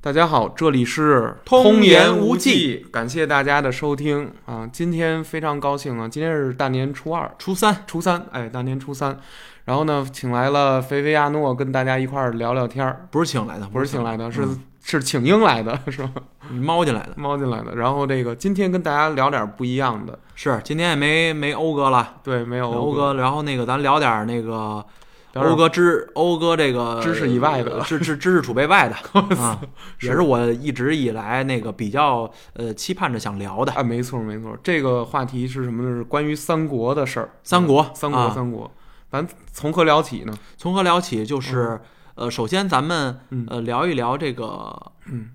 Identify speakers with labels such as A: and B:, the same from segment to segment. A: 大家好，这里是
B: 通言
A: 言
B: 无
A: 忌
B: 忌，
A: 感谢大家的收听啊！今天非常高兴啊，今天是大年初二、
B: 初三，
A: 初三，哎，大年初三。然后呢，请来了菲菲亚诺跟大家一块儿聊聊天儿，
B: 不是请来的，
A: 不是请来的，是、
B: 嗯
A: 是请缨来的， 是吧？
B: 你猫进来的。
A: 猫进来的。然后这个今天跟大家聊点不一样的，
B: 是，今天也没没欧哥了，
A: 对，没有
B: 欧
A: 欧哥，，
B: 然后那个咱聊点那个
A: 聊点
B: 欧哥知欧哥这个
A: 知识以外的
B: 呃知知知识储备 外的啊，也是我一直以来那个比较呃期盼着想聊的
A: 啊，没错没错，这个话题是什么呢？是关于三国的事儿。嗯
B: 三国。
A: 三国，
B: 啊，
A: 三国，咱从何聊起呢？
B: 从何聊起？就是呃，首先咱们
A: 嗯
B: 呃聊一聊这个
A: 嗯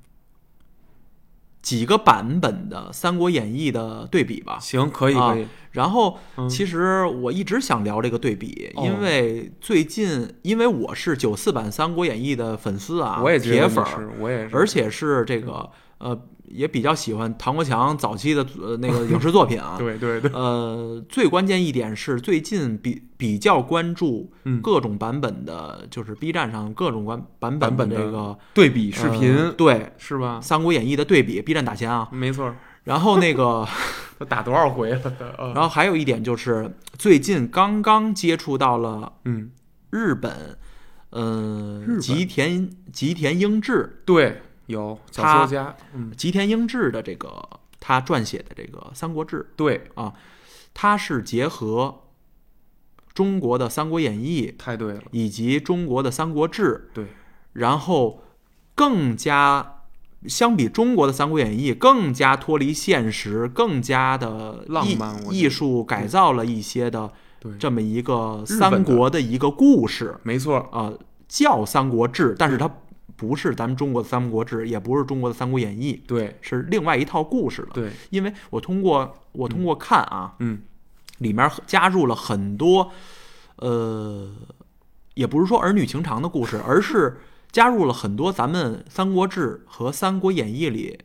B: 几个版本的《三国演义》的对比吧。
A: 行，可以，
B: 啊
A: 可以。
B: 然后
A: 嗯
B: 其实我一直想聊这个对比，
A: 哦
B: 因为最近因为我是九四版《三国演义》的粉丝啊，
A: 我也觉得
B: 铁
A: 你
B: 粉儿，
A: 是，我也是，
B: 而且是这个呃也比较喜欢唐国强早期的呃那个影视作品啊。
A: 对对对，
B: 呃，最关键一点是最近比比较关注
A: 嗯
B: 各种版本的，就是 B 站上各种版版
A: 版本
B: 的
A: 的
B: 这个
A: 对比视频、
B: 呃对
A: 是
B: 《
A: 吧？
B: 三国演义》的对比，B 站打钱啊。
A: 没错，
B: 然后那个
A: 都打多少回了？ 呃
B: 然后还有一点就是，最近刚刚接触到了
A: 嗯，
B: 日本，呃
A: 日，本
B: 吉田吉田英治，
A: 对，有小
B: 他
A: 说家，嗯，
B: 吉田英治的这个他撰写的这个《三国志
A: 对，》
B: 啊，他是结合中国的《三国演义》
A: 太对了，
B: 以及中国的《三国志》，
A: 对，
B: 然后更加相比中国的《三国演义》更加脱离现实，更加的
A: 浪
B: 艺
A: 漫我觉得
B: 艺术改造了一些的
A: 对
B: 这么一个
A: 日本的
B: 三国的一个故事
A: 没错，
B: 啊、呃叫《三国志》，但是它不是咱们中国的《三国志》，也不是中国的《三国演义
A: 对》，
B: 是另外一套故事了。
A: 对，
B: 因为我通过我通过看啊，
A: 嗯，
B: 里面加入了很多，呃，也不是说儿女情长的故事，而是加入了很多咱们《三国志》和《三国演义》里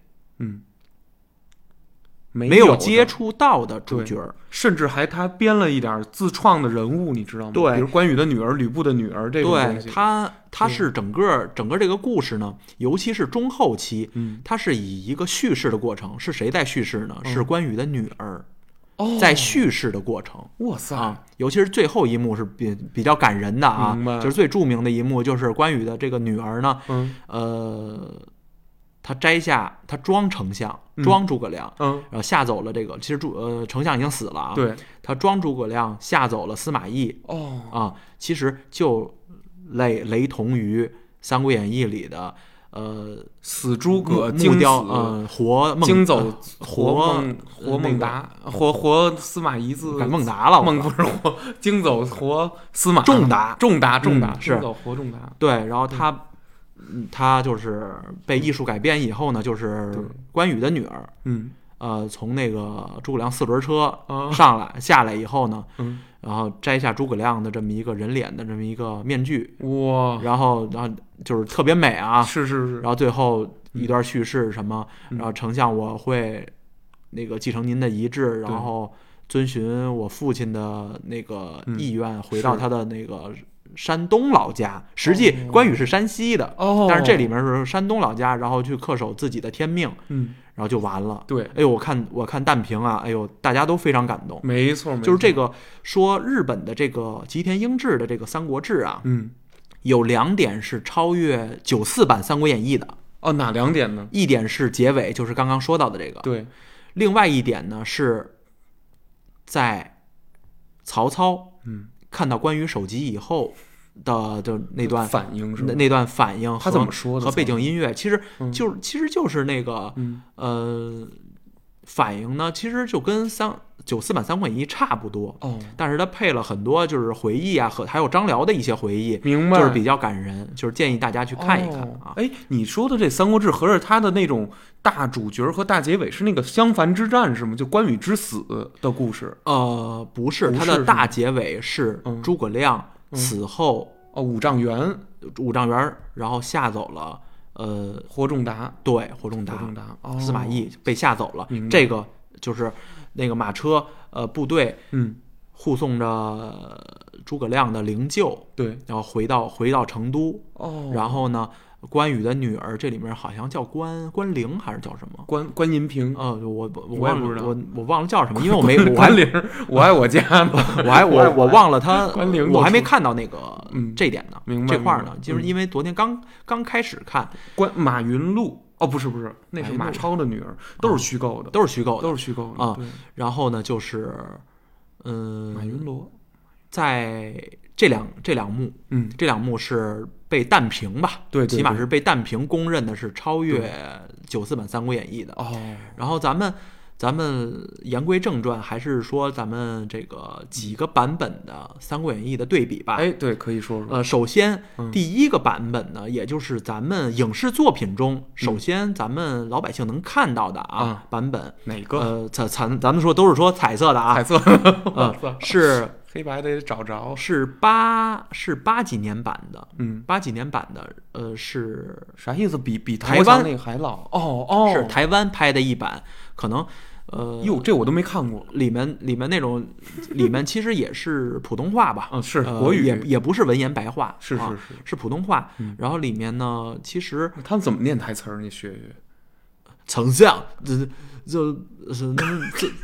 A: 没
B: 没
A: 有的
B: 接，触到的主
A: 对
B: 角儿。
A: 甚至还他编了一点儿自创的人物，你知道吗？
B: 对
A: 比如关羽的女儿、吕布的女儿这种东
B: 对
A: 西，
B: 它，它
A: 是
B: 是整个整个这个故事呢，尤其是中后期，
A: 嗯，
B: 它是以一个叙事的过程，是谁在叙事呢？是关羽的女儿
A: 哦，
B: 在叙事的过程。
A: 哇塞，
B: 啊，尤其是最后一幕是比比较感人的啊
A: 明白，
B: 就是最著名的一幕，就是关羽的这个女儿呢，
A: 嗯
B: 呃，她摘下她装丞相，
A: 嗯
B: 装诸葛亮，
A: 嗯，
B: 然后吓走了这个，其实诸呃丞相已经死了啊，，
A: 对，
B: 她装诸葛亮吓走了司马懿
A: 哦，
B: 啊，其实就类雷同于《三国演义》里的呃
A: 死诸葛
B: 木
A: 惊
B: 木
A: 死
B: 雕呃活孟
A: 惊走活孟
B: 啊活呃
A: 活孟
B: 那个
A: 达，活活司马懿字
B: 孟达了，我
A: 孟
B: 操
A: 不是活惊走活司马
B: 仲达
A: 仲达仲达
B: 嗯是
A: 惊走活仲达，
B: 对，然后他，嗯他就是被艺术改编以后呢，就是
A: 嗯对
B: 关羽的女儿，
A: 嗯
B: 呃，从那个诸葛亮四轮车
A: 啊
B: 上来下来以后呢，
A: 嗯
B: 然后摘下诸葛亮的这么一个人脸的这么一个面具，
A: 哇
B: 然后然后就是特别美啊，
A: 是是是
B: 然后最后一段叙事什么，
A: 嗯
B: 然后丞相我会那个继承您的遗志，
A: 对
B: 然后遵循我父亲的那个
A: 嗯
B: 意愿回
A: 是
B: 到他的那个山东老家，实际
A: 哦
B: 关羽是山西的。
A: 哦，
B: 但是这里面是山东老家，然后去恪守自己的天命，
A: 嗯
B: 然后就完了。
A: 对
B: 哎呦，我看我看弹屏啊，哎呦，大家都非常感动。
A: 没错没错
B: 就是这个说日本的这个吉田英治的这个《三国志》啊，
A: 嗯
B: 有两点是超越九四版《三国演义》的，
A: 哦哪两点呢？
B: 一点是结尾，就是刚刚说到的这个；
A: 对
B: 另外一点呢是，在曹操
A: 嗯
B: 看到关羽手机以后的就那段
A: 反应是吧
B: 那那段反应
A: 他
B: 和
A: 怎么说的
B: 和背景音乐，其实
A: 嗯
B: 就是、其实就是那个
A: 嗯
B: 呃反应呢，其实就跟三九四版《三国演义》差不多，
A: 哦
B: 但是它配了很多就是回忆啊和还有张辽的一些回忆，
A: 明白
B: 就是比较感人，就是建议大家去看一看
A: 哦
B: 啊。
A: 哎、你说的这《三国志》，合着它的那种大主角和大结尾是那个襄樊之战是吗？就关羽之死的故事
B: 呃，不是，
A: 不
B: 它
A: 是
B: 的
A: 是
B: 大结尾是
A: 嗯
B: 诸葛亮死后，
A: 哦，五丈原、
B: 五丈原儿然后吓走了呃，
A: 活仲达、
B: 对，火仲
A: 活
B: 达
A: 仲，达、哦、
B: 司马，懿被吓走了
A: 明白。
B: 这个就是那个马车呃部队
A: 嗯，
B: 护送着呃诸葛亮的灵柩，
A: 对，
B: 然后回到回到成都，
A: 哦，
B: 然后呢，关羽的女儿，这里面好像叫关关灵还是叫什么？
A: 关关银屏，
B: 呃，我我我
A: 我也
B: 忘
A: 不
B: 了
A: 知道
B: 我我忘了叫什么，因为 我没我还
A: 关玲，我爱我家呢。
B: 我还我我忘了他，
A: 关灵
B: 我还
A: 都
B: 没
A: 出
B: 看到那个
A: 嗯
B: 这点呢，
A: 明白
B: 这块儿呢
A: 明白，
B: 就是
A: 嗯
B: 因为昨天刚刚开始看，
A: 关马云露，哦，不是不是，那是
B: 马云
A: 马哦
B: 露
A: 超的女儿，都是虚构的，
B: 都是虚构的。
A: 都是虚构的
B: 啊。
A: 对
B: 然后呢，就是
A: 马
B: 嗯，
A: 云罗，
B: 在这两这两幕，
A: 嗯，
B: 这两幕是被弹平吧？
A: 对对对
B: 起码是被弹平公认的是超越九四版《三国演义》的。
A: 哦，
B: 然后咱们咱们言归正传，还是说咱们这个几个版本的《三国演义》的对比吧。
A: 哎，对，可以说说，
B: 呃，首先
A: 嗯
B: 第一个版本呢，也就是咱们影视作品中，
A: 嗯
B: 首先咱们老百姓能看到的啊
A: 啊
B: 版本，
A: 哪个？
B: 呃，咱咱咱们说都是说彩色的啊
A: 彩，色，
B: 呃，是
A: 嗯黑白得找着。
B: 是八是八几年版的，
A: 嗯，
B: 八几年版的，呃，是
A: 啥意思？比比
B: 台湾
A: 那个还老？哦哦，
B: 是台湾拍的一版，可能呃，
A: 哟，这我都没看过。
B: 里面里面那种里面其实也是普通话吧，
A: 嗯，是
B: 呃
A: 国语，
B: 也也不是文言白话，
A: 是
B: 啊
A: 是是。
B: 是普通话
A: 嗯。
B: 然后里面呢，其实
A: 他们怎么念台词儿？你学学。
B: 丞相这这 这这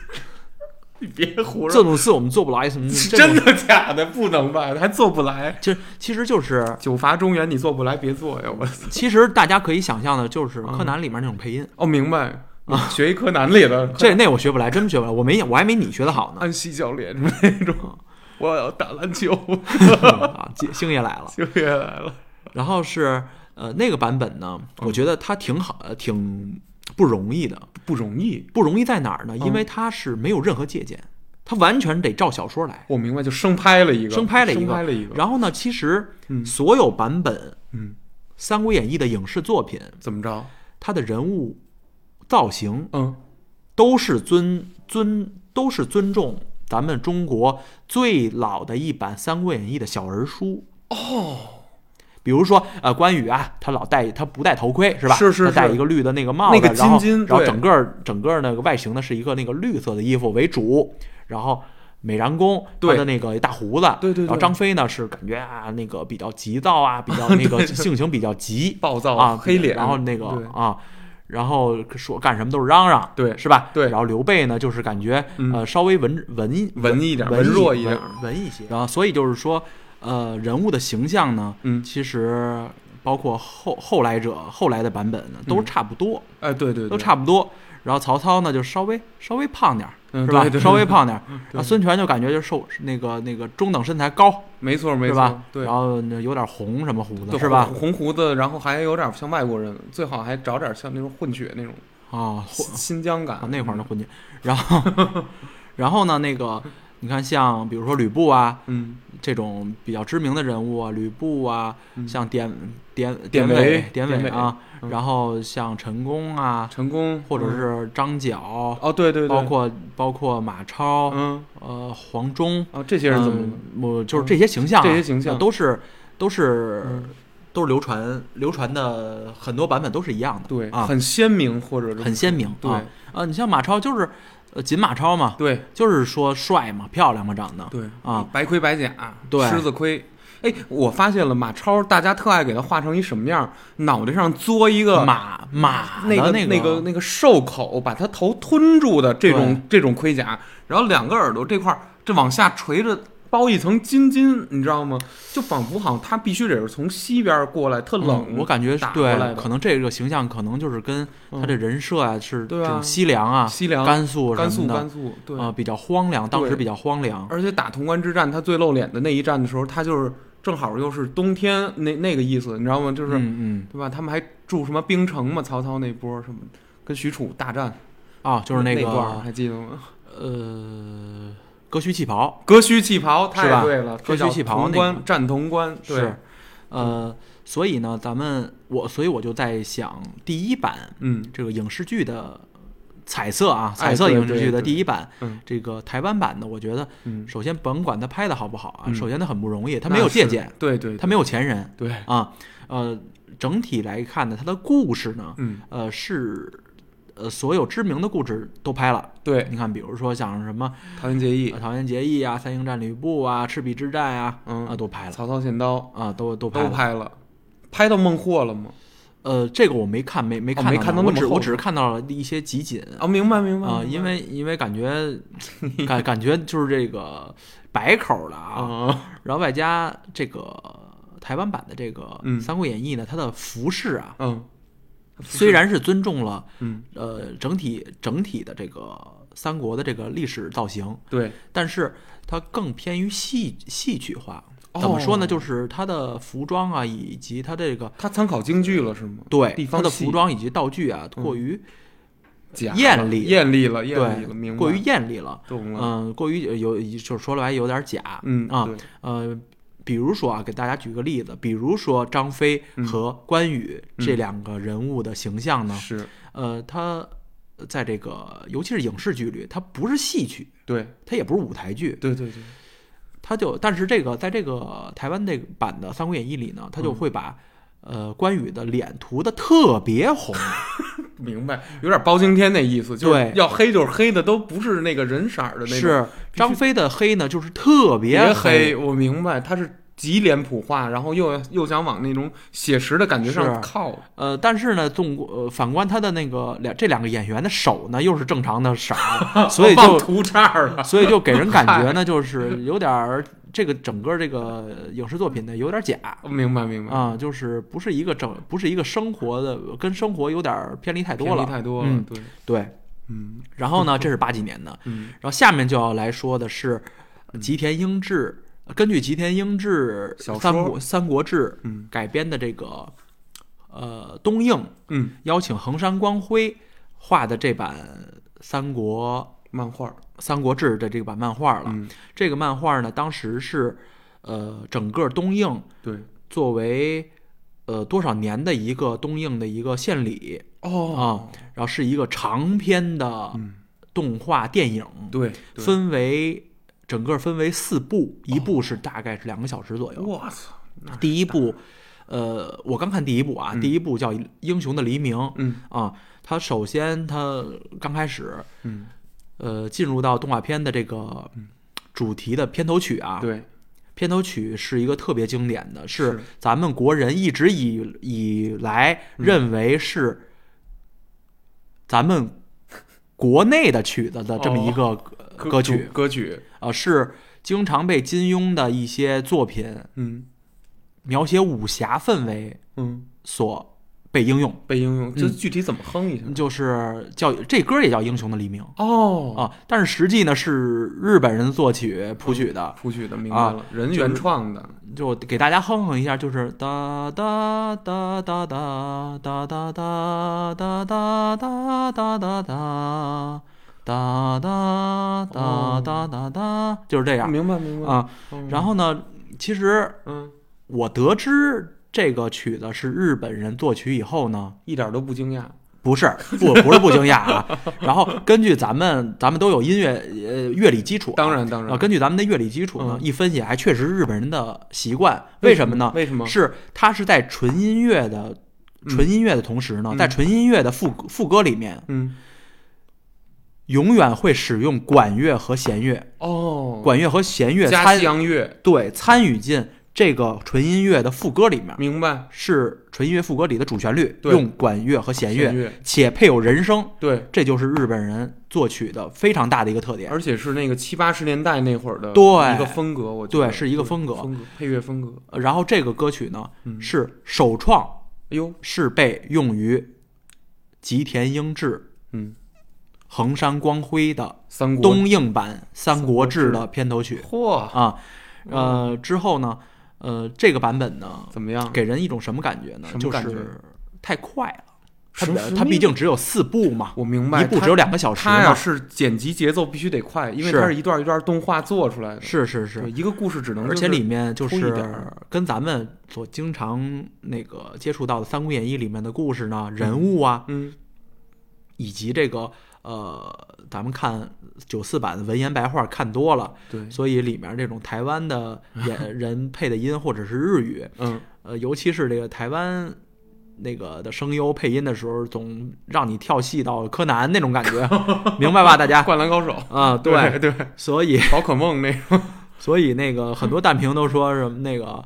A: 你别胡
B: 这，种事我们做不来，什么这种
A: 真的假的？不能吧？还做不来？
B: 就其实就是
A: 九伐中原你做不来，别做呀！ 我
B: 其实大家可以想象的，就是
A: 嗯
B: 柯南里面那种配音，
A: 哦，明白。你学一柯南里的
B: 这那我学不来，真学不来，我没我还没你学的好 呢。
A: 安西教练那种，我要打篮球，
B: 啊，星星爷来了。
A: 就也来了。
B: 然后是呃那个版本呢，
A: 嗯
B: 我觉得它挺好，呃挺不容易的。
A: 不容易，
B: 不容易在哪儿
A: 嗯
B: 呢？因为它是没有任何借鉴，它完全得照小说来。
A: 我明白，就生拍了一个，
B: 生
A: 生
B: 拍了一个
A: 拍了一个。
B: 然后呢，其实
A: 嗯
B: 所有版本《
A: 嗯，
B: 三国演义》的影视作品，
A: 怎么着？
B: 它的人物造型
A: 嗯，
B: 都是尊尊都是尊重咱们中国最老的一版《三国演义》的小人书哦。比如说，呃，关羽啊，他老戴他不戴头盔是吧？
A: 是是
B: 他戴
A: 是
B: 一个绿的那个帽子，
A: 那个
B: 然后
A: 金金
B: 然后
A: 对
B: 整个整个那个外形呢是一个那个绿色的衣服为主，然后。美髯公他
A: 对
B: 的那个大胡子，
A: 对对对
B: 然后张飞呢是感觉啊那个比较急躁啊，比较 那个性情比较急，
A: 暴躁
B: 啊，
A: 黑脸，嗯
B: 然后那个
A: 对
B: 啊，然后说干什么都是嚷嚷，
A: 对
B: 是吧？
A: 对
B: 然后刘备呢，就是感觉
A: 嗯
B: 呃稍微文文
A: 文艺一点，
B: 文
A: 文弱一点，
B: 文文一些，然后所以就是说，呃，人物的形象呢，
A: 嗯，
B: 其实包括后后来者后来的版本呢，都差不多，
A: 哎，对对，对
B: 都，差不多。然后曹操呢，就稍微稍微胖点儿。
A: 嗯
B: 是吧
A: 对？对嗯
B: 稍微胖点儿，然
A: 对
B: 后孙权就感觉就瘦，那个那个中等身材高，
A: 没错没
B: 是
A: 错，
B: 吧？
A: 对
B: 然，后呢有点红什么胡子，
A: 对
B: 是吧？
A: 红胡子，然后还有点像外国人，最好还找点像那种混血那种
B: 啊，
A: 新新疆感
B: 啊，那会儿的混进，然后 然后呢，那个你看像比如说吕布啊
A: 嗯，
B: 这种比较知名的人物啊，吕布啊，
A: 嗯
B: 像典典
A: 典
B: 韦
A: 韦、
B: 典
A: 典
B: 韦
A: 韦
B: 啊，
A: 嗯
B: 然后像陈宫啊，
A: 成功
B: 或者
A: 嗯
B: 是张角，
A: 哦，对对对，
B: 包括包括马超，
A: 嗯，
B: 呃，黄忠，
A: 哦，这些人怎么
B: 嗯
A: 了？
B: 我就是这些形象啊，
A: 这些形象
B: 呃都是都是
A: 嗯
B: 都是流传流传的很多版本都是一样的，
A: 对，
B: 啊，
A: 很鲜明，或者是
B: 很鲜明
A: 对
B: 啊。啊，你像马超就是呃锦马超嘛，
A: 对
B: 就是说帅嘛，漂亮嘛，长得。
A: 对
B: 啊，
A: 白盔白甲，
B: 对
A: 狮子盔。哎，我发现了，马超大家特爱给他画成一什么样儿？脑袋上嘬一个
B: 马马
A: 那
B: 的
A: 那
B: 那嗯
A: 个那个兽口把他头吞住的这种这种盔甲，然后两个耳朵这块儿这往下垂着包一层金巾，你知道吗？就仿佛好像他必须得是从西边过来，特
B: 嗯
A: 冷。
B: 我感觉
A: 打过来
B: 对，
A: 的嗯
B: 可能这个形象可能就是跟他这人设啊是
A: 对
B: 这
A: 啊
B: 种西凉啊、
A: 西凉、
B: 甘肃
A: 甘
B: 什
A: 肃、
B: 么
A: 甘
B: 的
A: 肃，对。
B: 啊比较荒凉，当时
A: 对
B: 比较荒凉。
A: 而且打潼关之战，他最露脸的那一战的时候，他就是正好又是冬天那那个意思，你知道吗？就是、
B: 嗯
A: 对吧？他们还住什么冰城嘛？曹操那波什么跟许褚大战，
B: 嗯啊，就是
A: 那段儿
B: 个
A: 还记得吗？
B: 呃割须弃袍
A: 割须弃袍，
B: 是吧
A: 太对了，
B: 割须弃袍
A: 这叫潼
B: 那个
A: 关战潼关，对
B: 是，
A: 嗯
B: 呃，所以呢，咱们我所以我就在想，第一版
A: 嗯，
B: 这个影视剧的彩色啊，
A: 哎
B: 彩色
A: 对
B: 影视剧
A: 对
B: 的
A: 对
B: 第一版，
A: 嗯
B: 这个台湾版的，我觉得
A: 嗯，
B: 首先甭管它拍的好不好啊，
A: 嗯
B: 首先它很不容易，它
A: 那
B: 没有借
A: 是
B: 鉴，，
A: 对对
B: 它没有前人
A: 对，
B: 啊，呃，整体来看呢，它的故事呢，
A: 嗯，
B: 呃是。呃，所有知名的故事都拍了。
A: 对，
B: 你看，比如说像什么
A: 桃园结义
B: 呃，桃园结义》啊，《三英战吕布》啊，《赤壁之战》啊，
A: 嗯
B: 啊都拍了
A: 曹操献刀
B: 啊，都都拍
A: 都
B: 了。
A: 拍了，拍到孟获了吗？
B: 呃，这个我没看，没没
A: 哦
B: 看到呢，
A: 没看到那么
B: 我只
A: 厚
B: 我只是看到了一些集锦
A: 啊，明白明白
B: 啊、
A: 明白
B: 因为因为感觉感感觉就是这个白口的啊，
A: 啊，
B: 然后外加这个台湾版的这个
A: 嗯
B: 《三国演义》呢，它的服饰啊，
A: 嗯，
B: 虽然是尊重了
A: 嗯，
B: 呃整体整体的这个三国的这个历史造型，
A: 对，
B: 但是它更偏于戏戏曲化。
A: 哦
B: 怎么说呢？就是它的服装啊，以及它这个
A: 他参考京剧了是吗？
B: 对
A: 地
B: 它
A: 方
B: 的
A: 戏
B: 服装以及道具啊，
A: 嗯
B: 过于
A: 假
B: 艳丽
A: 艳丽了，艳丽
B: 对
A: 了，明白，
B: 过于艳丽了。
A: 懂了，
B: 嗯，过于有就是说来有点假。
A: 嗯
B: 啊，
A: 对
B: 呃，比如说啊，给大家举个例子，比如说张飞
A: 嗯
B: 和关羽这两个人物的形象呢，
A: 是，
B: 呃，他在这个尤其是影视剧里，它不是戏曲，
A: 对，
B: 它也不是舞台剧，
A: 对对对，
B: 它就但是这个在这个台湾这个版的《三国演义》里呢，
A: 嗯
B: 它就会把、呃关羽的脸涂的特别红，
A: 明白，有点包青天那意思，就是
B: 对
A: 要黑就是黑的，都不是那个人色儿的那种，
B: 是张飞的黑呢，就是特
A: 别
B: 黑。
A: 我明白，他是极脸谱化，然后又又想往那种写实的感觉上
B: 是
A: 靠，
B: 呃，但是呢，纵呃反观他的那个两这两个演员的手呢，又是正常的色 儿，所以
A: 哦忘
B: 就
A: 涂这儿 了，
B: 所以就给人感觉呢，就是有点儿这个整个这个影视作品呢有点假
A: 哦明白明白，
B: 啊、就是不是一个整，不是一个生活的，跟生活有点儿偏离太多
A: 便利
B: 了。
A: 太多了，
B: 嗯
A: 对，
B: 对，
A: 嗯
B: 然后呢，这是八几年的，
A: 嗯，
B: 然后下面就要来说的是吉田英治，根据吉田英治
A: 小
B: 《
A: 说
B: 三国三国志》
A: 嗯
B: 改编的这个呃东映
A: 嗯，
B: 邀请横山光辉画的这版《三国
A: 漫画儿，
B: 三国志》的这个版漫画了。
A: 嗯，
B: 这个漫画呢，当时是呃整个东映
A: 对，
B: 作为呃多少年的一个东映的一个献礼
A: 哦，
B: 啊，然后是一个长篇的动画电影，
A: 对，嗯对
B: 分为整个分为四部，一部是大概是两个小时左右。
A: 我操，那
B: 第一部，呃，我刚看第一部啊，第一部叫《英雄的黎明》
A: 嗯
B: 啊，它首先它刚开始
A: 嗯，
B: 呃进入到动画片的这个主题的片头曲啊，
A: 对，
B: 片头曲是一个特别经典的，
A: 是
B: 是咱们国人一直以以来认为是咱们国内的曲子的这么一个呃歌曲
A: 歌曲，
B: 啊、呃是经常被金庸的一些作品
A: 嗯
B: 描写武侠氛围
A: 嗯，
B: 所被应用，
A: 被应用，就具体怎么哼一下？
B: 就是叫这歌也叫《英雄的黎明》
A: 哦，
B: 啊，但是实际呢是日本人作曲谱曲的，
A: 谱曲的明
B: 啊
A: 白了，人原创的，
B: 就给大家哼哼一下，就是哒哒哒哒哒哒哒哒哒哒哒哒哒哒哒哒哒哒哒哒，就是这样
A: 明白明白。
B: 啊。
A: 嗯
B: 然后呢，其实
A: 嗯，
B: 我得知这个曲子是日本人作曲以后呢。
A: 一点都不惊讶。
B: 不是，不不是不惊讶啊。 然后根据咱们咱们都有音乐呃乐理基础啊，
A: 当然当
B: 啊，
A: 然，
B: 根据咱们的乐理基础呢，
A: 嗯
B: 一分析还确实是日本人的习惯。为什么呢？
A: 为什么？
B: 是它是在纯音乐的纯音乐的同时呢，
A: 嗯
B: 在纯音乐的副歌副歌里面，
A: 嗯，
B: 永远会使用管乐和弦乐，
A: 哦，
B: 管乐和弦乐
A: 加
B: 参
A: 西洋乐，
B: 对参与进这个纯音乐的副歌里面，
A: 明白？
B: 是纯音乐副歌里的主旋律，
A: 对
B: 用管乐和弦
A: 弦
B: 乐，
A: 乐，
B: 且配有人声，
A: 对，
B: 这就是日本人作曲的非常大的一个特点。
A: 而且是那个七八十年代那会儿的
B: 对
A: 一个风格，我觉得
B: 对，是一个风格。
A: 风格配乐风格。
B: 呃然后这个歌曲呢，
A: 嗯
B: 是首创
A: 哎呦，
B: 是被用于吉田英治、
A: 嗯，
B: 横山光辉的
A: 三国，
B: 东映版《三国志》
A: 三国哦
B: 的片头曲
A: 嚯，
B: 啊。呃，之后呢，呃，这个版本呢，
A: 怎么样？
B: 给人一种什么感觉呢？
A: 什么
B: 就
A: 感觉
B: 是太快了。它
A: 什么
B: 它毕竟只有四部嘛，
A: 我明白，
B: 一部只有两个小时
A: 他要
B: 嘛。
A: 是剪辑节奏必须得快，因为
B: 是
A: 它是一段一段动画做出来的，
B: 是是
A: 对
B: 是，
A: 一个故事只能
B: 而且
A: 就是
B: 里面就
A: 抽一点
B: 是
A: 儿
B: 跟咱们所经常那个接触到的《三国演义》里面的故事呢，人物啊，
A: 嗯
B: 以及这个呃，咱们看九四版的文言白话看多了，
A: 对
B: 所以里面这种台湾的演人配的音或者是日语，
A: 嗯
B: 呃，尤其是这个台湾那个的声优配音的时候，总让你跳戏到柯南那种感觉，明白吧，大 家？
A: 灌篮高手
B: 啊、对，
A: 对
B: 所以
A: 宝可梦那种
B: 所以那个很多弹屏都说什么那个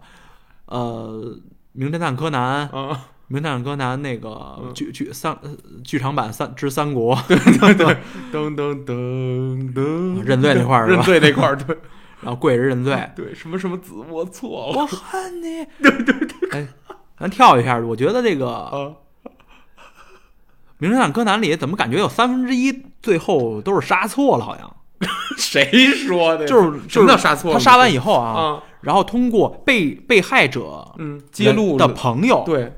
B: 呃，名侦探柯南
A: 啊
B: 名探长柯南》那
A: 嗯
B: 个剧剧三呃剧场版三之三国，
A: 噔噔噔噔，
B: 认罪那块儿是吧
A: 认罪那块儿，对
B: 然后跪着认罪，
A: 对，什么什么子，我错了
B: 我恨你。 对对对，哎，咱跳一下，我觉得这个《
A: 啊，
B: 名侦探柯南》里怎么感觉有三分之一最后都是杀错了，好像
A: 谁说的？
B: 就是
A: 什
B: 就
A: 么叫
B: 是
A: 杀错了？
B: 他杀完以后啊，
A: 啊，
B: 然后通过被被害者
A: 嗯，揭露
B: 的
A: 了
B: 朋友，
A: 对，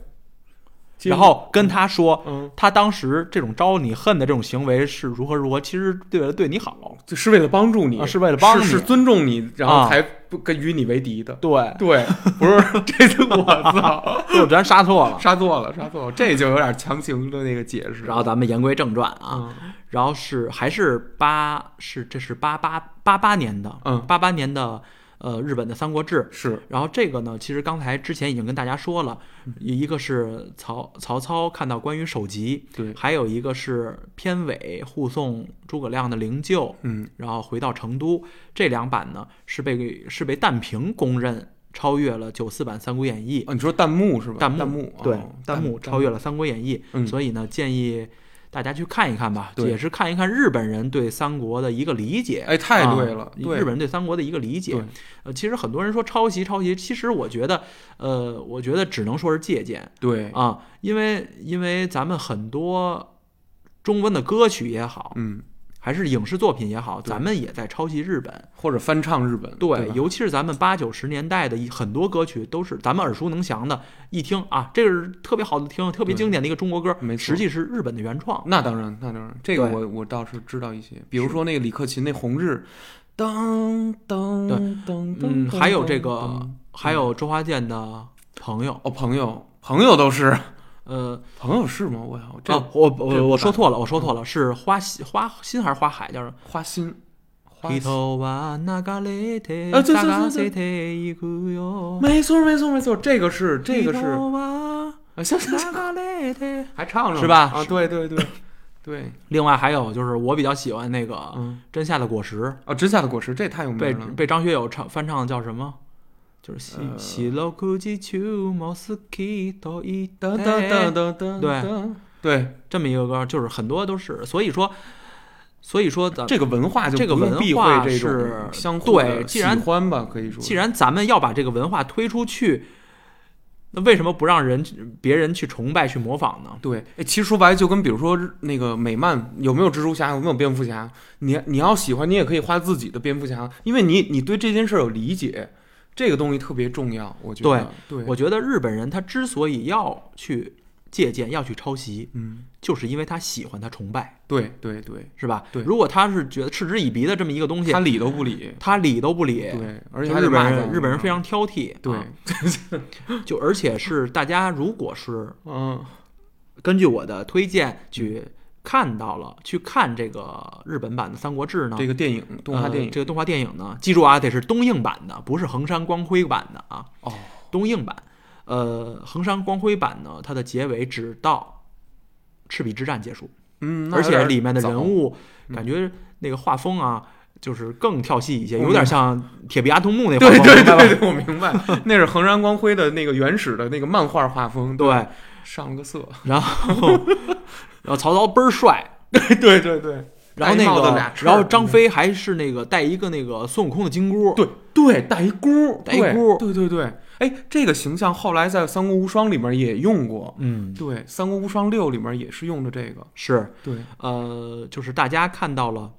A: 揭露
B: 然后跟他说。
A: 嗯，
B: 他当时这种招你恨的这种行为是如何如何，其实对了对你好，
A: 就是为了帮助你，
B: 啊是为了帮
A: 是
B: 你
A: 尊重你，然
B: 啊
A: 后才不跟与你为敌的。
B: 对，
A: 对，不是 这次我操，
B: 就咱杀错了。
A: 杀错了，杀错了，这就有点强行的那个解释。
B: 然后咱们言归正传啊，
A: 嗯
B: 然后是还是八是这是八八八八年的，
A: 嗯
B: 八八年的呃日本的三国志。
A: 是
B: 然后这个呢，其实刚才之前已经跟大家说了，一个是曹曹操看到关羽首级，
A: 对，
B: 还有一个是片尾护送诸葛亮的灵柩，
A: 嗯，
B: 然后回到成都。这两版呢是被是被弹屏公认超越了九四版《三国演义》
A: 哦，你说弹幕是吧？
B: 弹幕
A: 幕
B: 对，
A: 哦
B: 弹幕超越了《三国演义》
A: 嗯
B: 所以呢，建议大家去看一看吧，
A: 对
B: 也是看一看日本人对三国的一个理解。
A: 哎，太对了
B: 啊，
A: 对
B: 日本人对三国的一个理解
A: 对。
B: 呃，其实很多人说抄袭，抄袭，其实我觉得，呃，我觉得只能说是借鉴
A: 对，
B: 啊，因为因为咱们很多中文的歌曲也好，
A: 嗯，
B: 还是影视作品也好，
A: 对
B: 咱们也在抄袭日本。
A: 或者翻唱日本，
B: 对，
A: 吧
B: 尤其是咱们八九十年代的一很多歌曲都是咱们耳熟能详的，一听啊，这是特别好的听，特别
A: 对
B: 经典的一个中国歌，
A: 没错
B: 实际是日本的原创。
A: 那当然，那当然，这个
B: 对
A: 我我倒是知道一些，比如说那个李克勤那《红日》，当当
B: 对
A: 当
B: 嗯，还有这个，还
A: 嗯
B: 有周华健的朋友，
A: 哦，朋友，朋友都是啊
B: 呃，
A: 朋友是吗？我操，
B: 哦
A: 这，
B: 我
A: 这
B: 我
A: 不
B: 我
A: 敢
B: 说错了，我说错了，是花心花心还是花海？叫什么？
A: 花心，花
B: 披
A: 心，
B: 头哇那嘎嘞特，
A: 啊对对对
B: 嘎
A: 对
B: 塞特一哭哟，
A: 没错没错没错，这个是这个
B: 披
A: 是
B: 头哇
A: 啊，行行
B: 那
A: 行，
B: 嘎嘞特。
A: 还唱上
B: 是吧
A: 啊，对对对对，
B: 另外还有就是，我比较喜欢那个《
A: 嗯，
B: 真夏的果实》，
A: 啊，真夏的果实这太有
B: 被
A: 名了，
B: 被张学友唱翻唱的叫什么？就是西
A: 呃
B: 西罗库吉丘莫斯基多伊
A: 哒哒哒哒哒，
B: 对
A: 哒对，
B: 这么一个歌，就是很多都是，所以说，所以说咱
A: 这个文化就
B: 这个
A: 不用
B: 文
A: 避讳
B: 化
A: 这种
B: 是
A: 相互的
B: 对既然
A: 喜欢吧，可以说，
B: 既然咱们要把这个文化推出去，那为什么不让人别人去崇拜去模仿呢？
A: 对，哎，其实说白了，就跟比如说日那个美漫有没有蜘蛛侠，有没有蝙蝠侠，你你要喜欢，你也可以画自己的蝙蝠侠，因为你你对这件事儿有理解，这个东西特别重要，我觉得。对
B: 我觉得日本人他之所以要去借鉴、要去抄袭，
A: 嗯，
B: 就是因为他喜欢、他崇拜，
A: 对对对，
B: 是吧？
A: 对
B: 如果他是觉得嗤之以鼻的这么一个东西
A: 他，理都不理，
B: 他理都不理，
A: 对，而且
B: 就
A: 还
B: 日
A: 得
B: 本
A: 骂
B: 人
A: 咱嗯
B: 日本人非常挑剔，
A: 对
B: 啊，就而且是大家如果是
A: 嗯，
B: 根据我的推荐去看到了去看这个日本版的《三国志》呢，
A: 这个电影动画
B: 呃
A: 电影
B: 这个动画电影呢，记住啊，得是东映版的，不是横山光辉版的啊，
A: 哦，
B: 东映版。呃，横山光辉版呢，它的结尾只到赤壁之战结束，
A: 嗯，那有
B: 而且
A: 点
B: 里面的
A: 早嗯
B: 人物感觉那个画风啊，就是更跳戏一些，有点像铁臂阿童木那画
A: 嗯对对
B: 风，明白吧
A: 对对，我明白，那是横山光辉的那个原始的那个漫画画风，
B: 对，
A: 上了个 色，
B: 然后然后曹操倍儿帅，
A: 对对对对，
B: 然
A: 戴
B: 后那
A: 一帽子
B: 个
A: 俩翅儿嗯
B: 然后张飞还是那个带一个那个孙悟空的金箍，
A: 对对，带一箍，
B: 带一
A: 对
B: 箍
A: 对对对。哎，这个形象后来在《三国无双》里面也用过，
B: 嗯，
A: 对，《三国无双六》里面也是用的这个，
B: 是
A: 对，
B: 呃，就是大家看到了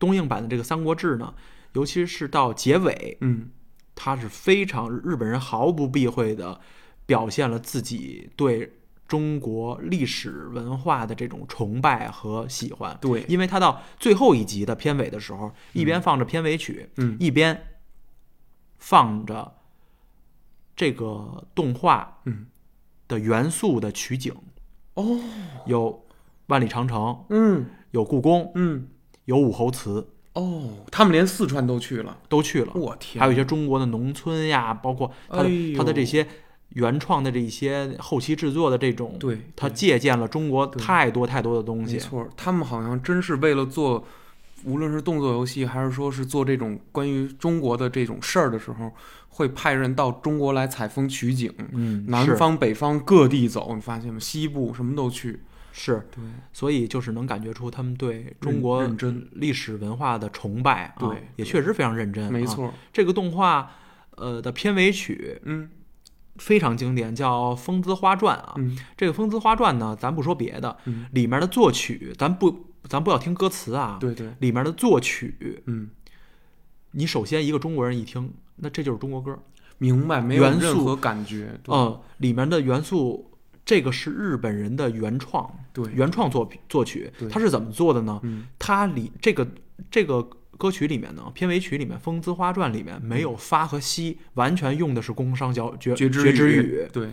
B: 东映版的这个《三国志》呢，尤其是到结尾，
A: 嗯，
B: 他是非常日本人毫不避讳的表现了自己对。中国历史文化的这种崇拜和喜欢，
A: 对，
B: 因为他到最后一集的片尾的时候，一边放着片尾曲，
A: 嗯
B: 一边放着这个动画
A: 嗯
B: 的元素的取景，
A: 哦，
B: 有万里长城，
A: 嗯
B: 有故宫，
A: 嗯，
B: 有武侯祠，
A: 哦，他们连四川都去了，
B: 都去了，
A: 我天，
B: 还有一些中国的农村呀，包括他
A: 哎
B: 的
A: 呦
B: 他的这些原创的这一些后期制作的这种，
A: 对，
B: 他
A: 对
B: 借鉴了中国
A: 对
B: 太多太多的东
A: 没
B: 西，
A: 错，他们好像真是为了做无论是动作游戏，还是说是做这种关于中国的这种事儿的时候，会派人到中国来采风取景，
B: 嗯，
A: 南
B: 是
A: 方、北方各地走，你发现吗？西部什么都去，
B: 是，
A: 对
B: 所以就是能感觉出他们对中
A: 认
B: 国
A: 认真
B: 历史文化的崇拜啊，
A: 对
B: 也确实非常认真，啊
A: 没。错，
B: 这个动画呃的片尾曲
A: 嗯
B: 非常经典，叫《风姿花传》啊。
A: 嗯
B: 这个《风姿花传》呢，咱不说别的，
A: 嗯
B: 里面的作曲，咱不咱不要听歌词啊，
A: 对对，
B: 里面的作曲，
A: 嗯，
B: 你首先一个中国人一听，那这就是中国歌，
A: 明白，没有
B: 元素
A: 任何感觉，对、
B: 嗯，里面的元素，这个是日本人的原创，
A: 对，
B: 原创作品作曲
A: 对，
B: 它是怎么做的呢？
A: 嗯
B: 它里这个这个歌曲里面呢，片尾曲里面《风姿花传》里面没有发和西，完全用的是工商角绝
A: 觉知
B: 觉之
A: 语，对，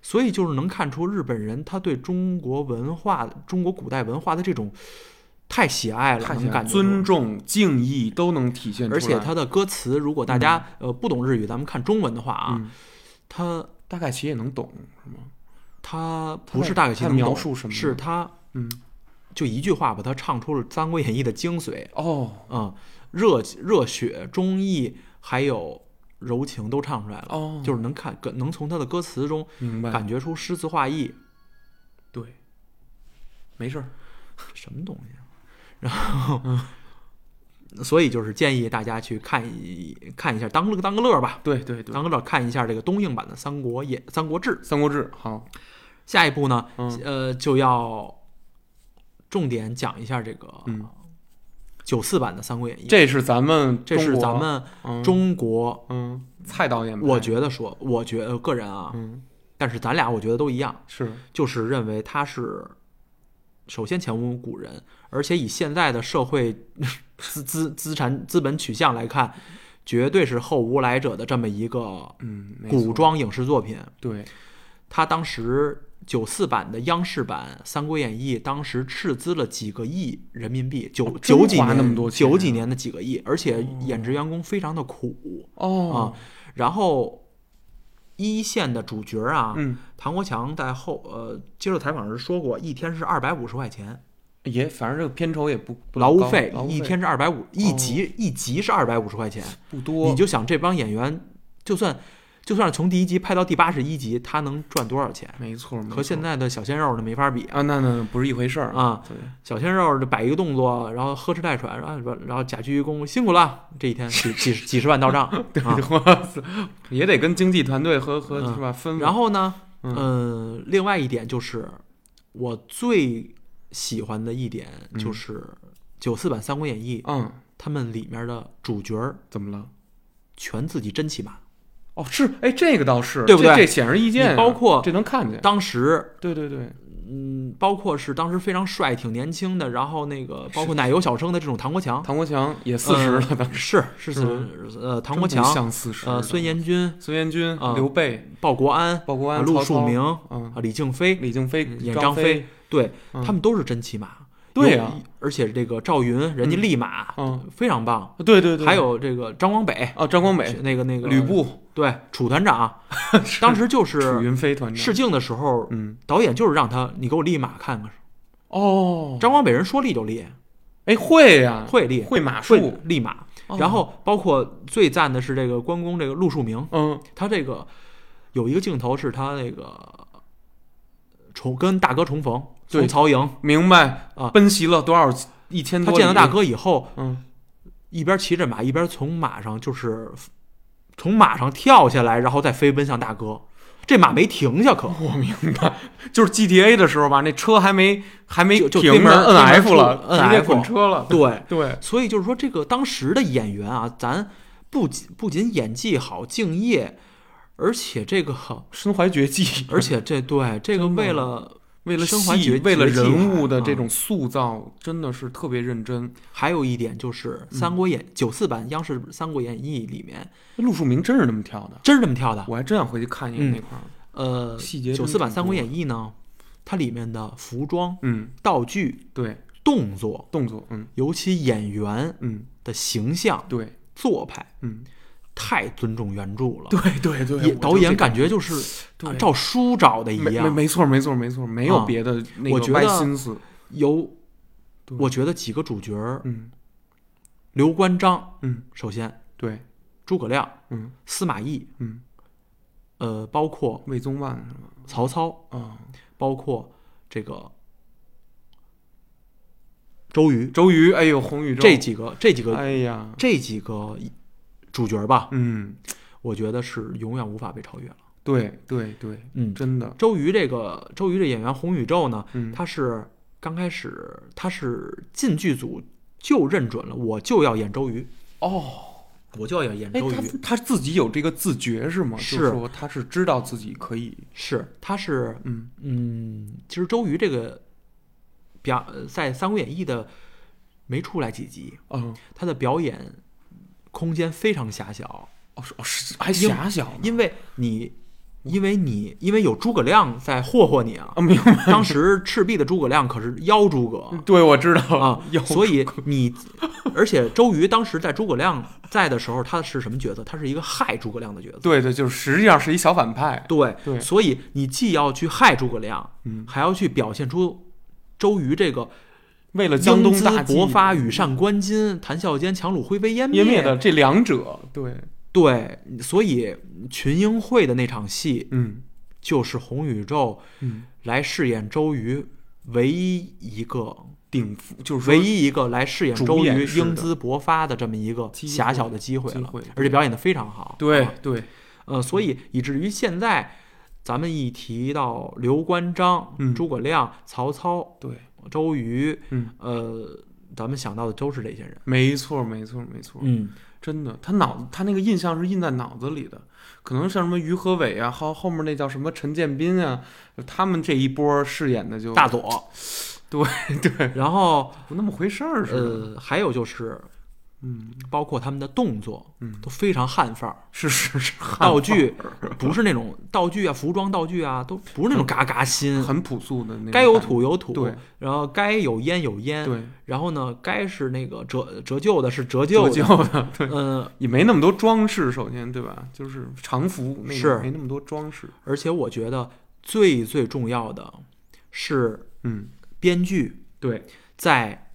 B: 所以就是能看出日本人他对中国文化、中国古代文化的这种太喜爱了，
A: 看起
B: 能
A: 来
B: 感觉
A: 尊
B: 出。
A: 重、敬意都能体现出来，
B: 而且他的歌词，如果大家、呃不懂日语，咱们看中文的话啊，
A: 嗯
B: 他
A: 大概其也能懂，是吗？
B: 他
A: 他
B: 不
A: 在
B: 是大概其
A: 他
B: 能
A: 描
B: 懂
A: 述什么呢
B: 是他
A: 嗯，
B: 就一句话把他唱出了《三国演义》的精髓。
A: 哦
B: 嗯，热热血、忠义还有柔情都唱出来了，
A: 哦，
B: 就是能看能从他的歌词中
A: 明白，
B: 感觉出诗词画意
A: 对，没事儿，
B: 什么东西啊、
A: 嗯
B: 然后， 所以就是建议大家去看一看一下，当个当个乐儿吧，
A: 对对对，《
B: 当个乐儿看一下这个东映版的《三国演三国志
A: 三国志》好，》。
B: 下一步呢，
A: 嗯
B: 呃，就要重点讲一下这个
A: 嗯
B: 九四版的《三国演义》。
A: 这是咱们
B: 这
A: 中
B: 是
A: 国
B: 咱们
A: 嗯
B: 中国，
A: 嗯蔡导演拍的，
B: 我觉得说，我觉得个人啊，
A: 嗯
B: 但是咱俩我觉得都一样，
A: 是
B: 就是认为他是首先前无古人，而且以现在的社会 资资资产资本取向来看，绝对是后无来者的这么一个
A: 嗯没
B: 古
A: 错
B: 装影视作品。
A: 对
B: 他当时九四版的央视版《三国演义》，当时斥资了几个亿人民币，九
A: 哦真
B: 九几
A: 花
B: 年
A: 那么多钱啊
B: 九几年的几个亿，而且演职员工非常的苦啊
A: 哦。
B: 然后一线的主角啊，
A: 嗯
B: 唐国强在后呃接受采访时说过，一天是二百五十块钱
A: 也反正这个片酬也不不
B: 劳务
A: 高
B: 费
A: 劳，哦
B: 一天是二百五，一集一集是二百五十块钱。
A: 不多，
B: 你就想这帮演员，就算就算是从第一集拍到第八十一集，他能赚多少钱？
A: 没错，没
B: 和现
A: 错
B: 在的小鲜肉那没法比啊！
A: 啊那那那不是一回事儿
B: 啊，
A: 对，
B: 小鲜肉这摆一个动作，然后呵哧带喘，然后然后假鞠一躬，辛苦了，这一天几几十几十万到 账啊。
A: 哇塞也得跟经纪团队和和
B: 嗯
A: 是吧分，
B: 然后呢，
A: 嗯
B: 呃，另外一点就是我最喜欢的一点就是九四版《三国演义》
A: 嗯
B: 他们里面的主角儿
A: 怎么了？
B: 全自己真骑马。
A: 哦，是，哎，这个倒是，
B: 对不
A: 这
B: 对
A: 这显而易见啊，
B: 你包括
A: 这能看见。
B: 当时，
A: 对对对，
B: 嗯，包括是当时非常帅、挺年轻的，然后那个包括奶油小生的这种唐国强，呃
A: 唐国强也四十了，当时
B: 是是
A: 是吗
B: 是呃嗯唐国
A: 真不
B: 强，
A: 像四十。
B: 呃孙彦军、
A: 孙彦军、
B: 啊
A: 刘备、
B: 鲍国安、
A: 鲍国安、
B: 啊陆
A: 曹操
B: 树铭、
A: 嗯，
B: 啊李静飞，
A: 李靖飞、
B: 嗯演
A: 张
B: 张
A: 飞，
B: 对
A: 嗯
B: 他们都是真骑马。
A: 对
B: 有
A: 啊，
B: 而且这个赵云人家立马
A: 嗯，
B: 非常棒，
A: 对对对，
B: 还有这个张光北，
A: 啊，张光北、
B: 那个那个
A: 吕布、
B: 对楚 团长，当时就
A: 楚
B: 是
A: 云飞团长，
B: 试镜的时候，
A: 嗯，
B: 导演就是让他你给我立马看看。
A: 哦，
B: 张光北人说立就立，
A: 哎，会呀，
B: 会立
A: 会马
B: 会
A: 术，
B: 立马。
A: 哦
B: 然后包括最赞的是这个关公这个陆树铭，
A: 嗯，
B: 他这个有一个镜头是他那个重跟大哥重逢，
A: 对
B: 从曹营，
A: 明白
B: 啊
A: 奔袭了多少一千
B: 他
A: 多里？
B: 见到大哥以后，
A: 嗯，
B: 一边骑着马，一边从马上就是从马上跳下来，然后再飞奔向大哥。这马没停下可，
A: 我明白，就是 GTA 的时候吧，那车还没还没
B: 就就
A: 停
B: 对
A: 门
B: 门
A: 摁
B: 对门
A: F
B: 处
A: 了，
B: 摁
A: 直接
B: F
A: 滚车了，
B: 对，
A: 对，
B: 所以就是说，这个当时的演员啊，咱不仅不仅演技好、敬业，而且这个，
A: 身怀绝 技，
B: 而且这对这
A: 真
B: 个
A: 的
B: 为了
A: 为了
B: 身怀
A: 戏
B: 绝
A: 为了
B: 绝技
A: 人物的
B: 啊
A: 这种塑造，真的是特别认真。
B: 还有一点就是《
A: 嗯
B: 三国演》九四版央视《三国演义》里面
A: 陆树铭真是那么跳的，
B: 真是这么跳的。
A: 我还真想回去看一眼
B: 嗯
A: 那块儿。
B: 呃，
A: 细节真
B: 九四版《
A: 挺
B: 三
A: 多
B: 国演义》呢，它里面的服装、
A: 嗯，
B: 道具、
A: 对，
B: 动作，
A: 动作，嗯
B: 尤其演员
A: 嗯，
B: 的形象、
A: 对，
B: 做派，
A: 嗯，
B: 太尊重原著了。
A: 对对对
B: 也
A: 我
B: 导
A: 就
B: 演
A: 这
B: 感觉就是
A: 对
B: 照书找的一
A: 没没
B: 样，
A: 没错没错没错，没有
B: 啊
A: 别的那
B: 我
A: 个
B: 觉
A: 歪
B: 得
A: 心思。
B: 有
A: 对
B: 我觉得几个主角儿
A: 嗯
B: 刘关张，
A: 嗯，
B: 首先
A: 对，
B: 诸葛亮，
A: 嗯，
B: 司马懿，
A: 嗯，
B: 呃，包括
A: 魏宗万是吗？
B: 曹操，
A: 啊，
B: 包括这个周瑜，
A: 周瑜，哎呦，红宇宙，
B: 这几个这几个、
A: 哎呀，
B: 这几个主角吧，
A: 嗯，
B: 我觉得是永远无法被超越了。
A: 对对对，
B: 嗯，
A: 真的，
B: 周瑜这个周瑜这演员洪宇宙呢，
A: 嗯，
B: 他是刚开始他是进剧组就认准了，我就要演周瑜，
A: 哦，
B: 我就要演
A: 哎，
B: 周瑜。
A: 他他自己有这个自觉是吗？就是说他是知道自己可以，
B: 是，他是
A: 嗯
B: 嗯，其实周瑜这个表呃在《三国演义》的没出来几集，
A: 嗯，
B: 他的表演空间非常狭小，
A: 哦是哦是，还
B: 因
A: 狭小呢，
B: 因为你。因为你因为有诸葛亮在霍霍你啊！
A: 啊，明白，嗯
B: 当时赤壁的诸葛亮可是妖诸葛，
A: 对，我知道
B: 嗯啊
A: 有，
B: 所以你，而且周瑜当时在诸葛亮在的时候，他是什么角色？他是一个害诸葛亮的角色。
A: 对对，就是实际上是一小反派，
B: 对，
A: 对
B: 所以你既要去害诸葛亮，
A: 嗯，
B: 还要去表现出周瑜这个
A: 为了江
B: 英
A: 东
B: 姿
A: 大计
B: 勃发、羽扇纶巾、谈笑间樯橹灰飞烟
A: 湮灭的这两者，对，
B: 对，所以群英会的那场戏
A: 嗯
B: 就是洪宇宙
A: 嗯，
B: 来饰演周瑜唯一一个。
A: 顶夫就是
B: 唯
A: 说
B: 一一个来饰演
A: 主
B: 周
A: 演
B: 瑜
A: 式的
B: 英姿勃发的这么一个
A: 机会
B: 狭小的机会
A: 机
B: 了
A: 会，
B: 而且表演的非常好。
A: 对
B: 啊
A: 对，
B: 呃，所以以至于现在咱们一提到刘关张
A: 嗯、
B: 诸葛亮、曹操、
A: 对，
B: 周瑜，
A: 嗯，
B: 呃，咱们想到的都是这些人。
A: 没错没错没错，
B: 嗯，
A: 真的，他脑子他那个印象是印在脑子里的，可能像什么于和伟啊，后后面那叫什么陈建斌啊，他们这一波饰演的就
B: 大佐。
A: 对
B: 对，然后
A: 不那么回事儿似的，
B: 呃，还有就是
A: 嗯
B: 包括他们的动作
A: 嗯，
B: 都非常汉范儿，
A: 是是是，汉
B: 道具
A: 化
B: 不是那种道具啊、服装道具啊，都不是那种嘎嘎新，
A: 很朴素的那种
B: 该有
A: 感觉
B: 土嗯有土，
A: 对
B: 然后该有烟有烟，
A: 对
B: 然后呢，该是那个折折旧的是折旧
A: 折旧
B: 的，
A: 的， 对，
B: 嗯，
A: 也没那么多装饰，首先对吧？就是常服那个
B: 是
A: 没那么多装饰，
B: 而且我觉得最最重要的是
A: 嗯，
B: 编剧
A: 对，
B: 在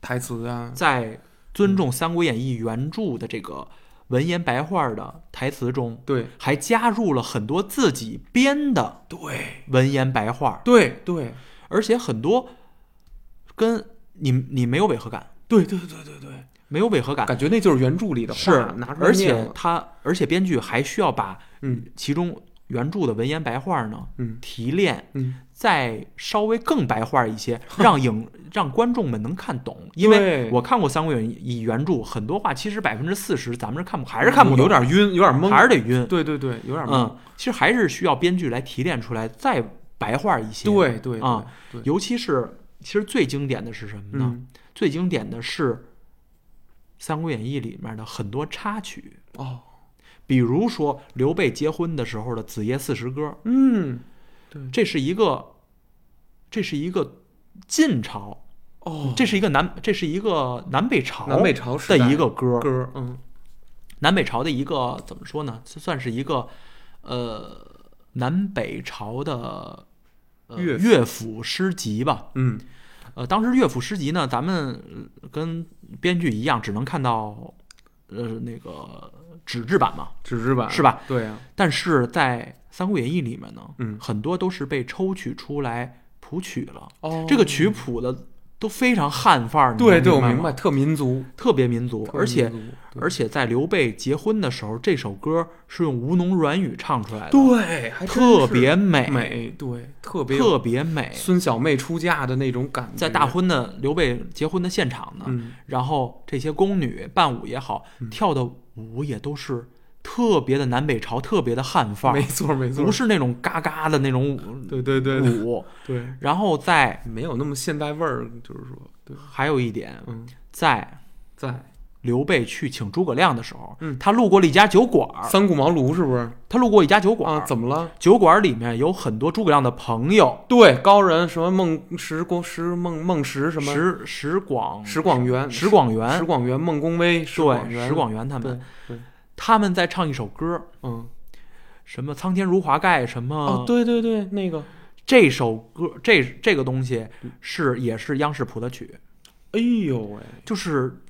A: 台词啊，
B: 在尊重《三国演义》原著的这个文言白话的台词中，
A: 对
B: 还加入了很多自己编的
A: 对
B: 文言白话，
A: 对对
B: 而且很多跟你你没有违和感，
A: 对对对对对，
B: 没有违和感。
A: 感觉那就是原著里的话
B: 是
A: 拿出来
B: 而
A: 念
B: 且
A: 了
B: 他，而且编剧还需要把
A: 嗯
B: 其中原著的文言白话呢
A: 嗯
B: 提炼，
A: 嗯，
B: 再稍微更白话 一些，让影让观众们能看懂。因为
A: 对
B: 我看过《三国演义》原著，很多话其实百分之四十咱们是看不还是看不懂，
A: 嗯有点晕，有点懵，
B: 还是得晕。
A: 对对对，有点懵，
B: 嗯，其实还是需要编剧来提炼出来，再白话一些。，
A: 对对
B: 啊，
A: 对对
B: 尤其是其实最经典的是什么呢？
A: 嗯
B: 最经典的是《三国演义》里面的很多插曲。
A: 哦
B: 比如说刘备结婚的时候的子夜四十歌，
A: 嗯
B: 这是一个，这是一个晋朝，
A: 哦，
B: 这是一个南，这是一个南北朝
A: 南北朝时
B: 的
A: 代
B: 嗯一个歌，
A: 歌，嗯
B: 南北朝的一个怎么说呢？这算是一个，呃，南北朝的。呃、
A: 乐府
B: 乐府诗集吧，
A: 嗯
B: 呃，当时乐府诗集呢，咱们呃跟编剧一样，只能看到，呃，那个纸质版嘛，
A: 纸质版
B: 是吧？
A: 对啊，
B: 但是在《三国演义》里面呢，
A: 嗯
B: 很多都是被抽取出来谱曲了。
A: 哦
B: 这个曲谱的都非常汉范儿，你
A: 对
B: 能
A: 对，我
B: 明
A: 明
B: 白
A: 白，
B: 吗，
A: 特民族，
B: 特别民族。而且而
A: 且
B: 且在刘备结婚的时候，这首歌是用吴侬软语唱出来的，
A: 对，还真
B: 特
A: 是
B: 别美，
A: 美，对，特别有
B: 特别美。
A: 孙小妹出嫁的那种感觉，
B: 在大婚的刘备结婚的现场呢，
A: 嗯
B: 然后这些宫女伴舞也好，跳的舞也都是特别的南北朝，特别的汉范
A: 没
B: 儿，
A: 错没错
B: 不，是那种嘎嘎的那种舞
A: 对对对对
B: 舞。
A: 对，
B: 然后在
A: 没有那么现代味儿，就是说，对，
B: 还有一点，
A: 嗯，
B: 在
A: 在
B: 刘备去请诸葛亮的时候，
A: 嗯
B: 他路过了一家酒馆儿，
A: 三顾茅庐是不是
B: 他路过一家酒馆儿，
A: 啊？怎么了？
B: 酒馆儿里面有很多诸葛亮的朋友，
A: 对，高人什么孟石公石孟孟石什么
B: 石石广
A: 石广元
B: 石广元，
A: 石广元孟公威石广
B: 对
A: 元
B: 石广元他们，
A: 对对
B: 他们在唱一首歌，
A: 嗯
B: 什么苍天如华盖，什么、
A: 哦对对对那个
B: 这首歌，这这个嗯东西是也是央视谱的曲，
A: 哎呦喂，
B: 就是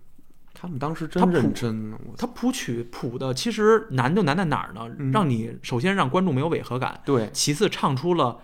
A: 他们当时
B: 他
A: 真
B: 谱
A: 认真呢，我
B: 他谱曲谱的其实难就难在哪儿呢？
A: 嗯
B: 让你首先让观众没有违和感，
A: 对
B: 其次唱出了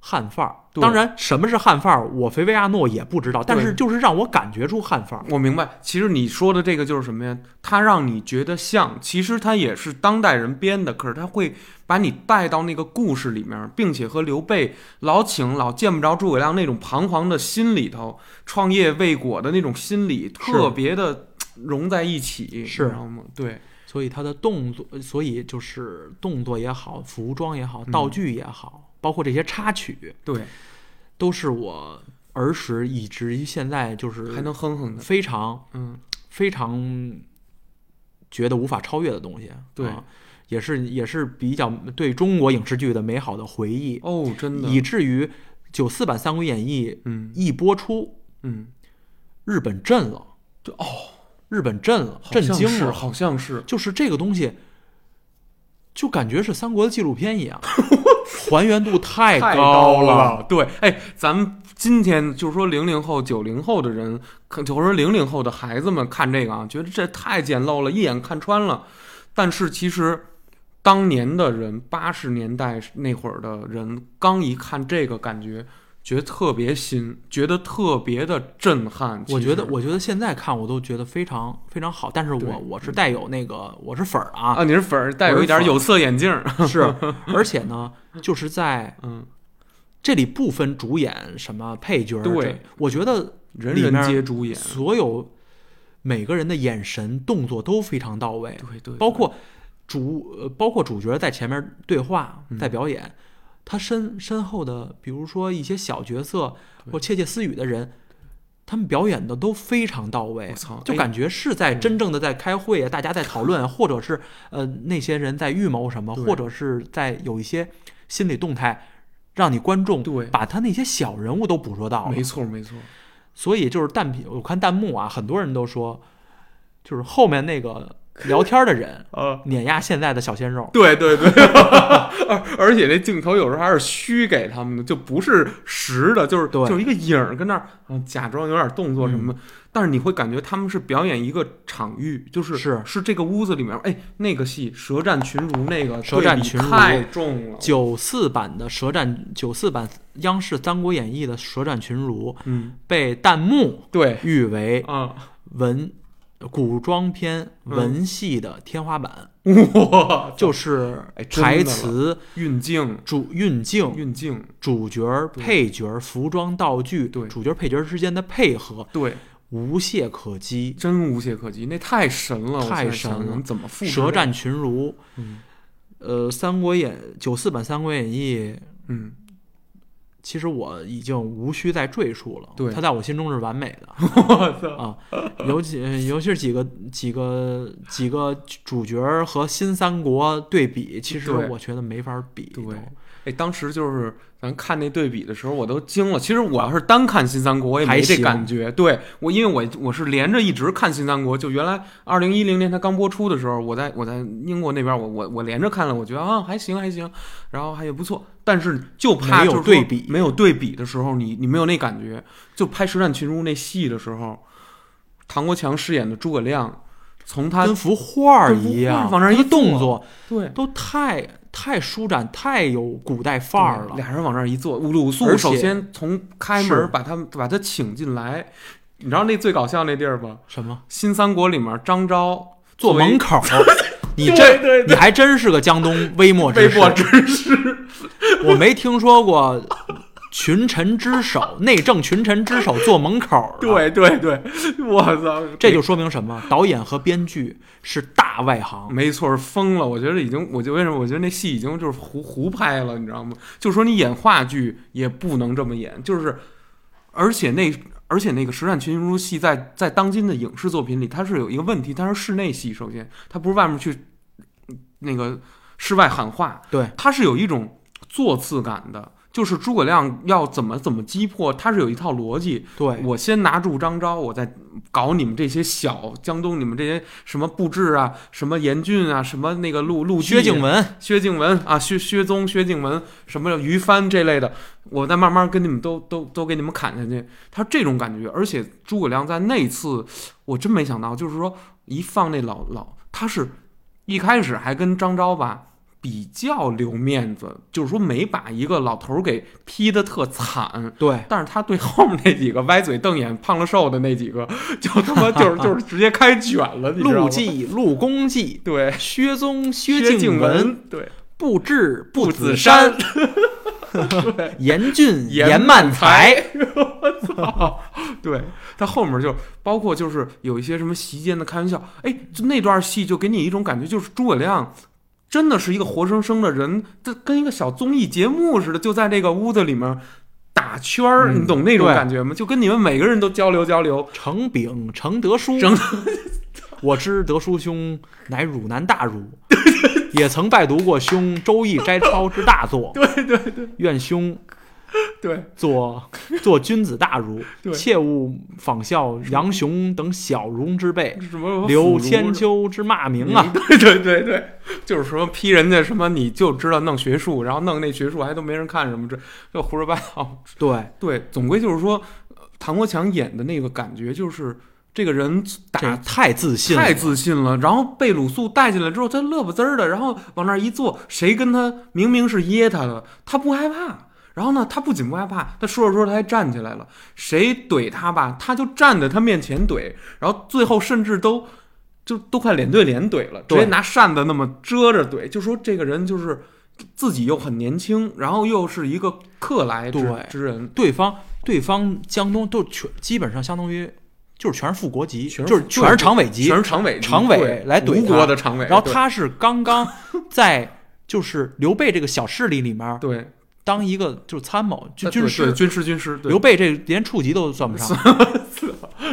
B: 汉范儿。
A: 对
B: 当然，什么是汉范儿，我肥维亚诺也不知道，但是就是让我感觉出汉范儿。
A: 我明白。其实你说的这个就是什么呀？他让你觉得像，其实他也是当代人编的，可是他会把你带到那个故事里面，并且和刘备、老请、老见不着诸葛亮那种彷徨的心里头，创业未果的那种心理，特别的融在一起，
B: 是
A: 你知道吗？对，
B: 所以他的动作，所以就是动作也好，服装也好，
A: 嗯
B: 道具也好，包括这些插曲，
A: 对，
B: 都是我儿时以至于现在就是
A: 还能哼哼的，
B: 非常
A: 嗯，
B: 非常觉得无法超越的东西。
A: 对
B: 啊也是也是比较对中国影视剧的美好的回忆，
A: 哦，真的，
B: 以至于九四版《三国演义》
A: 嗯
B: 一播出，
A: 嗯，
B: 日本震了，
A: 这
B: 哦，日本震了，
A: 好
B: 震
A: 像
B: 惊
A: 是，
B: 了，
A: 好像是，
B: 就是这个东西，就感觉是三国的纪录片一 样，还原度太
A: 太
B: 高了。
A: 了。对，哎，咱们今天就是说零零后、九零后的人，可就是说零零后的孩子们看这个啊，觉得这太简陋了，一眼看穿了。但是其实。当年的人，八十年代那会儿的人，刚一看这个，感觉觉得特别新，觉得特别的震撼。
B: 我
A: 其
B: 觉得，
A: 实
B: 我觉得现在看我都觉得非常非常好，但是
A: 对
B: 我我是带有那个我是粉儿啊，
A: 啊，你是粉儿，带有一点有色眼镜儿。
B: 是，而且呢，就是在
A: 嗯，
B: 这里不分主演什么配角儿，
A: 对
B: 这，我觉得
A: 人
B: 里
A: 人
B: 面
A: 皆主演。
B: 所有每个人的眼神、动作都非常到位，
A: 对对，
B: 包括主呃包括主角在前面对话、
A: 嗯
B: 在表演，他身身后的，比如说一些小角色
A: 对
B: 或窃窃私语的人。他们表演的都非常到位
A: 我操，
B: 就
A: 哎
B: 感觉是在真正的在开会啊，大家在讨论啊，或者是呃那些人在预谋什么，
A: 对
B: 或者是在有一些心理动态，让你观众
A: 对
B: 把他那些小人物都捕捉到了
A: 哎没。错没错，
B: 所以就是弹屏，我看弹幕啊，很多人都说，就是后面那个聊天的人
A: 呃，
B: 碾压现在的小鲜肉。
A: 对对对，而而且这镜头有时候还是虚给他们的，就不是实的，就是
B: 对嗯
A: 就是一个影儿跟那儿、嗯假装有点动作什么的，但是你会感觉他们是表演一个场域，就是
B: 是
A: 是这个屋子里面，哎，那个戏《舌战群儒》那个
B: 舌战
A: 对比
B: 群儒
A: 太重了，
B: 九四版的《舌战》，九四版央视《三国演义》的《舌战群儒》
A: 嗯，
B: 被弹幕
A: 对，
B: 誉为
A: 啊，
B: 文古装片
A: 嗯
B: 文戏的天花板，
A: 哇，
B: 就是
A: 哎真的
B: 台
A: 了
B: 词、
A: 运镜
B: 主运镜、
A: 运镜，
B: 主角、
A: 对
B: 配角、服装、道具、
A: 对
B: 主角配角之间的配合
A: 对，
B: 无懈可击，
A: 真无懈可击，那太神了，我现
B: 太
A: 在
B: 神
A: 想
B: 了
A: 能怎么复
B: 《
A: 制
B: 舌
A: 这个？
B: 战群儒》
A: 嗯
B: 呃，《三国演》九四版《三国演义》，
A: 嗯，
B: 其实我已经无需再赘述了。
A: 对
B: 它在我心中是完美的
A: 我操，
B: 啊，尤其尤其是几个几个几个主角儿和新三国对比，其实
A: 对
B: 我觉得没法比。
A: 对哎，当时就是咱看那对比的时候，我都惊了。其实我要是单看《新三国》，我也
B: 还
A: 没这
B: 行
A: 感觉。对我，因为我我是连着一直看《新三国》，就原来二零一零年它刚播出的时候，我在我在英国那边，我我我连着看了，我觉得啊还行还行，然后还也不错。但是就怕
B: 没有
A: 就是说
B: 对比
A: 没有对比的时候，你你没有那感觉。就拍《舌战群儒》那戏的时候，唐国强饰演的诸葛亮，从他
B: 跟幅画儿
A: 跟幅
B: 一
A: 画儿
B: 样，
A: 往那儿
B: 他
A: 一
B: 的
A: 坐
B: 动作
A: 对
B: 都太太舒展，太有古代范儿
A: 对
B: 了。
A: 俩人往那儿一坐，鲁肃
B: 而且
A: 首先从开
B: 是
A: 门把他们把他请进来。你知道那最搞笑那地儿吧？
B: 什么？
A: 新三国里面张昭
B: 坐
A: 为
B: 门口儿，你
A: 对
B: 真
A: 对对
B: 你还真是个江东微末
A: 微
B: 之士。
A: 末之师，
B: 我没听说过群臣之首，内政群臣之首坐门口儿的。，
A: 对对对，我操，
B: 这就说明什么？导演和编剧是大外行，
A: 没错，是疯了。我觉得已经，我就为什么我觉得那戏已经就是胡胡拍了，你知道吗？就说你演话剧也不能这么演，就是而且那而且那个《实战群儒》戏在在当今的影视作品里，它是有一个问题，它是室内戏，首先它不是外面去嗯那个室外喊话，
B: 对，
A: 它是有一种座次感的。就是诸葛亮要怎么怎么击破，它是有一套逻辑。
B: 对，
A: 我先拿住张昭，我再搞你们这些小江东，你们这些什么布置啊，什么严俊啊，什么那个陆陆地
B: 薛敬文，
A: 薛敬文啊，薛薛宗、薛敬文，什么于帆这类的，我再慢慢跟你们都都都给你们砍下去。他这种感觉，而且诸葛亮在那次，我真没想到，就是说一放那老老，他是一开始还跟张昭吧比较留面子，就是说没把一个老头儿给批的特惨。
B: 对，
A: 但是他对后面那几个歪嘴瞪眼、胖了瘦的那几个，就他妈 就是就是直接开卷了，你知道
B: 陆
A: 吗？
B: 绩、陆公绩、
A: 对，
B: 薛宗、
A: 薛
B: 薛
A: 敬
B: 敬文、
A: 文对，
B: 布置、
A: 不
B: 不
A: 子
B: 子
A: 山
B: 山、 严俊、
A: 严
B: 严曼才，
A: 对他后面就包括就是有一些什么席间的开玩笑，哎，就那段戏就给你一种感觉，就是诸葛亮真的是一个活生生的人，这跟一个小综艺节目似的，就在这个屋子里面打圈儿，
B: 嗯
A: 你懂那种
B: 对
A: 感觉吗？就跟你们每个人都交流交 流，
B: 程炳、程德叔
A: 程。
B: 我知德叔兄乃汝南大儒，也曾拜读过兄《周易》摘抄之大作。 对对对，愿兄
A: 对
B: 做做君子大儒
A: 对，
B: 切勿仿效杨雄等小儒之辈，
A: 什么
B: 留
A: 腐儒嗯
B: 千秋之骂名啊！
A: 对对对对，就是什么批人家什么，你就知道弄学术，然后弄那学术还都没人看什么，这就胡说八道。
B: 对，
A: 对，总归就是说，呃唐国强演的那个感觉就是这个人
B: 这
A: 打。
B: 太自信了，
A: 太自信了，然后被鲁肃带进来之后，他乐不滋儿的，然后往那儿一坐，谁跟他明明是噎他的，他不害怕。然后呢，他不仅不害怕，他说着说着他还站起来了，谁怼他吧，他就站在他面前怼，然后最后甚至都就都快脸对脸怼了，直
B: 对
A: 接拿扇子那么遮着怼，就说这个人就是自己又很年轻，然后又是一个客来之
B: 对
A: 之人，
B: 对方对方江东都全基本上相当于就是全是副国级，
A: 全是
B: 就是
A: 副
B: 全是常委级
A: 全，是常委
B: 常委
A: 对
B: 来怼
A: 吴
B: 他
A: 国的常委，
B: 然后
A: 对
B: 他是刚刚在就是刘备这个小势力里面
A: 对呃
B: 当一个就是参谋军
A: 对
B: 军
A: 对
B: 师，
A: 军师军师对
B: 刘备这连处级都算不上，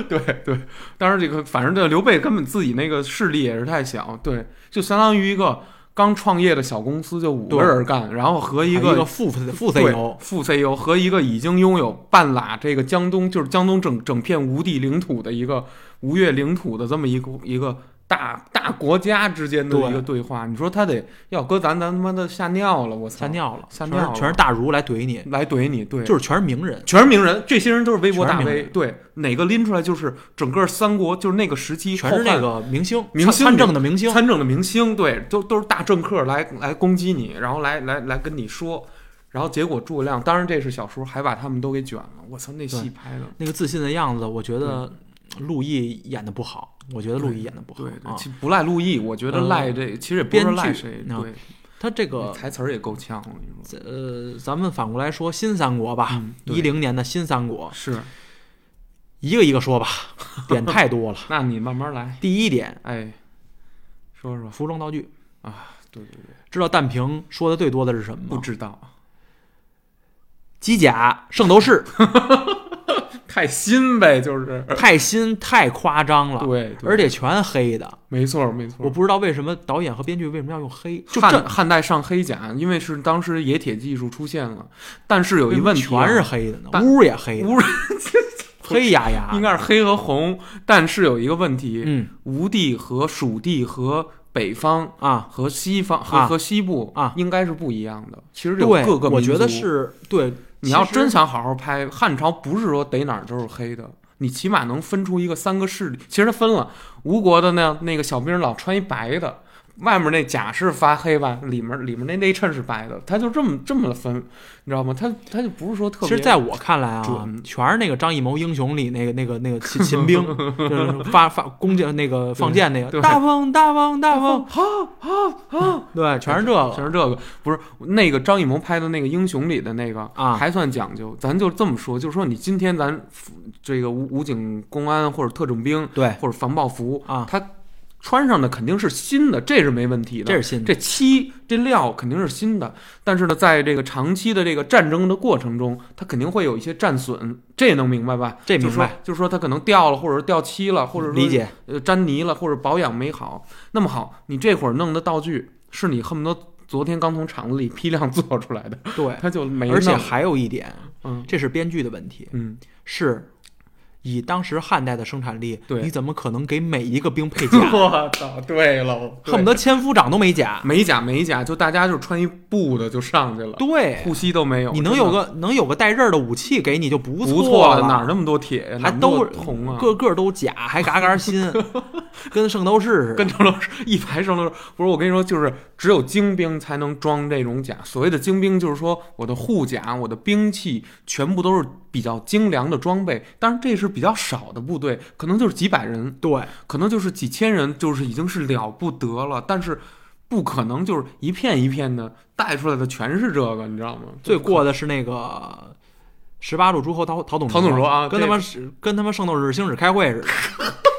A: 对对，当然这个反正这刘备根本自己那个势力也是太小，对，就相当于一个刚创业的小公司，就五个
B: 对
A: 人干，然后和
B: 一
A: 一
B: 个
A: 个
B: 副副 E
A: 对
B: CEO，
A: 副 CEO 和一个已经拥有半拉这个江东，就是江东整整片吴地领土的一个吴越领土的这么一个一个。大大国家之间的
B: 对
A: 一个对话，你说他得要搁咱，咱他妈的吓尿了，我操！
B: 吓尿了，
A: 吓
B: 全是
A: 尿了
B: 全是大儒来怼你，
A: 来怼你，对，
B: 就是全是名人，
A: 全是名人，这些人都是微博大
B: 全是名
A: V，
B: 人
A: 对，哪个拎出来就是整个三国，就是那个时期
B: 全是那
A: 后
B: 个明星
A: 明
B: 参
A: 星
B: 参政的明星
A: 汉，参政的明星，对，都都是大政客来来攻击你，然后来来来跟你说，然后结果诸葛亮，当然这是小说，还把他们都给卷了，我操，那戏
B: 对
A: 拍的，
B: 那个自信的样子，我觉得陆毅演的不好，我觉得陆毅演的不
A: 嗯
B: 好
A: 对，对
B: 啊，
A: 其实不赖陆毅，我觉得
B: 呃
A: 赖这其实也不是说
B: 编
A: 赖
B: 剧
A: 谁，
B: 啊
A: 对，
B: 他这
A: 那
B: 个
A: 台词儿也够呛，我跟你说，
B: 呃，咱们反过来说新三国吧，
A: 嗯，对
B: 一零年的新三国，
A: 是，
B: 一个一个 说吧，点太多了。
A: 那你慢慢来，
B: 第一点，
A: 哎，说说，
B: 服装道具
A: 啊，对对对，
B: 知道弹屏说的最多的是什么
A: 不
B: 吗？
A: 知道，
B: 机甲、圣斗士，
A: 太新呗，就是，
B: 太新太夸张了，
A: 对，对
B: 而且全黑的。
A: 没错没错，
B: 我不知道为什么导演和编剧为什么要用黑，就
A: 汉
B: 这
A: 汉代上黑甲，因为是当时冶铁技术出现了，但是有一问题啊、
B: 全是黑的呢，
A: 但
B: 屋也黑的，
A: 无人，
B: 黑压压的。
A: 应该是黑和红，但是有一个问题，
B: 嗯
A: 吴地和蜀地和北方
B: 啊，
A: 和西方和、
B: 啊
A: 和西部
B: 啊
A: 应该是不一样的。其实有
B: 对，
A: 各个民族，
B: 我觉得是对。
A: 你要
B: 其实
A: 真想好好拍汉朝，不是说逮哪儿都是黑的，你起码能分出一个三个势力。其实它分了，吴国的那那个小兵老穿一白的，外面那甲是发黑吧，里面里面那内衬是白的，他就这么这么分，你知道吗？他他就不是说特
B: 其
A: 别。
B: 实，在我看来啊
A: 准，
B: 全是那个张艺谋《英雄》里那个、那个、那个 秦秦兵，就是发发弓箭、那个放箭那
A: 对
B: 个大王、大王、大王，
A: 好好好，
B: 对，全是这个
A: 全是这个，不是那个张艺谋拍的那个《英雄》里的那个
B: 啊
A: 还算讲究。咱就这么说，就是说你今天咱这个武武警、公安或者特种兵
B: 对
A: 或者防暴服
B: 啊
A: 他穿上的肯定是新的，这是没问题的。
B: 这是新的
A: 这漆这料肯定是新的，但是呢，在这个长期的这个战争的过程中，它肯定会有一些战损，这也能明白吧？
B: 这
A: 就
B: 明
A: 说
B: 白，
A: 就是说它可能掉了，或者掉漆了，或者说
B: 理解
A: 呃沾泥了，或者保养没好。那么好，你这会儿弄的道具是你恨不得昨天刚从厂子里批量 做出来的，
B: 对。
A: 它就没弄。
B: 而且还有一点，
A: 嗯
B: 这是编剧的问题，
A: 嗯，
B: 是以当时汉代的生产力，
A: 对
B: 你怎么可能给每一个兵配甲？
A: 我操，对喽，对
B: 恨不得千夫长都 没甲。
A: 美甲美甲，就大家就穿一布的就上去了，
B: 对，
A: 护膝都没有。
B: 你能有
A: 哎真的
B: 个能有个带刃儿的武器给你就不
A: 不
B: 错
A: 了，哪儿那么多铁呀？
B: 还
A: 哪儿那
B: 都
A: 么多铜啊？
B: 个个都假，还嘎 嘎新，跟圣斗士似的。
A: 跟郑老师一排郑老师，不是我跟你说，就是只有精兵才能装这种甲。所谓的精兵，就是说我的护甲、我的兵器全部都是比较精良的装备。当然，这是比较少的部队，可能就是几百人，
B: 对，
A: 可能就是几千人，就是已经是了不得了。但是不可能就是一片一片的带出来的全是这个，你知道吗？
B: 最过的是那个十八路诸侯陶陶董
A: 陶董卓啊
B: 跟他妈是跟他妈圣斗士星矢开会似的。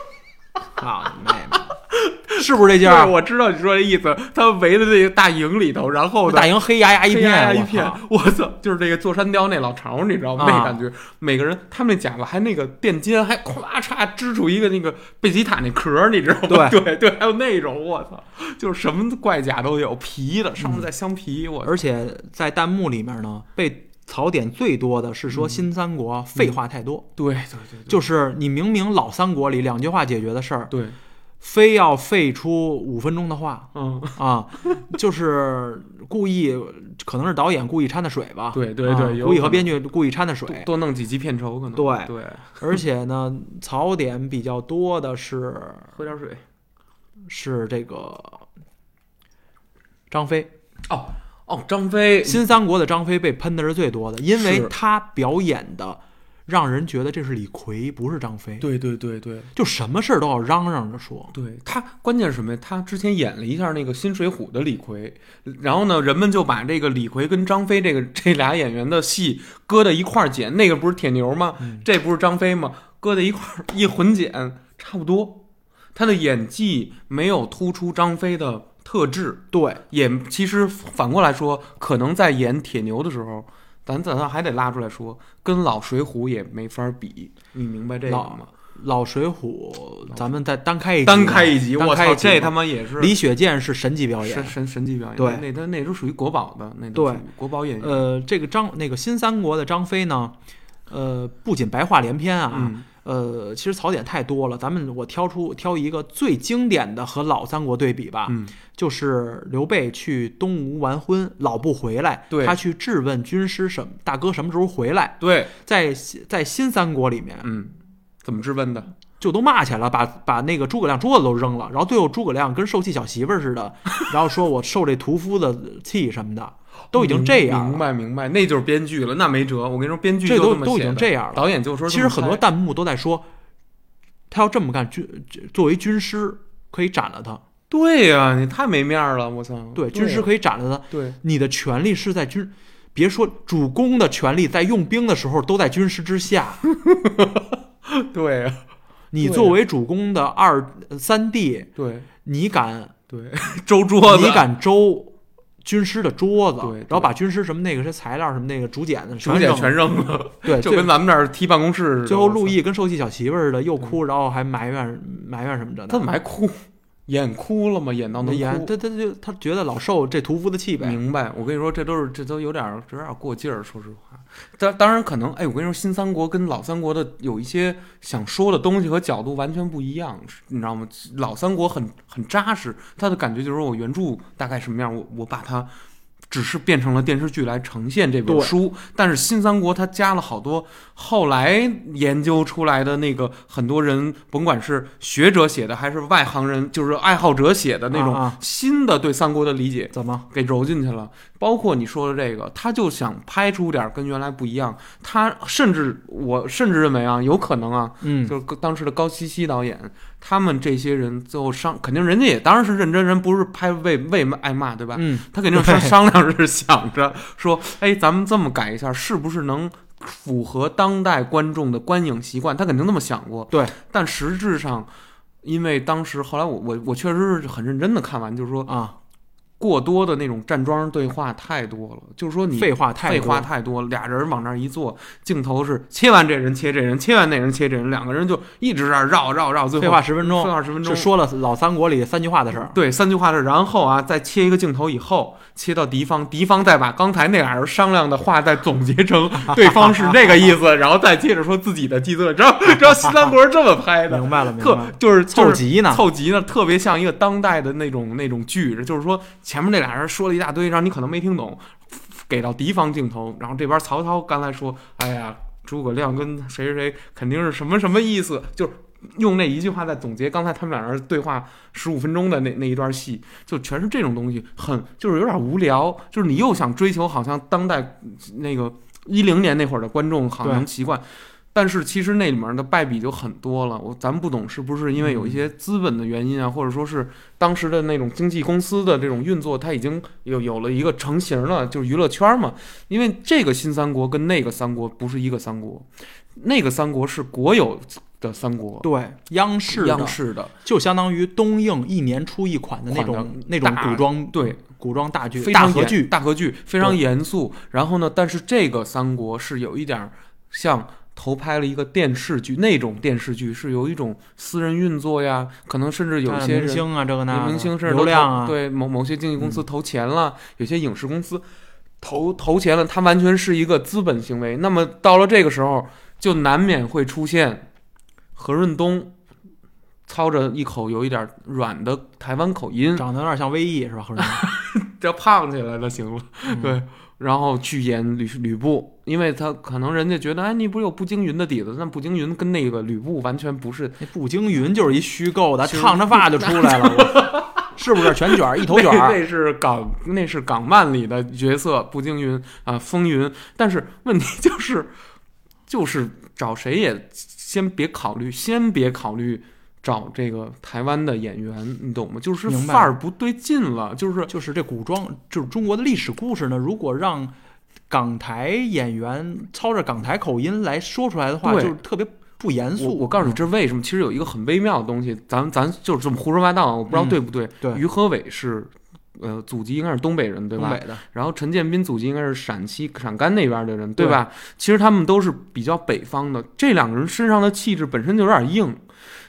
B: 操你妹妹！是不是这劲
A: 就是
B: 儿？啊
A: 我知道你说这意思，他们围在那个大营里头，然 后呢
B: 大营黑压压一
A: 黑压压一
B: 片，我
A: 片
B: 操，
A: 我操，就是这个坐山雕那老巢，你知道吗？
B: 啊
A: 那感觉，每个人他们那假发还那个垫肩，还咵嚓支出一个那个贝吉塔那壳，你知道吗？对对对，还有那种，我操，就是什么怪甲都有，皮的，上面再
B: 嗯
A: 镶皮，我
B: 而且在弹幕里面呢，被槽点最多的是
A: 嗯
B: 说新三国废话太多，
A: 对对对，
B: 就是你明明老三国里两句话解决的事儿，
A: 对，
B: 非要废出五分钟的话
A: 嗯，
B: 啊，就是故意，可能是导演故意掺的水吧。
A: 对对
B: 啊
A: 对有
B: 故意
A: 可
B: 和
A: 能
B: 编剧故意掺的水。
A: 多弄几集片酬可能，
B: 对
A: 对，
B: 而且呢，槽点比较多的是
A: 喝点水
B: 是这个张飞，
A: 哦哦，张飞
B: 新三国的张飞被喷的是最多的，因为
A: 是
B: 他表演的让人觉得这是李逵，不是张飞，
A: 对对对对
B: 就什么事儿都要嚷嚷着说。
A: 对，他关键是什么呀？他之前演了一下那个《新水浒》的李逵，然后呢，人们就把这个李逵跟张飞这个这俩演员的戏搁在一块儿剪，那个不是铁牛吗？
B: 嗯
A: 这不是张飞吗？搁在一块儿一混剪，差不多。他的演技没有突出张飞的特质，
B: 对，
A: 也其实反过来说，可能在演铁牛的时候，咱咱还得拉出来说，跟老水浒也没法比，你明白这个
B: 老
A: 吗？
B: 老水浒，咱们再单开一集吧
A: 单开一集，
B: 单
A: 我
B: 开
A: 操，
B: 一集
A: 这
B: 吧
A: 他妈也是
B: 李雪健是神级表
A: 神
B: 演。
A: 神神级表演，
B: 对
A: 那他那都属于国宝的，那都
B: 对
A: 属于国宝演员，
B: 呃，这个张那个新三国的张飞呢，呃，不仅白话连篇啊，
A: 嗯
B: 呃，其实槽点太多了。咱们我挑出挑一个最经典的和老三国对比吧，
A: 嗯，
B: 就是刘备去东吴完婚，老不回来，
A: 对
B: 他去质问军师什么大哥什么时候回来，
A: 对，
B: 在在新三国里面
A: 嗯，怎么质问的？
B: 就都骂起来了，把把那个诸葛亮桌子都扔了，然后最后诸葛亮跟受气小媳妇儿似 的，然后说我受这屠夫的气什么的，都已经这样
A: 明
B: 了。
A: 白明白，那就是编剧了，那没辙。我跟你说，编剧
B: 这
A: 就
B: 都
A: 么
B: 都已
A: 写
B: 经
A: 的
B: 这样了
A: 导演就说
B: 其
A: 这
B: 实
A: 么
B: 很多
A: 拍
B: 弹幕都在说，他要这么干，军作为军师可以斩了他，
A: 对呀、你太没面儿了，我操！
B: 对，军师
A: 啊
B: 可以斩了他。
A: 对
B: 你的权利是在军，别说主公的权利，在用兵的时候都在军师之下。
A: 对啊
B: 你
A: 对
B: 作为主公的二三弟，
A: 对
B: 你敢
A: 对， 周桌子
B: 你敢周军师的桌子，
A: 对对
B: 然后把军师什么那个些材料什么那个竹简的
A: 竹
B: 扔
A: 简
B: 了
A: 全扔了，
B: 对，
A: 就
B: 最
A: 跟咱们这儿踢办公室似的。
B: 最后
A: 我操
B: 陆毅跟受气小媳妇儿似的，又哭，然后还埋怨埋怨什么着呢？
A: 他怎么还哭？演哭了吗？演到能
B: 演
A: 哭？
B: 他他就他觉得老受这屠夫的气呗。
A: 明白，我跟你说，这都是这都有点儿这有点儿过劲儿，说实话。当当然可能，哎，我跟你说，新三国跟老三国的有一些想说的东西和角度完全不一样，是你知道吗？老三国很很扎实，他的感觉就是说我原著大概什么样，我我把它只是变成了电视剧来呈现这本
B: 对
A: 书。但是新三国它加了好多后来研究出来的那个很多人，甭管是学者写的还是外行人，就是爱好者写的那
B: 啊
A: 种
B: 啊
A: 新的对三国的理解。
B: 怎么？
A: 给揉进去了。包括你说的这个，他就想拍出点儿跟原来不一样。他甚至我甚至认为啊，有可能啊，
B: 嗯，
A: 就是当时的高希希导演，他们这些人最后商，肯定人家也当然是认真人，不是拍为为爱骂对吧？
B: 嗯，
A: 他肯定是
B: 对
A: 商量是想着说，哎，咱们这么改一下，是不是能符合当代观众的观影习惯？他肯定这么想过。
B: 对，
A: 但实质上。因为当时后来我我我确实是很认真的看完，就是说
B: 啊，
A: 过多的那种站桩对话太多了，就是说你
B: 废话太
A: 废
B: 多
A: 话太多了，俩人往那儿一坐，镜头是切完这人切这人，切完那人切这人，两个人就一直在那儿绕绕绕，最后
B: 废话十分钟
A: 废，话十分钟
B: 是。说了老三国里三句话的事儿。
A: 对，三句话是，然后啊，再切一个镜头以后，切到敌方，敌方再把刚才那俩人商量的话再总结 成对方是这个意思，然后再接着说自己的计策。知道知道西三国是这么拍的，
B: 明白了，明白
A: 特
B: 了。
A: 就是
B: 凑
A: 就是
B: 集呢，
A: 凑集呢，特别像一个当代的那种那种剧，就是说前面那俩人说了一大堆，让你可能没听懂，给到敌方镜头，然后这边曹操刚才说，哎呀，诸葛亮跟谁谁谁肯定是什么什么意思，就是用那一句话在总结刚才他们俩人对话十五分钟的那那一段戏，就全是这种东西，很就是有点无聊，就是你又想追求好像当代那个一零年那会儿的观众好像
B: 对
A: 能习惯。但是其实那里面的败笔就很多了，我咱不懂是不是因为有一些资本的原因啊，或者说是当时的那种经纪公司的这种运作，它已经有有了一个成型了，就是娱乐圈嘛。因为这个新三国跟那个三国不是一个三国，那个三国是国有的三国，
B: 对，央视的
A: 央，视的，
B: 就相当于东映一年出一款的那
A: 款
B: 种那种
A: 大
B: 古装
A: 对，
B: 古装大剧
A: 非
B: 大
A: 常
B: 合
A: 严
B: 剧，
A: 大合剧非常
B: 对
A: 严肃。然后呢，但是这个三国是有一点儿像投拍了一个电视剧，那种电视剧是有一种私人运作呀，可能甚至有
B: 看
A: 些
B: 明
A: 人
B: 星啊这个那
A: 有
B: 个
A: 明星甚至
B: 流
A: 都
B: 量
A: 投
B: 啊，嗯
A: 对某某些经纪公司投钱了，有些影视公司投投钱了，它完全是一个资本行为。那么到了这个时候，就难免会出现何润东操着一口有一点软的台湾口音，
B: 长得有点像魏毅是吧？何润东
A: 这胖起来了行了，
B: 嗯
A: 对，然后去演吕吕布，因为他可能人家觉得，哎，你不是有步惊云的底子，那步惊云跟那个吕布完全不是
B: 那步惊云就是一虚构的，
A: 其实
B: 烫着发就出来了，我 是不是全卷儿一头卷
A: 那
B: 儿？
A: 那是港那是港漫里的角色步惊云啊、风云，但是问题就是就是找谁也先别考虑，先别考虑找这个台湾的演员，你懂吗？就是
B: 明白
A: 范儿不对劲了，就是
B: 就是这古装，就是中国的历史故事呢，如果让港台演员操着港台口音来说出来的话，就
A: 对
B: 是特别不严肃。嗯
A: 我我告诉你，这是为什么？其实有一个很微妙的东西，咱咱就是这么胡说八道啊，我不知道
B: 嗯
A: 对不对。
B: 对
A: 于和伟是，呃，祖籍应该是东北人，对
B: 东
A: 吧？
B: 北的，
A: 然后陈建斌祖籍应该是陕西陕甘那边的人，
B: 对
A: 对吧？其实他们都是比较北方的，这两个人身上的气质本身就有点硬。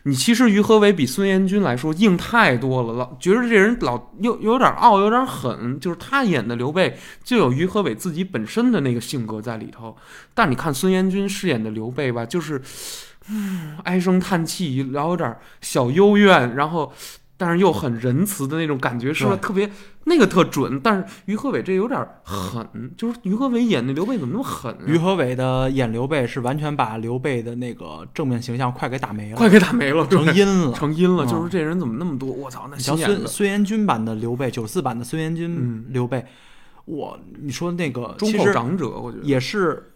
A: 你其实于和伟比孙彦军来说硬太多了，老觉得这人老又有点傲，有点狠，就是他演的刘备就有于和伟自己本身的那个性格在里头。但你看孙彦军饰演的刘备吧，就是，嗯，唉声叹气，然后有点小幽怨，然后但是又很仁慈的那种感觉，是吧？特别那个特准，但是于和伟这有点狠，就是于和伟演的刘备怎么那么狠、
B: 于
A: 啊？
B: 和伟的演刘备是完全把刘备的那个正面形象快给打没了，
A: 快给打没了，对
B: 成阴了。
A: 成阴了，
B: 嗯
A: 就是这人怎么那么多？我操，那
B: 你像
A: 心呃眼
B: 孙
A: 子，
B: 孙彦军版的刘备，九四版的孙彦军
A: 嗯
B: 刘备，我你说那个
A: 忠
B: 其
A: 厚
B: 实
A: 长者，我觉得
B: 也是，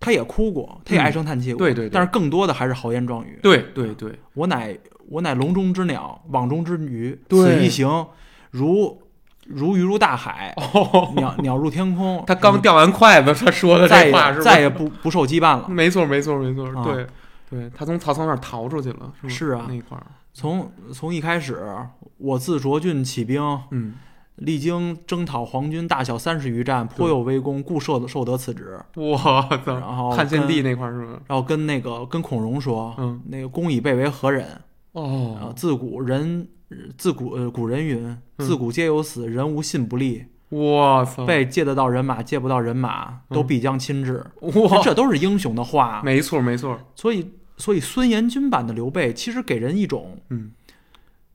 B: 他也哭过，他也
A: 嗯
B: 唉声叹气过，
A: 对对对
B: 但是更多的还是豪言壮语。
A: 对对对，
B: 我乃我乃笼中之鸟，网中之鱼，
A: 对
B: 此一行如如鱼入大海，鸟鸟入天空。
A: 哦他刚掉完筷子，他说的
B: 再
A: 这
B: 也
A: 话是吧？嗯
B: 再也不不受羁绊了。
A: 没错没错没错
B: 啊，
A: 对对，他从曹操那儿逃出去了，吧
B: 是啊
A: 那一块儿，
B: 从从一开始，我自涿郡起兵，
A: 嗯，
B: 历经征讨皇军大小三十余战，颇有微功，故受受得此职。
A: 我
B: 然
A: 操，
B: 后
A: 汉献帝
B: 跟
A: 那块儿是吧？
B: 然后跟那个跟孔融说，
A: 嗯，
B: 那个公以备为何人？啊
A: 哦，，
B: 自古人自古呃古人云，
A: 嗯
B: 自古皆有死，人无信不立。
A: 我操，
B: 被借得到人马，借不到人马，
A: 嗯
B: 都必将亲至。
A: 哇，
B: 这都是英雄的话。
A: 没错没错，
B: 所以，所以孙彦军版的刘备，其实给人一种
A: 嗯，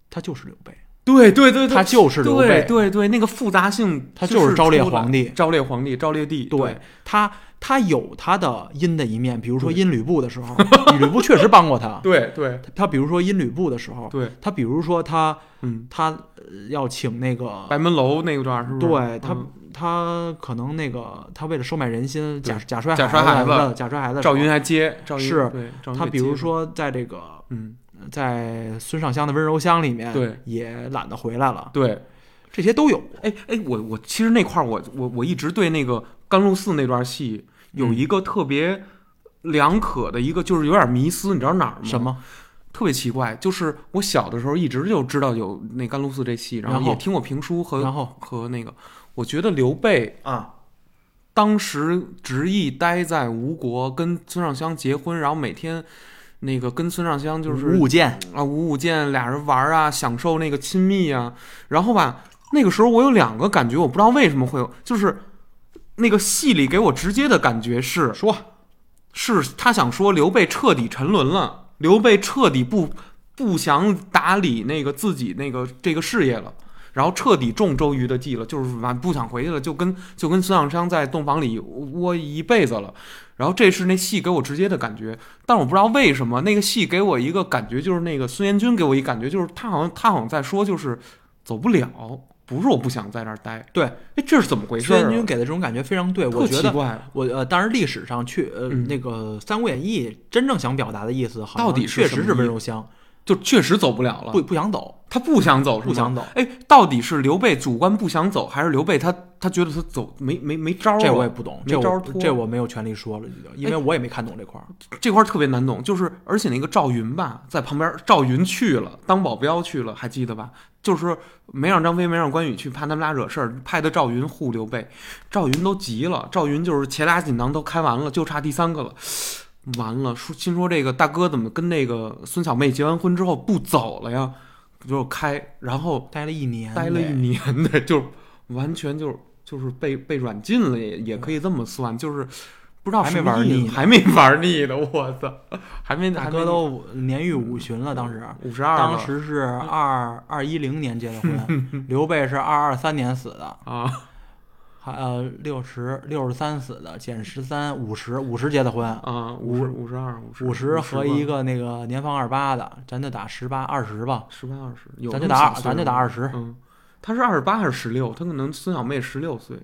B: 他就是刘备，
A: 对对对对
B: 他，就是刘
A: 对
B: 备，
A: 对对，那个复杂性，
B: 他就是昭烈皇帝
A: 昭烈皇帝，昭烈帝，
B: 对，他他有他的阴的一面，比如说
A: 对
B: 阴吕布的时 候，吕布确实帮过他。
A: 对对
B: 他比如说阴吕布的时候，
A: 对，
B: 他比如说他
A: 嗯，
B: 他呃要请那个
A: 白门楼那一段是不是？
B: 对他
A: 嗯，
B: 他可能那个他为了收买人心，
A: 对
B: 假假摔
A: 假摔孩
B: 子
A: 子，
B: 假摔孩子的时候，
A: 赵云还接赵云
B: 是
A: 对，赵云
B: 他
A: 给
B: 比
A: 接
B: 如
A: 了，
B: 说在这个
A: 嗯，
B: 在孙尚香的温柔乡里面，
A: 对，
B: 也懒得回来了，
A: 对，
B: 这些都有。
A: 哎哎，我我其实那块儿我我我一直对那个甘露寺那段戏
B: 嗯
A: 有一个特别两可的一个，就是有点迷思，你知道哪儿吗？
B: 什？么？
A: 特别奇怪，就是我小的时候一直就知道有那甘露寺这戏，然
B: 然
A: 后
B: 后
A: 也听过评书和
B: 然后
A: 和那个，我觉得刘备
B: 啊，
A: 当时执意待在吴国，跟孙尚香结婚，然后每天那个跟孙尚香就是
B: 物件，
A: 啊舞舞剑，俩人玩啊，享受那个亲密啊。然后吧，那个时候我有两个感觉，我不知道为什么会有，就是那个戏里给我直接的感觉是
B: 说
A: 是他想说刘备彻底沉沦了，刘备彻底不不想打理那个自己那个这个事业了。然后彻底中周瑜的计了，就是完不想回去了，就跟就跟孙尚香在洞房里窝一辈子了。然后这是那戏给我直接的感觉，但我不知道为什么那个戏给我一个感觉，就是那个孙彦军给我一感觉，就是他好像他好像在说，就是走不了，不是我不想在那儿待。
B: 对，
A: 哎，这是怎么回事、
B: 孙
A: 啊？
B: 元军给的这种感觉非常对，我
A: 特
B: 觉
A: 奇
B: 得。
A: 怪，啊
B: 我呃，当然历史上去呃、
A: 嗯
B: 那个《三国演义》真正想表达的意思，好像
A: 到底是
B: 确
A: 什
B: 实
A: 么意思
B: 是温
A: 啊
B: 柔乡，
A: 就确实走不了了。
B: 不不想走，
A: 他不想走，是吗
B: 不想走。
A: 哎，到底是刘备主观不想走，还是刘备他他觉得他走没没没招儿啊了？
B: 这我也不懂，
A: 没
B: 这
A: 招啊哎儿
B: 我
A: 脱
B: 这我没有权利说了，因为我也没看懂这块儿。
A: 这块儿特别难懂，就是而且那个赵云吧，在旁边儿赵云去了，当保镖去了，还记得吧？就是没让张飞，没让关羽去，怕他们俩惹事儿，派的赵云护刘备，赵云都急了，赵云就是前俩锦囊都开完了，就差第三个了。完了，说心说这个大哥怎么跟那个孙小妹结完婚之后不走了呀？就开，然后
B: 待了一年，
A: 待了一，
B: 嗯
A: 年的，就是完全就是就是被被软禁了，也也可以这么算，就是不知道
B: 还没
A: 什么
B: 玩
A: 意思
B: 腻呢
A: 还没玩腻呢，我操，还没
B: 大哥都年逾五旬了，当时。
A: 五十二
B: 当时是二二一零年结的 婚，刘备是二二三年死的，
A: 啊
B: 还呃六十六十三死的，减十三五十五十结的婚，
A: 啊五十五十二五十
B: 五十和一
A: 一
B: 个那个年方二八的，咱就打十八二十吧，
A: 十八二十，有
B: 咱
A: 那
B: 就
A: 么
B: 打
A: 小
B: 二
A: 岁
B: 咱
A: 数
B: 就打
A: 吗
B: 二十，
A: 嗯，他是二十八还是十六？他可能孙小妹十六岁，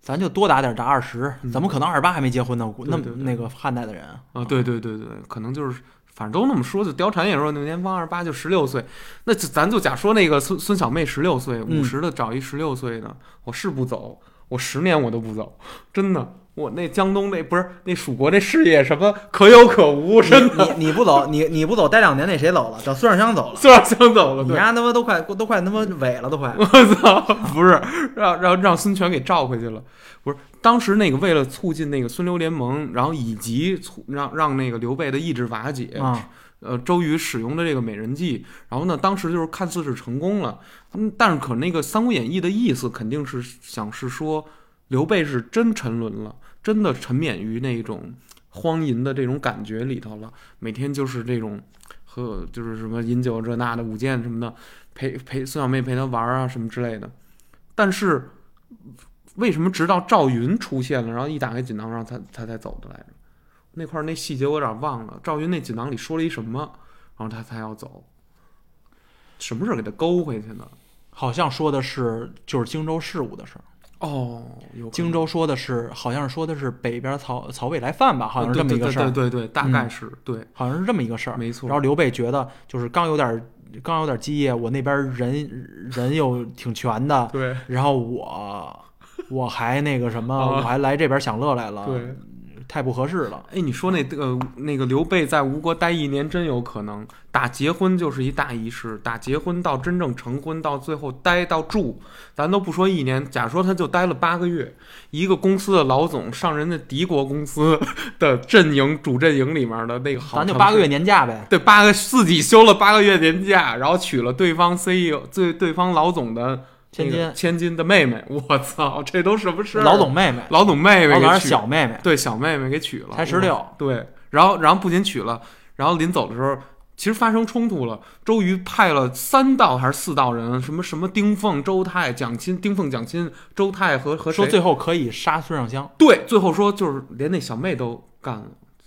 B: 咱就多打点儿打二十，
A: 嗯
B: 怎么可能二十八还没结婚呢？我那
A: 对对对
B: 那个汉代的人
A: 啊，对对对对，可能就是，反正都那么说，就貂蝉也说那年方二十八就十六岁，那就咱就假说那个孙孙小妹十六岁，五十的找一十六岁的，我是不走，我十年我都不走，真的，我那江东那不是那蜀国那事业什么可有可无，真的，
C: 你你不走，你你不走，待两年那谁走了？找孙尚香走了。
A: 虽然想走了，
C: 你
A: 哦对。
C: 丫他妈都快都快他妈萎了，都 快。
A: 我操，不是让让让孙权给召回去了，不是当时那个为了促进那个孙刘联盟，然后以及促让让那个刘备的意志瓦解，
B: 啊，
A: 呃，周瑜使用的这个美人计，然后呢，当时就是看似是成功了，嗯，但是可那个《三国演义》的意思肯定是想是说刘备是真沉沦了，真的沉湎于那种荒淫的这种感觉里头了，每天就是这种和就是什么饮酒这那的舞剑什么的，陪陪孙小妹陪他玩啊什么之类的，但是为什么直到赵云出现了，然后一打开锦囊，然后他他才走的来着？那块儿那细节我有点忘了。赵云那锦囊里说了一什么，然后他才要走，什么事儿给他勾回去呢？
B: 好像说的是就是荆州事务的事儿，
A: 哦，有可能
B: 荆州说的是好像是说的是北边曹曹魏来犯吧，好像是
A: 对
B: 这么一个
A: 对
B: 事儿，
A: 对对对，大概是、对，
B: 好像是这么一个事儿。
A: 没错。
B: 然后刘备觉得就是刚有点儿刚有点儿基业，我那边儿人人又挺全的，
A: 对
B: 然后我我还那个什么，
A: 啊
B: 我还来这边享乐来了，
A: 对，
B: 太不合适了。
A: 哎，你说那个那个刘备在吴国待一年，真有可能打结婚就是一大仪式，打结婚到真正成婚到最后待到住，咱都不说一年，假说他就待了八个月，一个公司的老总上人家敌国公司的阵营主阵营里面的那个好，
B: 咱就八个月。年假呗，
A: 对，八个自己休了八个月年假，然后娶了对方 CEO 对对方老总的
B: 千
A: 那个
B: 金
A: 千金的妹妹，我操，这都什么事儿？啊
B: 老总妹妹，
A: 老总妹妹
B: 老
A: 给
B: 总是
A: 娶
B: 小妹妹，
A: 对小妹妹给娶了，
B: 才十六，
A: 对，然后然后不仅娶了，然后临走的时候，其实发生冲突了。周瑜派了三道还是四道人，什么什么丁奉、周泰、蒋钦、丁奉、蒋钦、周泰和和
B: 说
A: 谁
B: 最后可以杀孙尚香，
A: 对，最后说就是连那小妹都干了。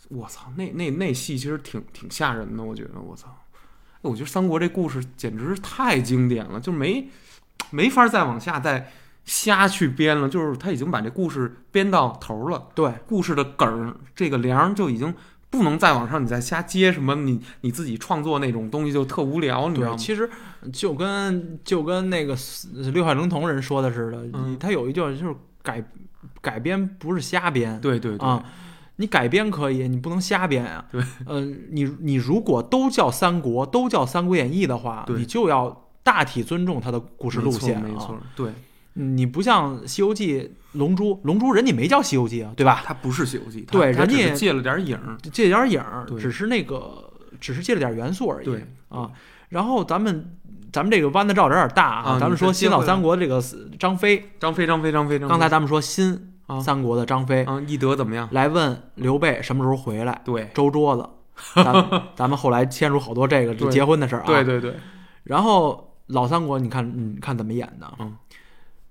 A: 我操，那那那戏其实挺挺吓人的，我觉得我操，哎我觉得三国这故事简直是太经典了，就没没法再往下再瞎去编了，就是他已经把这故事编到头了。
B: 对，
A: 故事的梗儿，这个梁就已经不能再往上，你再瞎接什么你你自己创作那种东西就特无聊，你知道
B: 对，
A: 吗？
B: 其实就跟就跟那个呃六海龙童人说的似的，
A: 嗯
B: 他有一句就是改改编不是瞎编，
A: 对对对，
B: 啊，你改编可以，你不能瞎编啊。对，呃，你你如果都叫三国，都叫《三国演义》的话，
A: 对
B: 你就要大体尊重它的故
A: 故
B: 事路线、啊、
A: 没错，对，
B: 嗯你不像《西游记》《龙珠》，《龙珠》人家没叫《西游记》啊，对吧？
A: 它不是《西游记》，它
B: 对
A: 它
B: 人家
A: 只是借了点影儿，
B: 借点影儿，
A: 对
B: 只是那个，只是借了点元素而已。
A: 对
B: 啊，然后咱们咱们这个弯的绕得有点大
A: 啊
B: 咱
A: 你
B: 们说
A: 再接
B: 新
A: 回
B: 老
A: 来
B: 三国这个张飞，
A: 张飞，张飞，张飞，张飞
B: 刚才咱们说新
A: 啊
B: 三国的张飞，
A: 啊，翼德怎么样？
B: 来问刘备什么时候回来，
A: 对，
B: 周桌子。 咱咱们后来牵出好多这个
A: 对
B: 结婚的事儿啊。
A: 对对对，
B: 然后老三国，你看你看怎么演的？
A: 嗯，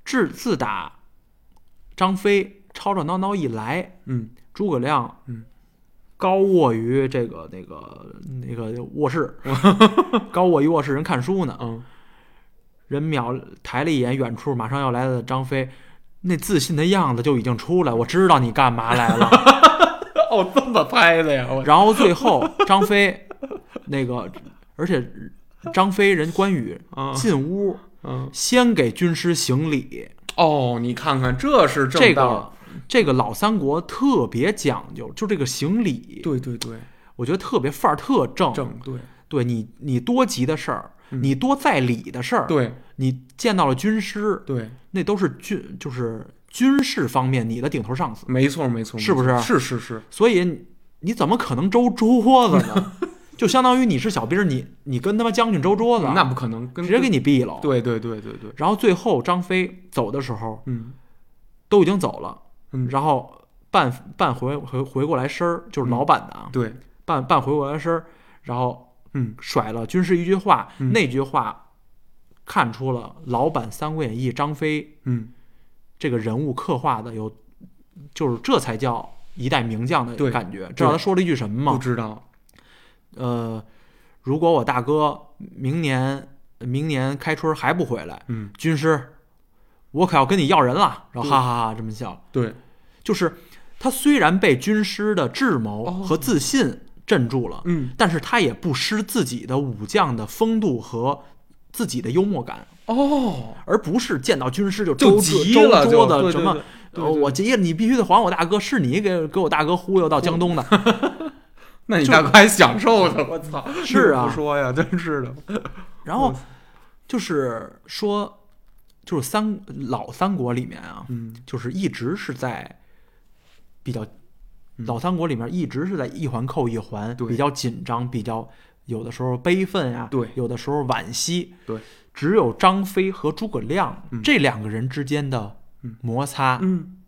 B: 自自打张飞吵吵闹闹一来，
A: 嗯，
B: 诸葛亮，
A: 嗯，
B: 高卧于这个那个那个卧 室，高卧于卧室人看书呢。
A: 嗯，
B: 人瞄抬了一眼远处马上要来的张飞，那自信的样子就已经出来，我知道你干嘛 来了。
A: 哦，这么拍的呀，我
B: 然后最后张飞，那个而且张飞人关羽
A: 啊，
B: 进屋
A: 嗯，
B: 先给军师行礼，
A: 哦，你看看，这是正
B: 这
A: 道，
B: 个这个老三国特别讲究，就这个行礼，
A: 对对对，
B: 我觉得特别范儿特正。
A: 正对
B: 对你，你多急的事儿，
A: 嗯
B: 你多在理的事儿，
A: 对
B: 你见到了军师，
A: 对，
B: 那都是军，就是军事方面你的顶头上司，
A: 没错没错，
B: 是不是
A: 没错是是是，
B: 所以你你怎么可能周桌子呢？ 就相当于你是小兵儿，你你跟他妈将军周桌子，
A: 嗯
B: 啊
A: 那不可能，跟
B: 直接给
A: 你，
B: 你毙了。
A: 对对对对对，
B: 然后最后张飞走的时候
A: 嗯
B: 都已经走了，
A: 嗯，
B: 然后半半回回回过来身儿，就是老板的啊，
A: 对，
B: 半半回过来身儿，然后
A: 嗯
B: 甩了军师一句话，
A: 嗯
B: 那句话看出了老版《三国演义》张飞
A: 嗯，
B: 这个人物刻画的有，就是这才叫一代名将的
A: 对
B: 感觉。知道他说了一句什么
A: 不
B: 吗？
A: 知道，
B: 呃，如果我大哥明年明年开春还不回来，
A: 嗯，
B: 军师，我可要跟你要人了。然后
A: 对
B: 哈哈哈这么笑，
A: 对，
B: 就是他虽然被军师的智谋
A: 哦
B: 和自信镇住了。
A: 嗯，
B: 但是他也不失自己的武将的风度和自己的幽默感，
A: 哦，
B: 而不是见到军师就周
A: 就
B: 桌
A: 急
B: 周
A: 了，
B: 桌
A: 就
B: 子
A: 对
B: 什
A: 对
B: 么，
A: 对对
B: 呃
A: 对
B: 我急了，你必须得还我大哥，是你给给我大哥忽悠到江东的，
A: 那你
B: 就
A: 大哥还享受呢，我操！
B: 是啊
A: 你不说呀，真是的。
B: 然后就是说，就是三老三国里面啊，
A: 嗯，
B: 就是一直是在比较
A: 嗯
B: 老三国里面一直是在一环扣一环，
A: 对
B: 比较紧张，比较有的时候悲愤呀、
A: 对
B: 有的时候惋惜，
A: 对，
B: 只有张飞和诸葛亮、
A: 嗯
B: 这两个人之间的
A: 嗯
B: 摩擦，
A: 嗯，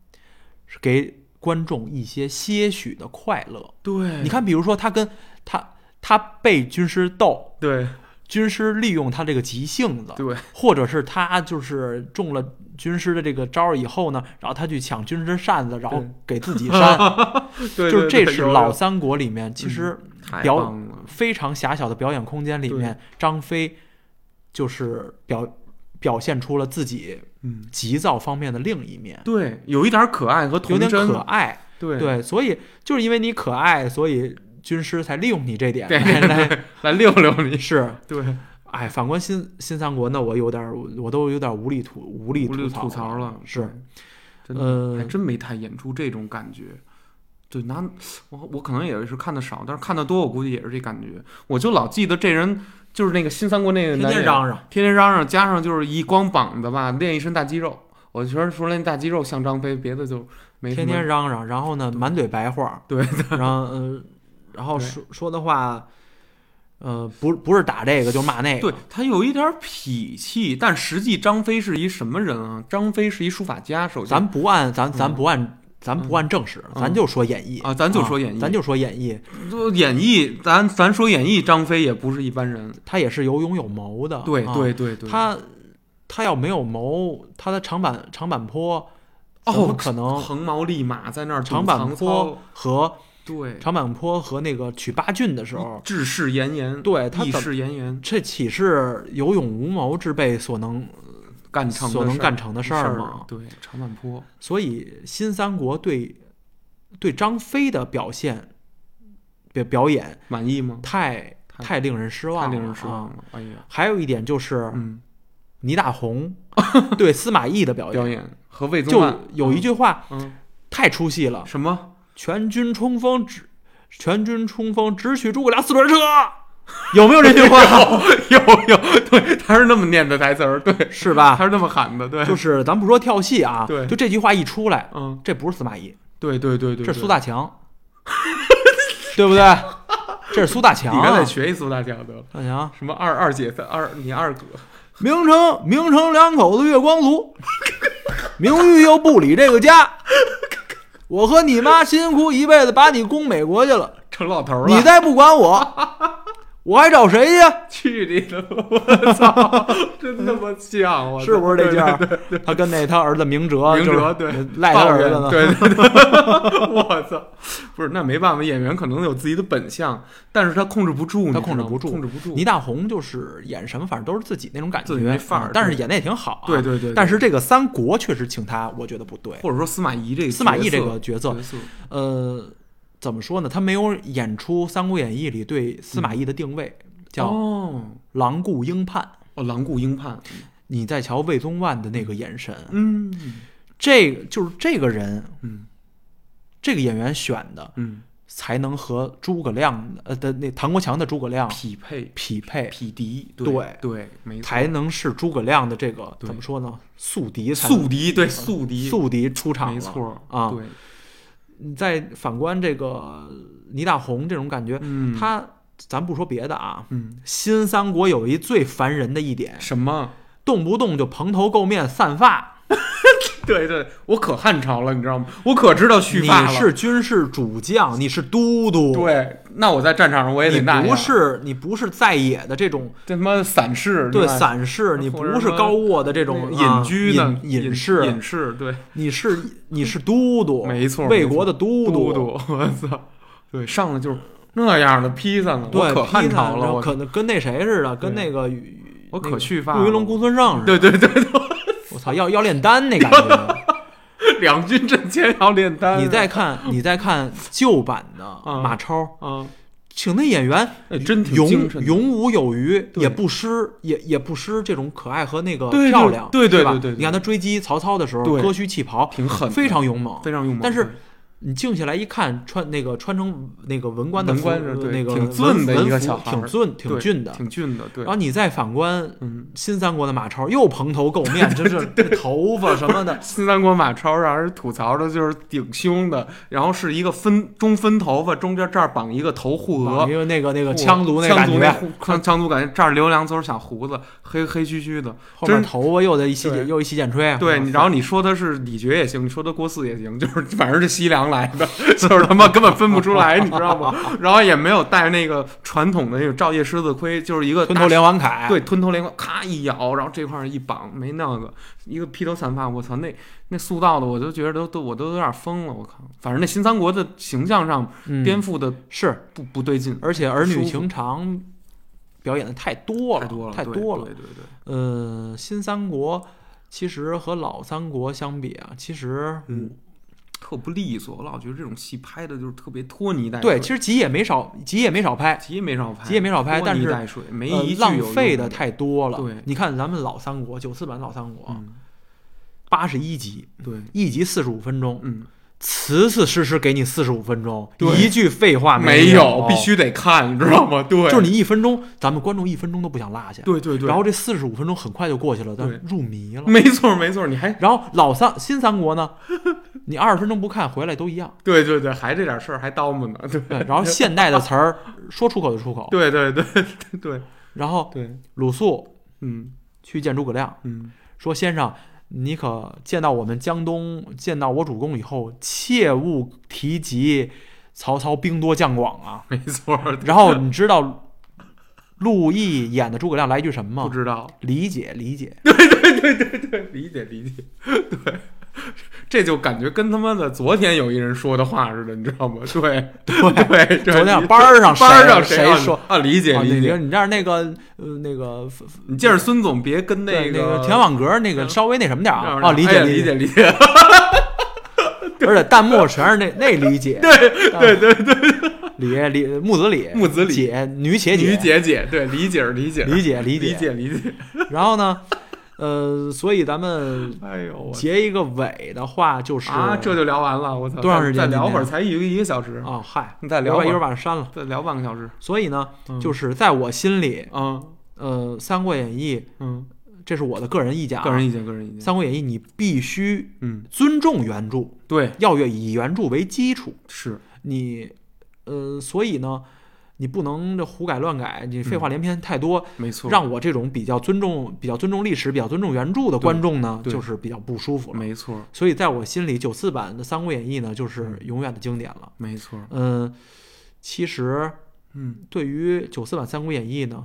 B: 是给观众一些些许的快乐。
A: 对，
B: 你，看，比如说他跟他他被军师斗，
A: 对
B: 军师利用他这个急性子，
A: 对
B: 或者是他就是中了军师的这个招儿以后呢，然后他去抢军师扇子，然后
A: 对
B: 给自 己扇，
A: 对，
B: 就是这
A: 对
B: 是
A: 有
B: 老
A: 有嗯
B: 三国里面其实
A: 太
B: 表
A: 棒了，
B: 非常狭小的表演空间里面，张飞就是表表现出了自己
A: 嗯，
B: 急躁方面的另一面，
A: 对，有一点可爱和
B: 有
A: 童
B: 点
A: 真
B: 可，爱，
A: 对
B: 对，所以就是因为你可爱，所以军师才利用你这 点
A: 对
B: 来来
A: 来溜溜你，
B: 是
A: 对，
B: 哎，反观新新三国呢，我有点儿我都有点儿无力吐无力
A: 无力
B: 槽
A: 吐槽了，
B: 是，
A: 真的
B: 呃
A: 还，真没太演出这种感觉。对，那我我可能也是看的少，但是看的多，我估计也是这感觉。我就老记得这人就是那个新三国那个
B: 天
A: 男
B: 天
A: 演
B: 嚷嚷，
A: 天天嚷嚷，加上就是一光膀子吧，练一身大肌肉。我觉得除了那大肌肉像张飞，别的就没什
B: 天
A: 么。
B: 天嚷嚷，然后呢，满嘴白话，
A: 对，
B: 然后呃，然后
A: 对
B: 说说的话，呃，不不是打这个就骂那个，
A: 对他有一点痞气，但实际张飞是一什么人啊？张飞是一书法家，首先
B: 咱不按咱咱
A: 嗯
B: 不按咱不按正史，咱就说演义
A: 啊，咱就说演义，
B: 咱就说演义，
A: 就演义，咱咱说演义，张飞也不是一般人。
B: 他也是有勇有谋的，
A: 对
B: 啊
A: 对对对，
B: 他他要没有谋，他的长坂长坂坡怎么
A: 哦，
B: 可能
A: 横矛立马在那儿
B: 长
A: 堵
B: 坂
A: 曹操
B: 坡，和
A: 对，嗯
B: 长坂坡和那个取八郡的时候，
A: 志士严颜，
B: 对他
A: 义
B: 怎么
A: 士严颜，
B: 这岂是有勇无谋之辈所能
A: 干成的
B: 所能
A: 事儿
B: 干成的事儿
A: 啊
B: 吗？
A: 对，长坂坡，
B: 所以新三国对对张飞的表现表表演
A: 满意吗？
B: 太
A: 太
B: 太令人失望
A: 太
B: 了，
A: 令人失
B: 啊
A: 望了，哎呀，
B: 还有一点就是
A: 嗯，
B: 倪 大红对司马懿的表
A: 表演和魏宗
B: 就
A: 翰
B: 有一句话
A: 嗯，
B: 太出戏了，
A: 什么？
B: 全军冲锋只全军冲锋只取诸葛亮 四轮车，有没有这句话？
A: 有有，对，他是那么念的台词儿，对，
B: 是吧？
A: 他是那么喊的，对，
B: 啊就是咱不说跳戏啊，
A: 对
B: 就这句话一出来，
A: 嗯，
B: 这不是司马懿，
A: 对对对对，
B: 这
A: 对
B: 是苏大强，对不 对？这是苏大强
A: 你刚
B: 啊，
A: 才
B: 苏
A: 学一苏大强得了，
B: 大强，
A: 什么二二姐三二你二哥，
B: 明成明成两口子月光族， 明玉又不理这个家，我和你妈辛苦一辈子把你供美国去了，
A: 成老头儿了，
B: 你再不管 我，我还找谁
A: 去
B: 去？
A: 你的 吧！我操， 真他妈像，我操
B: 是不是这劲
A: 哦对对
B: 儿？他跟那他儿子明哲，
A: 明
B: 就是
A: 哲对
B: 赖他
A: 抱
B: 儿
A: 怨
B: 子呢。
A: 对 对对，我操，不是那没办法，演员可能有自己的本相，但是他控制不住，你
B: 他
A: 知
B: 控制
A: 道吗
B: 不住
A: 控制不住。
B: 倪大红就是演什么，反正都是自己那种感
A: 自己那
B: 觉
A: 范儿
B: 嗯但是演的也挺好啊。
A: 对对对对
B: 但是这个三国确实请他，我觉得不对。
A: 或者说司马懿这个
B: 司马懿
A: 角
B: 这
A: 色
B: 个角色
A: 角色，
B: 呃，怎么说呢？他没有演出《三国演义》里对司马懿的定位，叫
A: 嗯哦
B: 狼顾鹰盼。
A: 哦，狼顾鹰盼，
B: 你再瞧魏宗万的那个眼神，
A: 嗯
B: 这个就是这个人，
A: 嗯，
B: 这个演员选的
A: 嗯，
B: 才能和诸葛亮呃的那唐国强的诸葛亮
A: 匹配
B: 匹配，
A: 匹敌，
B: 对
A: 对，没错，
B: 才能是诸葛亮的这个
A: 对
B: 怎么说呢？宿敌才能
A: 宿敌对宿敌
B: 宿敌出场了
A: 没错
B: 啊！
A: 对，
B: 你再反观这个倪大红这种感觉，
A: 嗯
B: 他咱不说别的啊，
A: 嗯
B: 新三国有一最烦人的一点，
A: 什么？
B: 动不动就蓬头垢面散发。
A: 对对，我可汉朝了，你知道吗？我可知道蓄
B: 你
A: 发了。
B: 是军事主将，你是都督，，
A: 对，那我在战场上我也得
B: 你
A: 那样。
B: 不是你不是在野的这种
A: 这他妈散士，
B: 对
A: 你看
B: 散士，你
A: 或者
B: 不是
A: 什么
B: 高卧的这
A: 那
B: 种
A: 个
B: 啊
A: 隐居的
B: 隐
A: 隐
B: 士，
A: 隐士，对，
B: 你是你是都督，
A: 没错
B: 魏
A: 没错
B: 国的都
A: 嘟
B: 督，
A: 嘟， 我操，对，上来就是那样的披散了，
B: 对，
A: 我可
B: 披
A: 汉
B: 萨
A: 朝
B: 然
A: 了，
B: 后
A: 我
B: 可能跟那谁似的，跟
A: 对
B: 那个与
A: 我
B: 那
A: 可
B: 个
A: 去发
B: 陆云龙、
A: 了
B: 公孙胜似的，
A: 对对对对，
B: 我操，要要炼丹那感觉。
A: 两军阵前要炼丹，
B: 你再看，你再看旧版的
A: 嗯
B: 马超，
A: 啊，
B: 请那演员
A: 哎真挺精
B: 勇
A: 神的
B: 勇武有余，
A: 对
B: 也不失也也不失这种可爱和那个
A: 对对
B: 漂亮，
A: 对对
B: 是吧
A: 对对对
B: 你看他追击曹操的时候，
A: 对
B: 割须弃袍，
A: 挺狠的，
B: 哦非常勇猛。
A: 非常勇猛，
B: 但是你静下来一看，穿那个穿成那个文官的
A: 文
B: 服，
A: 官是对
B: 那个
A: 挺俊的
B: 文
A: 一个
B: 文服
A: 小孩儿
B: 挺俊
A: 对
B: 挺俊的，
A: 挺俊的，对
B: 然，后你再反观
A: 嗯，，
B: 新三国的马超又蓬头垢面，真是这头发什么的
A: 新三国马超让人吐槽的就是顶胸的，然后是一个分中分头发，中间这儿绑一个头护额，
B: 啊因为那个那个
A: 我
B: 羌族那
A: 羌
B: 感
A: 族那
B: 觉，
A: 胡羌羌族感觉这儿留两撮小胡子，黑黑黢黢的。
B: 后面
A: 真
B: 头发又得一洗
A: 对
B: 又一洗剪吹，啊
A: 对，你然后你说他是李觉也行，你说他郭四也行，就是 反正是西凉来的，就是他妈根本分不出来，你知道 吗？然后也没有戴那个传统的那种照夜狮子盔，就是一个
B: 吞
A: 大
B: 头连环铠，
A: 对，吞头连环，咔一咬，然后这块儿一绑，没那个一个披头散发，我操，那那塑造的我都觉得都都我都有点疯了，我靠！反正那新三国的形象上
B: 嗯，
A: 颠覆的
B: 是，
A: 不不对劲，
B: 而且儿
A: 舒
B: 女
A: 服
B: 情长表演的太多
A: 啊太多
B: 了，
A: 了，
B: 太
A: 对
B: 多了。
A: 对对对，
B: 呃，新三国其实和老三国相比啊，其实
A: 嗯特不利索，我老觉得这种戏拍的就是特别拖泥带水。
B: 对，其实集也没少集也没少拍，
A: 集也没少拍，
B: 集也没少拍
A: 拖
B: 但
A: 泥
B: 是
A: 带水没
B: 呃
A: 一句
B: 浪
A: 有
B: 费
A: 用
B: 的
A: 的
B: 太多了。
A: 对
B: 你看咱们老三国九四版老三国
A: 嗯
B: 八十一集，
A: 对，
B: 一集四十五分钟，
A: 嗯，
B: 死死实实给你四十五分钟，
A: 对
B: 一句废话
A: 啊没
B: 有，
A: 必须得看，你知道吗？对，
B: 就是你一分钟，咱们观众一分钟都不想落下。
A: 对对对，
B: 然后这四十五分钟很快就过去了，咱
A: 对嗯
B: 入迷了。
A: 没错没错，你还
B: 然后老三新三国呢，你二十分钟不看回来都一样。
A: 对对对，还这点事儿还叨磨呢，对
B: 对，然后现代的词儿说出口就出口。
A: 对对 对对对
B: 然后
A: 对，
B: 鲁肃
A: 嗯
B: 去见诸葛亮，
A: 嗯，
B: 说：“先生，你可见到我们江东，见到我主公以后，切勿提及曹操兵多将广啊。”
A: 没错，
B: 然后你知道陆毅演的诸葛亮来一句什么
A: 不
B: 吗？
A: 知道，
B: 理解理解，
A: 对，理解理解，对。这就感觉跟他妈的昨天有一人说的话似的，你知道吗？对对对，
B: 昨天
A: 理
B: 班儿上
A: 班儿上
B: 谁
A: 谁
B: 谁说？
A: 啊？理解
B: 啊
A: 理
B: 你
A: 解，
B: 你这儿那个呃那个
A: 你见着孙总别跟
B: 对
A: 个
B: 个田网格那个
A: 嗯
B: 稍微那什么点儿
A: 让
B: 啊
A: 人
B: 啊，理
A: 哎
B: 解
A: 呀
B: 理
A: 理，解理解，
B: 而且弹幕全是那那理解，对对对对，李李木子李
A: 木子李
B: 姐女且
A: 女姐姐对理解理解
B: 理解理
A: 理解理解，
B: 然后呢，呃，所以咱们
A: 哎呦我
B: 结一个尾的话，就是
A: 啊，这就聊完了，我操，
B: 多长时间
A: 再聊
B: 今天
A: 会儿，才一个一个小时，
B: 啊，嗨，
A: 你再聊
B: 吧，一
A: 会
B: 会儿
A: 儿，
B: 把它删了。
A: 再聊半个小时，
B: 所以呢，
A: 嗯
B: 就是在我心里，
A: 嗯
B: 呃，《三国演义
A: 嗯，》
B: 这是我的个人意见啊。
A: 个人意见，个人意
B: 《
A: 见，
B: 三国演义》你必须
A: 嗯，
B: 尊重原著，
A: 对，
B: 要以原著为基础。
A: 是，
B: 你，呃，所以呢，你不能这胡改乱改，你废话连篇太多，
A: 没嗯错，
B: 让我这种比较尊重、比较尊重历史、比较尊重原著的观众呢，
A: 对对
B: 就是比较不舒服了。
A: 没错，
B: 所以在我心里，九四版的《三国演义》呢，就是永远的经典了。
A: 没错，
B: 嗯，其实
A: 嗯
B: 对于九四版《三国演义》呢，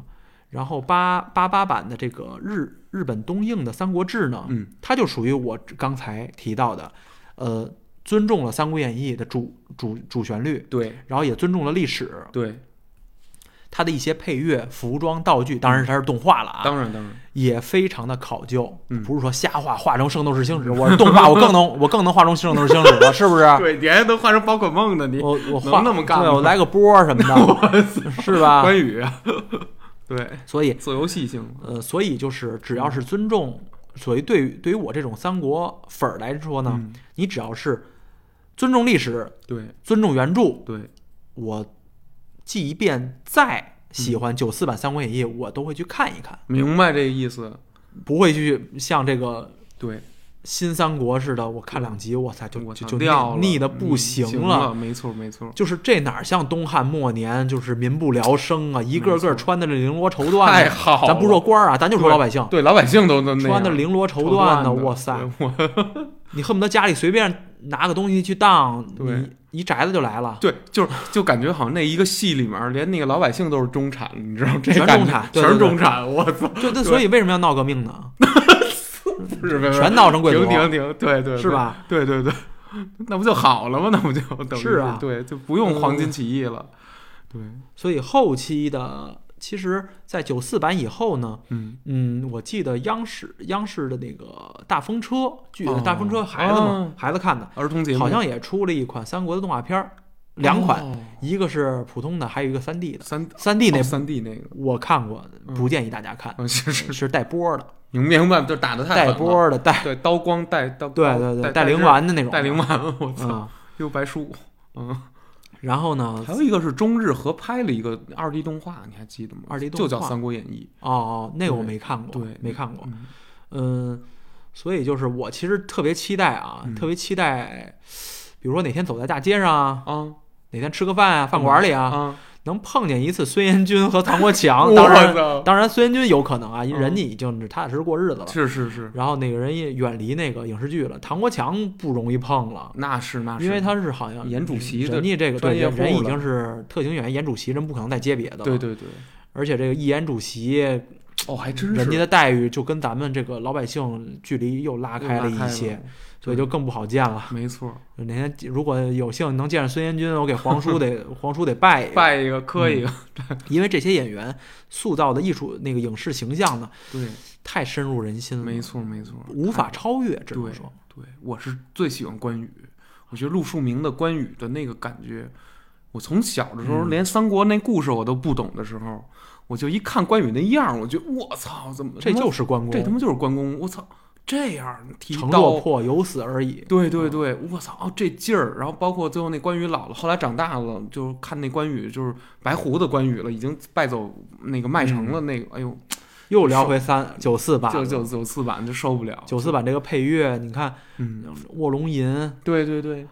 B: 然后八八八版的这个日日本东映的《三国志》呢，
A: 嗯，
B: 它就属于我刚才提到的，呃，尊重了《三国演义》的主主主旋律，
A: 对
B: 然后也尊重了历史，
A: 对，
B: 它的一些配乐、服装、道具，当然它是动画了啊，
A: 当然当然，
B: 也非常的考究，
A: 嗯
B: 不是说瞎画，画成圣斗士星矢，我是动画，我更能我更能画成圣斗士星矢了，是不是？
A: 对，你还都画成宝可梦呢，你
B: 啊我我画
A: 能那么干吗
B: 对，我来个波儿什么的，是吧？
A: 关羽，啊 对，
B: 所以
A: 做游戏性了，
B: 呃，所以就是只要是尊重，所以对于对于我这种三国粉儿来说呢，
A: 嗯，
B: 你只要是尊重历史、
A: 对
B: 尊重原著，
A: 对，
B: 我记一遍再喜欢九四版《三国演
A: 嗯
B: 义》，我都会去看一看，
A: 明白这意思，
B: 不会去像这个
A: 对，
B: 新三国似的，我看两集，哇塞，就
A: 我
B: 就
A: 操
B: 就
A: 掉了，
B: 腻腻的
A: 嗯
B: 不
A: 行
B: 了。
A: 了，没错没错，
B: 就是这哪儿像东汉末年，就是民不聊生啊，一个
A: 没错
B: 个穿的这绫罗绸缎
A: 太
B: 的，
A: 好了，
B: 咱不说官儿啊，咱就说老百姓，
A: 对老百姓都都那
B: 穿的
A: 样
B: 绫罗绸
A: 绸
B: 缎的，
A: 的，
B: 哇塞，
A: 对，我
B: 你恨不得家里随便拿个东西去当，
A: 对
B: 你一宅子就来了。
A: 对，就是就感觉好像那一个戏里面，连那个老百姓都是中产，你知道这
B: 全
A: 感觉
B: 中产对
A: 全是
B: 对对
A: 中产，我操，
B: 对对，所以为什么要闹革命呢？
A: 是不是
B: 全闹成贵
A: 停
B: 族，
A: 停停，对对
B: 是？吧？
A: 对对 对对，那不就好了吗？那不就等于
B: 是啊
A: 对，就不用黄金起义了，对，
B: 所以后期的，其实，在九四版以后呢，
A: 嗯，
B: 嗯，我记得央视央视的那个大风车剧，
A: 哦
B: 大风车孩子嘛
A: 哦，
B: 孩子看的，
A: 儿童节目
B: 好像也出了一款三国的动画片儿，两款，
A: 哦
B: 一个是普通的，还有一个三 D 的。
A: 三
B: 三 D 那
A: 哦三 D 那个，
B: 我看过，
A: 嗯
B: 不建议大家看，
A: 嗯，是 是，
B: 是带波儿的，
A: 你明白吗？就打的太
B: 带
A: 狠了，
B: 波儿的，带
A: 对，刀光带刀，
B: 对对对，
A: 带
B: 灵，丸的那种，
A: 带灵丸，我操，
B: 啊、
A: 又白书，嗯。
B: 然后呢，
A: 还有一个是中日合拍了一个二 D 动画，你还记得吗？
B: 2D 动画
A: 就叫《三国演义
B: 哦哦，那个我
A: 对
B: 没看过，
A: 对
B: 没看》过，
A: 嗯。
B: 嗯，所以就是我其实特别期待啊，
A: 嗯
B: 特别期待，比如说哪天走在大街上啊，
A: 啊
B: 哪天吃个饭啊，饭馆里啊，
A: 啊！
B: 能碰见一次孙彦军和唐国强，
A: 我
B: 当然，
A: 操
B: 当然孙彦军有可能啊，因为
A: 嗯
B: 人家已经是踏踏实实过日子了。
A: 是是是，
B: 然后那个人也远离那个影视剧了，唐国强不容易碰了，
A: 那是那是，
B: 因为他是好像
A: 演主席的
B: 人家这个对
A: 专业
B: 人
A: 户
B: 人已
A: 了
B: 经是特型演员，演主席人不可能再接别的了。
A: 对对对，
B: 而且这个一演主席，
A: 哦，还真是
B: 人家的待遇就跟咱们这个老百姓距离又拉
A: 拉
B: 开了一些，，所以
A: 嗯
B: 就更不好见了。
A: 没错，
B: 哪天如果有幸能见着孙彦军，我给皇 叔得皇叔得拜一个，
A: 拜一个磕一个，
B: 因为这些演员塑造的艺术那个影视形象呢，
A: 对，
B: 太深入人心了，
A: 没，错没错，
B: 无法超越，只能
A: 对
B: 说
A: 对，我是最喜欢关羽，我觉得陆树铭的关羽的那个感觉，我从小的时候
B: 嗯
A: 连三国那故事我都不懂的时候，我就一看关羽那样儿，我觉得我操，怎么
B: 这
A: 他妈
B: 就是关公，
A: 这他妈就是关公，我操，这样儿提
B: 城落
A: 刀，
B: 魄有死而已。
A: 对对对，我操、哦这劲儿，然后包括最后那关羽老了，后来长大了，就是看那关羽就是白胡子关羽了，已经败走那个麦城
B: 嗯
A: 了，那个，哎呦，
B: 又聊回三九四版
A: 九
B: 了，
A: 九九四版就受不了，
B: 九四版这个配乐，你看
A: 嗯，
B: 卧龙吟，
A: 对对对，呃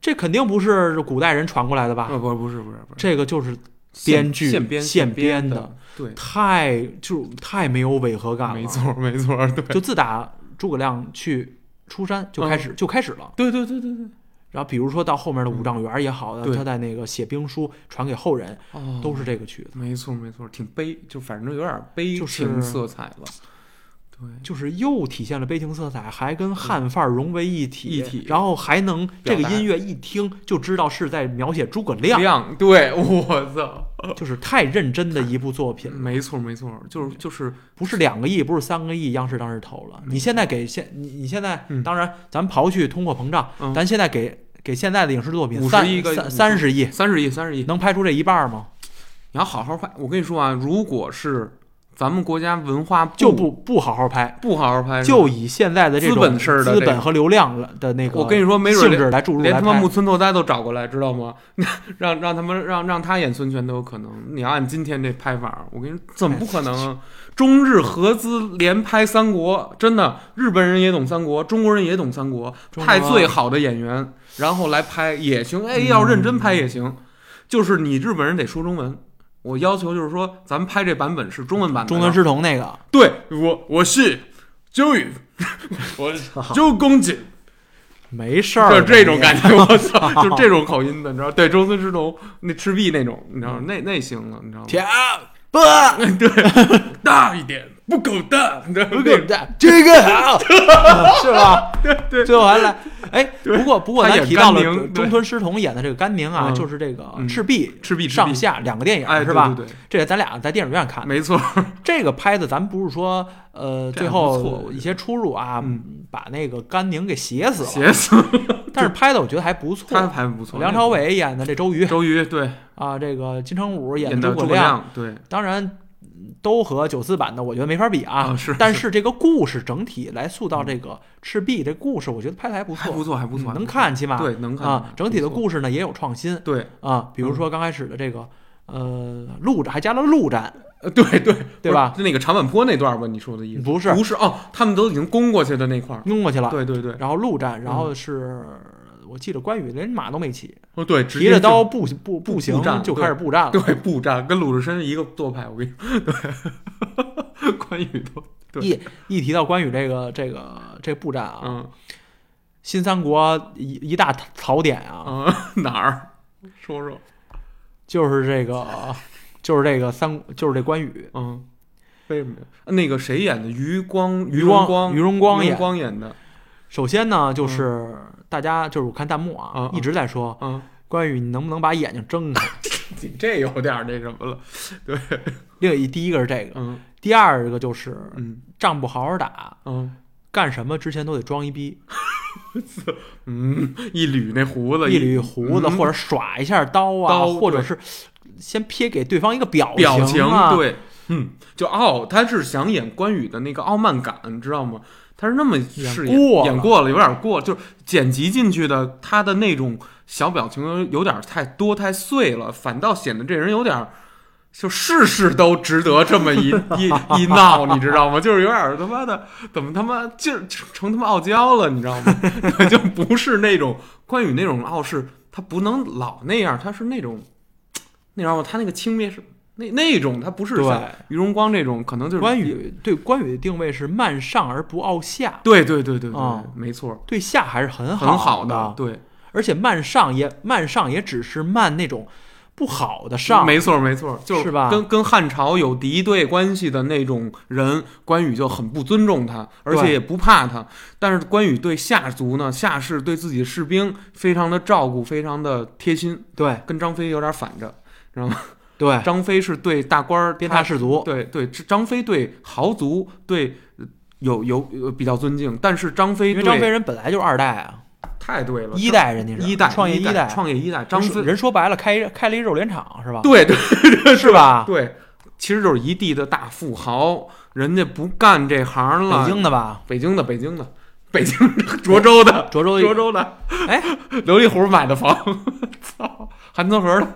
B: 这肯定不是古代人传过来的吧？
A: 不不不是不是不是，
B: 啊这个就是
A: 现
B: 编剧
A: 现编
B: 现编
A: 编
B: 的，
A: 对，
B: 太就太没有违和感了。
A: 没，错没错，对
B: 就自打诸葛亮去出山就开
A: 嗯
B: 始、就开始了。
A: 对对对对对，
B: 然后比如说到后面的武状元也好，
A: 嗯对
B: 他在那个写兵书传给后人，
A: 哦，
B: 都是这个曲子，
A: 没错没错，挺悲，就反正有点悲
B: 就是
A: 情色彩了，对。
B: 就是又体现了悲情色彩，还跟汉范儿融为一体，
A: 一体
B: 然后还能这个
A: 表达
B: 音乐一听就知道是在描写诸葛亮，
A: 亮，对我操，
B: 就是太认真的一部作品了。
A: 没错，没错，就是就是，
B: 不是两个亿，不是三个亿，央视当时投了。你现在给现你你现在，
A: 嗯
B: 当然咱刨去通货膨胀，
A: 嗯
B: 咱现在给给现在的影视作品
A: 51
B: 三
A: 个
B: 三
A: 50
B: 三十亿，
A: 三十亿，三十亿，
B: 能拍出这一半吗？
A: 你要好好拍。我跟你说啊，如果是咱们国家文化部
B: 就不不好好拍，
A: 不好好拍，
B: 就以现在的这种
A: 资本式的这个
B: 资本和流量的那个，
A: 我跟你说没准
B: 性质来注入
A: 连
B: 来
A: 他妈
B: 拍
A: 木。村拓哉都找过来，知道吗？ 让让他们让让他演孙权都有可能。你要按今天这拍法，我跟你说怎么不可能啊？中日合资连拍三国，真的，日本人也懂三国，中国人也懂三国，
B: 中国
A: 派最好的演员，然后来拍也行。哎，要认真拍也
B: 嗯
A: 行，就是你日本人得说中文。我要求就是说，咱们拍这版本是中文版的，啊
B: 中文师童那个，
A: 对我我是周 宇，我是 周公瑾。
B: 没事儿，
A: 就这 种感觉，我操，就这种口音的，你知道？对，周孙之龙那赤壁那种，你知道？那那行了，你知道吗？
B: 嗯天啊不，
A: 大一点，不够大，你知道吗？
B: 这个 好，是吧？对对，最后还来，哎，不过不过
A: 他
B: 咱
A: 演
B: 提到了
A: 甘宁对
B: 中村狮童演的这个甘宁啊，
A: 嗯
B: 就是这个
A: 嗯
B: 赤壁
A: 赤壁赤壁
B: 上下两个电
A: 哎，
B: 影
A: 对
B: 是吧？
A: 对对，
B: 这个咱俩在电影院看的，
A: 没错，
B: 这个拍的，咱不是说呃
A: 这
B: 最
A: 还不错我觉
B: 后
A: 得嗯
B: 一些出入啊，把那个甘宁给写死了，
A: 写死了
B: 但是拍的我觉得还不
A: 他
B: 错。
A: 还不错。
B: 梁朝、伟演的这周瑜
A: 周瑜对
B: 啊，这个金城武演
A: 的
B: 诸葛
A: 葛，亮，对
B: 当然嗯都和九四版的我觉得没法比啊
A: 啊，是
B: 但是这个故事整体来塑造这个赤壁这故事，我觉得拍的还不
A: 还
B: 错，嗯
A: 不错，还不错，
B: 哦能看起码
A: 对能看嗯
B: 啊，整体的
A: 事
B: 故事呢也有创新
A: 对
B: 啊，比如说刚开始的这个呃陆战还加了陆战，
A: 呃对对
B: 对吧？
A: 不是那个长坂坡那段吧，你说的意思
B: 不是嗯
A: 不是哦，他们都已经攻过去的那块儿，
B: 弄过去了。
A: 对对对，
B: 然后陆战，然后是、我记得关羽连马都没骑，
A: 哦对，直
B: 提
A: 接
B: 着
A: 就
B: 刀步步步行
A: 步战
B: 就开始步战了。
A: 对，步战跟鲁智深一个做派，我跟你说，对， 关羽都对
B: 一一提到关羽这个这个这步战啊，
A: 嗯
B: 新三国一一大槽点啊，
A: 嗯 哪儿？说说，
B: 就是 这个就是这个三就是这关羽，
A: 嗯，为什么呀？那个谁演的？余光，
B: 余
A: 荣
B: 光
A: 光，
B: 余
A: 荣
B: 荣光
A: 余
B: 演
A: 光演的，
B: 首先呢就是、大家就是我看弹幕啊，
A: 嗯嗯嗯
B: 一直在说
A: 嗯，
B: 关羽你能不能把眼睛睁 开？
A: 你 这有点儿那什么了，
B: 另一第一个是这个，
A: 嗯
B: 第二个就是
A: 嗯
B: 仗不好好打，
A: 嗯
B: 干什么之前都得装一逼。
A: 嗯，一捋那胡子，
B: 一捋胡子，
A: 嗯
B: 或者耍一下刀啊，
A: 刀
B: 或者是先撇给对方一个表
A: 表情
B: 啊，
A: 对，嗯，就傲，他是想演关羽的那个傲慢感，你知道吗？他是那么饰演，
B: 过了
A: 演过了，有点过，就是剪辑进去的，他的那种小表情有有点太多太碎了，反倒显得这人有点儿。就事事都值得这么一一一闹，你知道吗？就是有点儿他妈的，怎么他妈劲儿成成他妈傲娇了，你知道吗？对 就不是那种关羽那种傲视，他不能老那样，他是那种，你知道吗？他那个轻蔑是那那种，他不是
B: 对
A: 像于荣光这种，可能就是
B: 关，羽对关羽的定位是慢上而不傲下，
A: 对对对对对，
B: 啊
A: 没错，
B: 对下还是很
A: 很
B: 好
A: 的，对，
B: 而且慢上也慢上也只是慢那种不好的上，
A: 没错没错，就是
B: 吧
A: 跟跟汉朝有敌对关系的那种人，关羽就很不尊重他，而且
B: 对
A: 也不怕他。但是关羽对夏族呢，夏氏对自己的士兵非常的照顾，非常的贴心，
B: 对
A: 跟张飞有点反着。
B: 对，
A: 张飞是对大官儿
B: 鞭
A: 他
B: 挞士卒，
A: 对对，张飞对豪族对呃有有有比较尊敬，但是张飞
B: 因为
A: 对
B: 张飞人本来就是二代啊，
A: 太对了，
B: 一代人家是
A: 一代
B: 创业
A: 一
B: 代，
A: 创业一代，张
B: 人说
A: 飞
B: 人说白了开开了一肉联厂是吧？
A: 对对
B: 是吧？
A: 对，其实就是一地的大富豪，人家不干这行了。
B: 北京的吧，
A: 北京的北京的北京涿州的
B: 涿州
A: 涿州的，
B: 哎，
A: 琉璃湖买的 房，操，韩泽河的，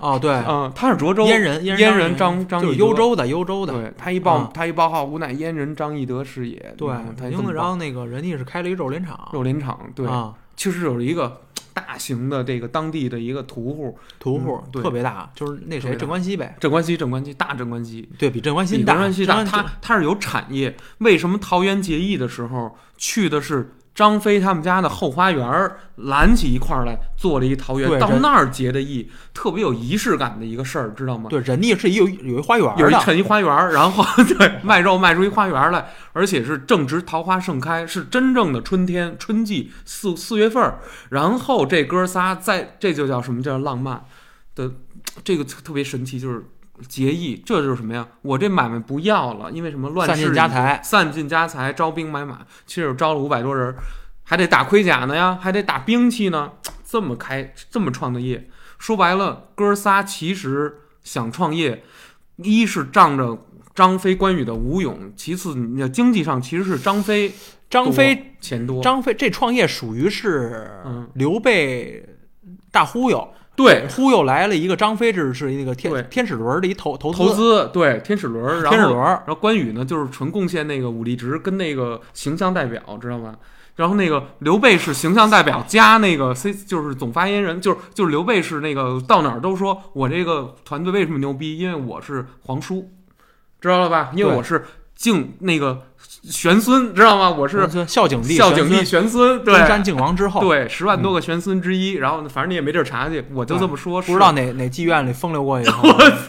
B: 哦对，
A: 嗯，他是涿州
B: 燕人
A: 燕人
B: 人
A: 张张
B: 就是
A: 翼德
B: 幽州的幽州的，
A: 对他一报、
B: 啊
A: 他一报号，无奈燕人张翼德是也，
B: 对
A: 嗯，他
B: 北
A: 也
B: 京
A: 这么
B: 的，然
A: 报
B: 后那个人家是开了一肉联厂，
A: 肉林场，对，
B: 啊，
A: 其实有一个大型的这个当地的一个屠户，
B: 屠户
A: 嗯对
B: 特别大，就是那
A: 特别
B: 谁
A: 大
B: 镇关西呗，
A: 镇关西，镇关西大镇关西，
B: 对比镇关西
A: 比
B: 大，
A: 镇关西大，
B: 镇
A: 它它是有产业。为什么桃园结义的时候去的是张飞他们家的后花园儿，拦起一块儿来做了一桃园，
B: 对
A: 到
B: 人
A: 那儿结的义，特别有仪式感的一个事儿，知道吗？
B: 对人家是有有一花园
A: 有一
B: 的，
A: 趁一花园儿，然后 对卖肉卖出一花园儿来，而且是正值桃花盛开，是真正的春天春季四四月份儿。然后这哥仨在这就叫什么叫浪漫的，这个特别神奇，就是结义，这就是什么呀？我这买卖不要了，因为什么乱
B: 散
A: 世
B: 尽
A: 已
B: 家财，
A: 散尽家财，招兵买马，其实招了五百多人儿，还得打盔甲呢呀，还得打兵器呢，这么开这么创的业，说白了，哥仨其实想创业，一是仗着张飞、关羽的吴勇，其次你的经济上其实是张飞
B: 张飞，
A: 多钱多，
B: 张飞这创业属于是
A: 嗯
B: 刘备大忽悠，
A: 对
B: 忽悠来了一个张飞，这是那个
A: 对
B: 天天使轮的一投投
A: 投资对天使轮儿，然
B: 天使
A: 后
B: 轮儿，
A: 然后关羽呢，就是纯贡献那个武力值跟那个形象代表，知道吗？然后那个刘备是形象代表加那个 C，就是总发言人，就是就是刘备是那个到哪儿都说我这个团队为什么牛逼，因为我是皇叔，知道了吧？因为
B: 对
A: 我是敬那个玄孙，知道吗？我是
B: 是孝景帝，
A: 孝景帝
B: 玄孙
A: 玄孙，对
B: 东山靖王之后，
A: 对，十万多个玄孙之一。然后反正你也没地儿查去，我就这么说，
B: 不知道哪哪妓院里风 流过一趟，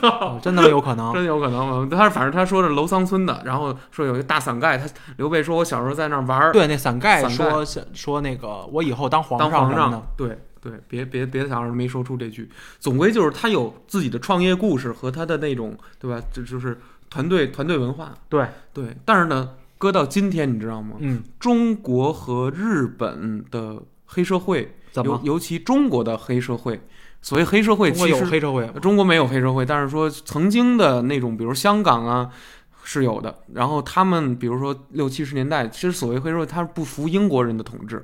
B: 哦真的有可能。
A: 真有可能。他反正他说是楼桑村的，然后说有一个大伞盖，他刘备说我小时候在那儿玩儿，
B: 对，那伞盖
A: 伞
B: 说说那个我以后当皇
A: 当
B: 上
A: 皇
B: 什么的
A: 上，。对对，别别别想着没说出这句，总归就是他有自己的创业故事和他的那种对吧？这就是团队团队文化。
B: 对
A: 对，但是呢，搁到今天你知道吗？
B: 嗯，
A: 中国和日本的黑社会，
B: 怎
A: 尤
B: 么？
A: 尤其中国的黑社会，所谓黑社会
B: 中国
A: 其
B: 有
A: 实
B: 黑社会吗？
A: 中国没有黑社会，但是说曾经的那种，比如香港啊。是有的，然后他们比如说六七十年代，其实所谓黑社会，他是不服英国人的统治，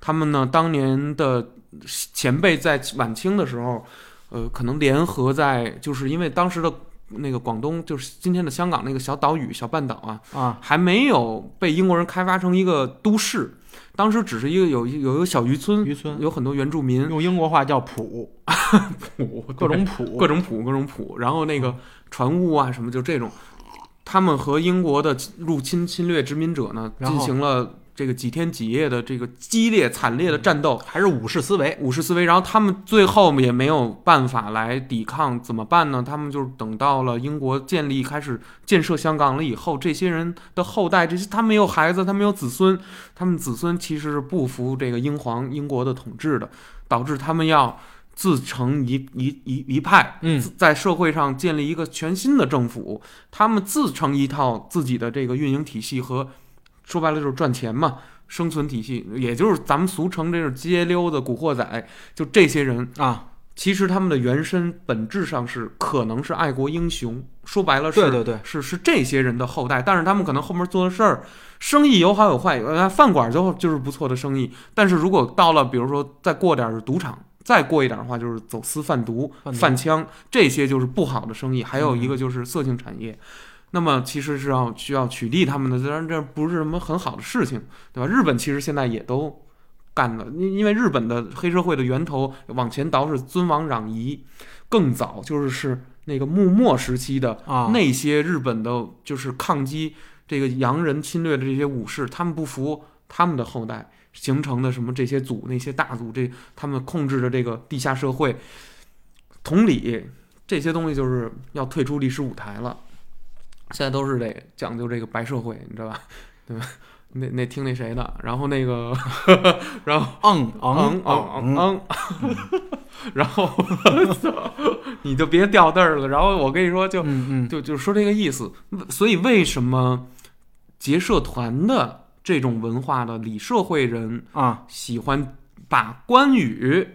A: 他们呢当年的前辈在晚清的时候，呃，可能联合在，就是因为当时的那个广东，就是今天的香港那个小岛屿、小半岛啊，
B: 啊，
A: 还没有被英国人开发成一个都市，当时只是一个有一有一个小渔村，
B: 渔村
A: 有很多原住民，
B: 用英国话叫谱， 各种谱，
A: 各种谱，各种谱，然后那个船坞啊什么，就这种，他们和英国的入侵、侵略殖民者呢，
B: 然
A: 进
B: 后
A: 行了这个几天几夜的这个激烈、惨烈的战斗，
B: 还是武士思维。
A: 武士思维，然后他们最后也没有办法来抵抗，怎么办呢？他们就是等到了英国建立开始建设香港了以后，这些人的后代，这些他们有孩子，他们有子孙，他们子孙其实是不服这个英皇英国的统治的，导致他们要自成一一一一派，
B: 嗯
A: 自在社会上建立一个全新的政府，他们自成一套自己的这个运营体系和，说白了就是赚钱嘛。生存体系，也就是咱们俗称这是街溜子、古惑仔，就这些人，
B: 啊，
A: 其实他们的原身本质上是可能是爱国英雄，说白了是
B: 对对对，
A: 是是这些人的后代，但是他们可能后面做的事儿，生意有好有坏，呃，饭馆就就是不错的生意，但是如果到了比如说再过点儿是赌场，再过一点儿的话就是走私贩毒、
B: 贩毒
A: 贩枪，这些就是不好的生意，还有一个就是色情产业。那么其实是要需要取缔他们的，当然这不是什么很好的事情，对吧？日本其实现在也都干了，因因为日本的黑社会的源头往前倒是尊王攘夷，更早就是是那个幕末时期的
B: 啊
A: 那些日本的，就是抗击这个洋人侵略的这些武士，他们不服他们的后代形成的什么这些组那些大组，这他们控制着这个地下社会。同理，这些东西就是要退出历史舞台了。现在都是得讲究这个白社会，你知道吧？对吧？那那听那谁的，然后那个， 然后
B: 嗯
A: 嗯
B: 嗯
A: 嗯嗯，然后 你就别掉字儿了。然后我跟你说，就
B: 嗯嗯，
A: 就就说这个意思。所以为什么结社团的这种文化的里社会人
B: 啊，
A: 喜欢把关羽、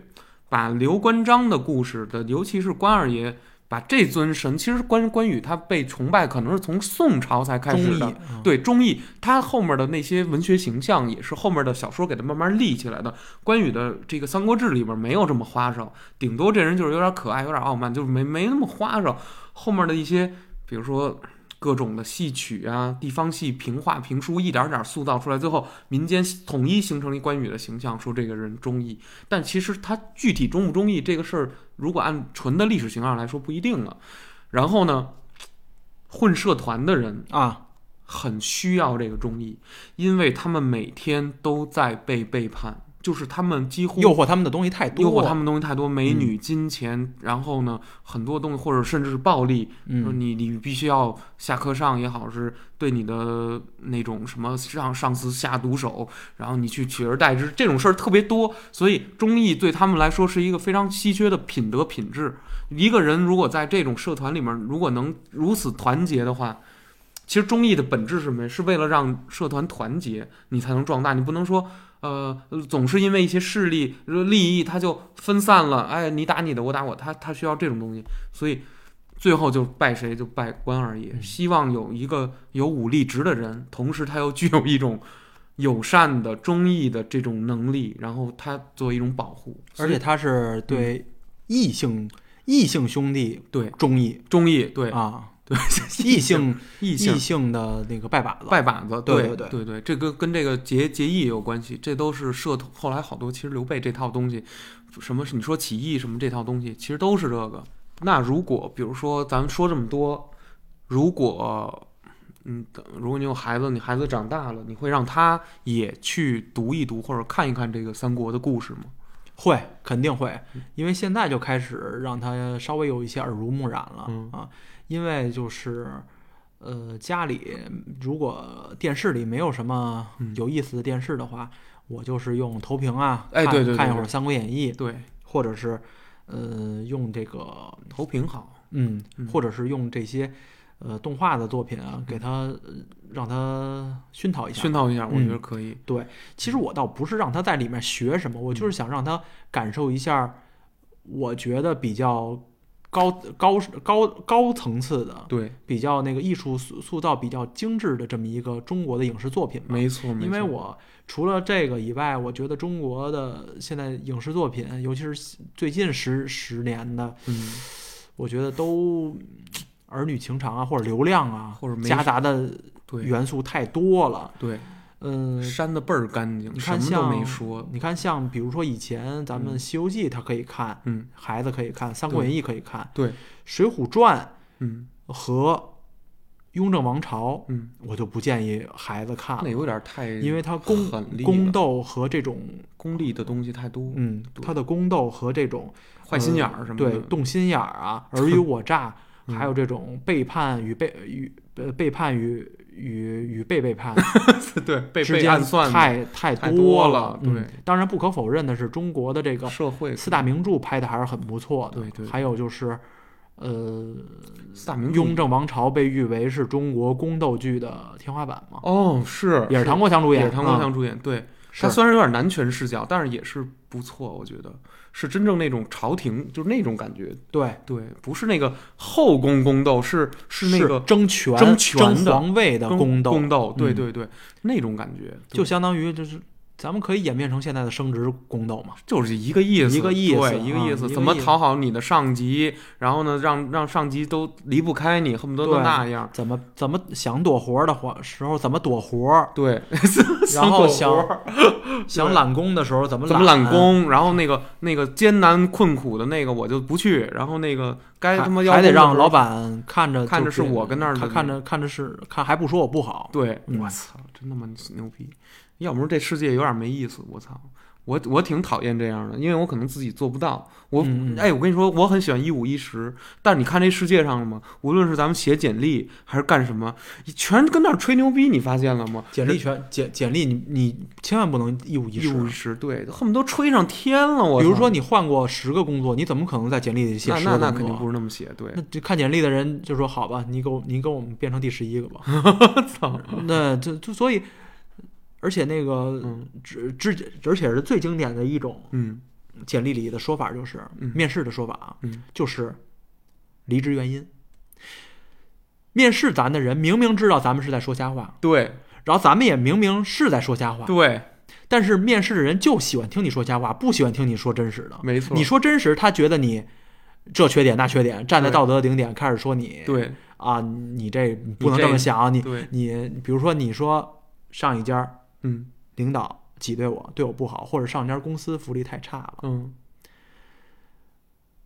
A: 把刘关张的故事的，尤其是关二爷，把这尊神，其实关关羽他被崇拜可能是从宋朝才开
B: 中
A: 始
B: 意
A: 的。
B: 啊
A: 对忠义，他后面的那些文学形象也是后面的小说给他慢慢立起来的。关羽的这个《三国志》里边没有这么花哨，顶多这人就是有点可爱，有点傲慢，就是没没那么花哨。后面的一些，比如说各种的戏曲啊、地方戏、评话、评书，一点点塑造出来，最后民间统一形成一关羽的形象，说这个人忠义。但其实他具体忠不忠义这个事儿，如果按纯的历史形象来说不一定了。然后呢，混社团的人
B: 啊，
A: 很需要这个忠义，因为他们每天都在被背叛，就是他们几乎
B: 诱惑他们的东西太多，
A: 诱惑他们东西太多，美女、金钱，然后呢，很多东西或者甚至是暴力，说
B: 嗯
A: 你你必须要下课上也好，是对你的那种什么上上司下毒手，然后你去取而代之，这种事儿特别多，所以忠义对他们来说是一个非常稀缺的品德品质。一个人如果在这种社团里面，如果能如此团结的话，其实忠义的本质是什么呀？是为了让社团团结，你才能壮大。你不能说，呃，总是因为一些势力呃利益，他就分散了。哎，你打你的，我打我，他他需要这种东西。所以最后就拜谁就拜关二
B: 嗯
A: 爷，希望有一个有武力值的人，同时他又具有一种友善的、忠义的这种能力，然后他作为一种保护，
B: 而且他
A: 嗯
B: 是对异性异性兄弟
A: 对
B: 忠义
A: 忠义对
B: 啊，
A: 对
B: 异性
A: 异
B: 异
A: 性
B: 性的那个拜把子，
A: 拜把子，
B: 对
A: 对
B: 对对
A: 对这个跟这个结结义也有关系，这都是社头后来好多其实刘备这套东西，什么是你说起义什么这套东西，其实都是这个。那如果比如说咱们说这么多，如果嗯，等如果你有孩子，你孩子长大了，你会让他也去读一读或者看一看这个三国的故事吗？
B: 会肯定会，
A: 嗯
B: 因为现在就开始让他稍微有一些耳濡目染了、
A: 嗯
B: 啊，因为就是。呃，家里如果电视里没有什么
A: 嗯
B: 有意思的电视的话，我就是用投屏啊，
A: 哎
B: 看
A: 对对对
B: 看一
A: 对
B: 会儿《三国演义》，
A: 对，
B: 或者是呃用这个
A: 投屏好，
B: 嗯
A: 嗯，
B: 或者是用这些呃动画的作品啊，给他呃让他熏陶一下
A: 熏。陶一下，我
B: 嗯
A: 觉得可以。
B: 其实我倒不是让他在里面学什么，我就是
A: 嗯
B: 想让他感受一下，我觉得比较高高高高层次的、
A: 对，
B: 比较那个艺术塑塑造比较精致的这么一个中国的影视作品吧。
A: 没错，没错。
B: 因为我除了这个以外，我觉得中国的现在影视作品，尤其是最近十十年的，
A: 嗯，
B: 我觉得都嗯儿女情长啊，或者流量啊，
A: 或者没
B: 夹杂的
A: 对
B: 元素太多了。
A: 对，
B: 嗯，
A: 删的倍儿干净，
B: 你
A: 什
B: 看
A: 么
B: 像
A: 都没说。
B: 你看像比如说以前咱
A: 嗯
B: 们《西游记》，它可以看，
A: 嗯
B: 孩子可以看，《三国演义》可以看，
A: 对
B: 《水浒传
A: 嗯》
B: 和《雍正王朝》，
A: 嗯，
B: 我就不建议孩子看
A: 那
B: 了，
A: 有点太，
B: 因为它宫
A: 很厉害
B: 宫斗和这种
A: 功利的东西太多，
B: 嗯，
A: 对
B: 它的宫斗和这种
A: 坏心眼儿什么的。
B: 对，动心眼儿啊， 尔虞我诈，
A: 嗯
B: 还有这种背叛与背与呃背叛与与与被背叛
A: 对 对，被
B: 之
A: 被
B: 间
A: 暗算的
B: 太太
A: 太
B: 多
A: 多了
B: 嗯
A: 对
B: 当然不可否认的是，中国的这个
A: 社会
B: 四大名著拍的还是很不错的。
A: 嗯对对
B: 还有就是，呃，
A: 四大名著
B: 雍正王朝被誉为是中国宫斗剧的天花板嘛，
A: 哦是
B: 也是唐国强主
A: 也
B: 演，
A: 是唐国
B: 嗯
A: 强主演，对
B: 是
A: 他虽然有点男权视角，但是也是不错，我觉得是真正那种朝廷就是那种感觉，
B: 对
A: 对，不是那个后宫宫斗，是是那个
B: 争权
A: 争权
B: 争
A: 的
B: 皇位的
A: 宫
B: 斗，
A: 斗，对
B: 嗯
A: 对对，那种感觉
B: 就
A: 对
B: 相当于就是咱们可以演变成现在的升职宫斗嘛。
A: 就是一个意思，
B: 一个意思
A: 对，一个
B: 啊
A: 意
B: 一
A: 思，
B: 个
A: 怎么
B: 意思
A: 讨好你的上级，然后呢，让让上级都离不开你，恨不得都
B: 对
A: 那样，
B: 怎么怎么想躲活儿的活时候怎么躲活 儿，
A: 对，
B: 然后
A: 想
B: 想想揽功的时候怎么
A: 怎么揽，功，然后那个那个艰难困苦的那个我就不去，然后那个该
B: 还
A: 他妈要
B: 还得
A: 工的
B: 让
A: 时
B: 老
A: 候
B: 板看着就
A: 看着是
B: 别
A: 我跟那儿
B: 看
A: 就
B: 看着看着是看还不说我不好，
A: 对，
B: 嗯
A: 我操，真他妈牛逼！要不是这世界有点没意思，我操，我我挺讨厌这样的，因为我可能自己做不到。我、
B: 嗯嗯
A: 哎，我跟你说，我很喜欢一五一十，但你看这世界上了吗？无论是咱们写简历还是干什么，全跟那儿吹牛逼，你发现了吗？呃
B: 简历全简简历你你千万不能一五一
A: 一
B: 十。啊
A: 五一十，对，恨不得吹上天了。我
B: 比如
A: 操
B: 说你换过十个工作，你怎么可能在简历里写
A: 那
B: 十
A: 那
B: 个
A: 那
B: 工
A: 肯定
B: 作啊
A: 不是那么写，对
B: 那，这看简历的人就说：“好吧，你给我，你给我们变成第十一个吧。
A: 操，”
B: 那就就所以，而且那个
A: 嗯
B: 之之，而且是最经典的一种
A: 嗯
B: 简历里的说法就是，
A: 嗯
B: 面试的说法啊，
A: 嗯
B: 就是离职原因。面试咱的人明明知道咱们是在说瞎话，
A: 对
B: 然后咱们也明明是在说瞎话，
A: 对，
B: 但是面试的人就喜欢听你说瞎话，不喜欢听你说真实的。
A: 没错，
B: 你说真实，他觉得你这缺点那缺点，站在
A: 对
B: 道德的顶点开始说你，
A: 对
B: 啊，你这不能这么想，你
A: 对，
B: 你比如说你说上一家
A: 嗯
B: 领导挤兑我，对我不好，或者上一家公司福利太差了，
A: 嗯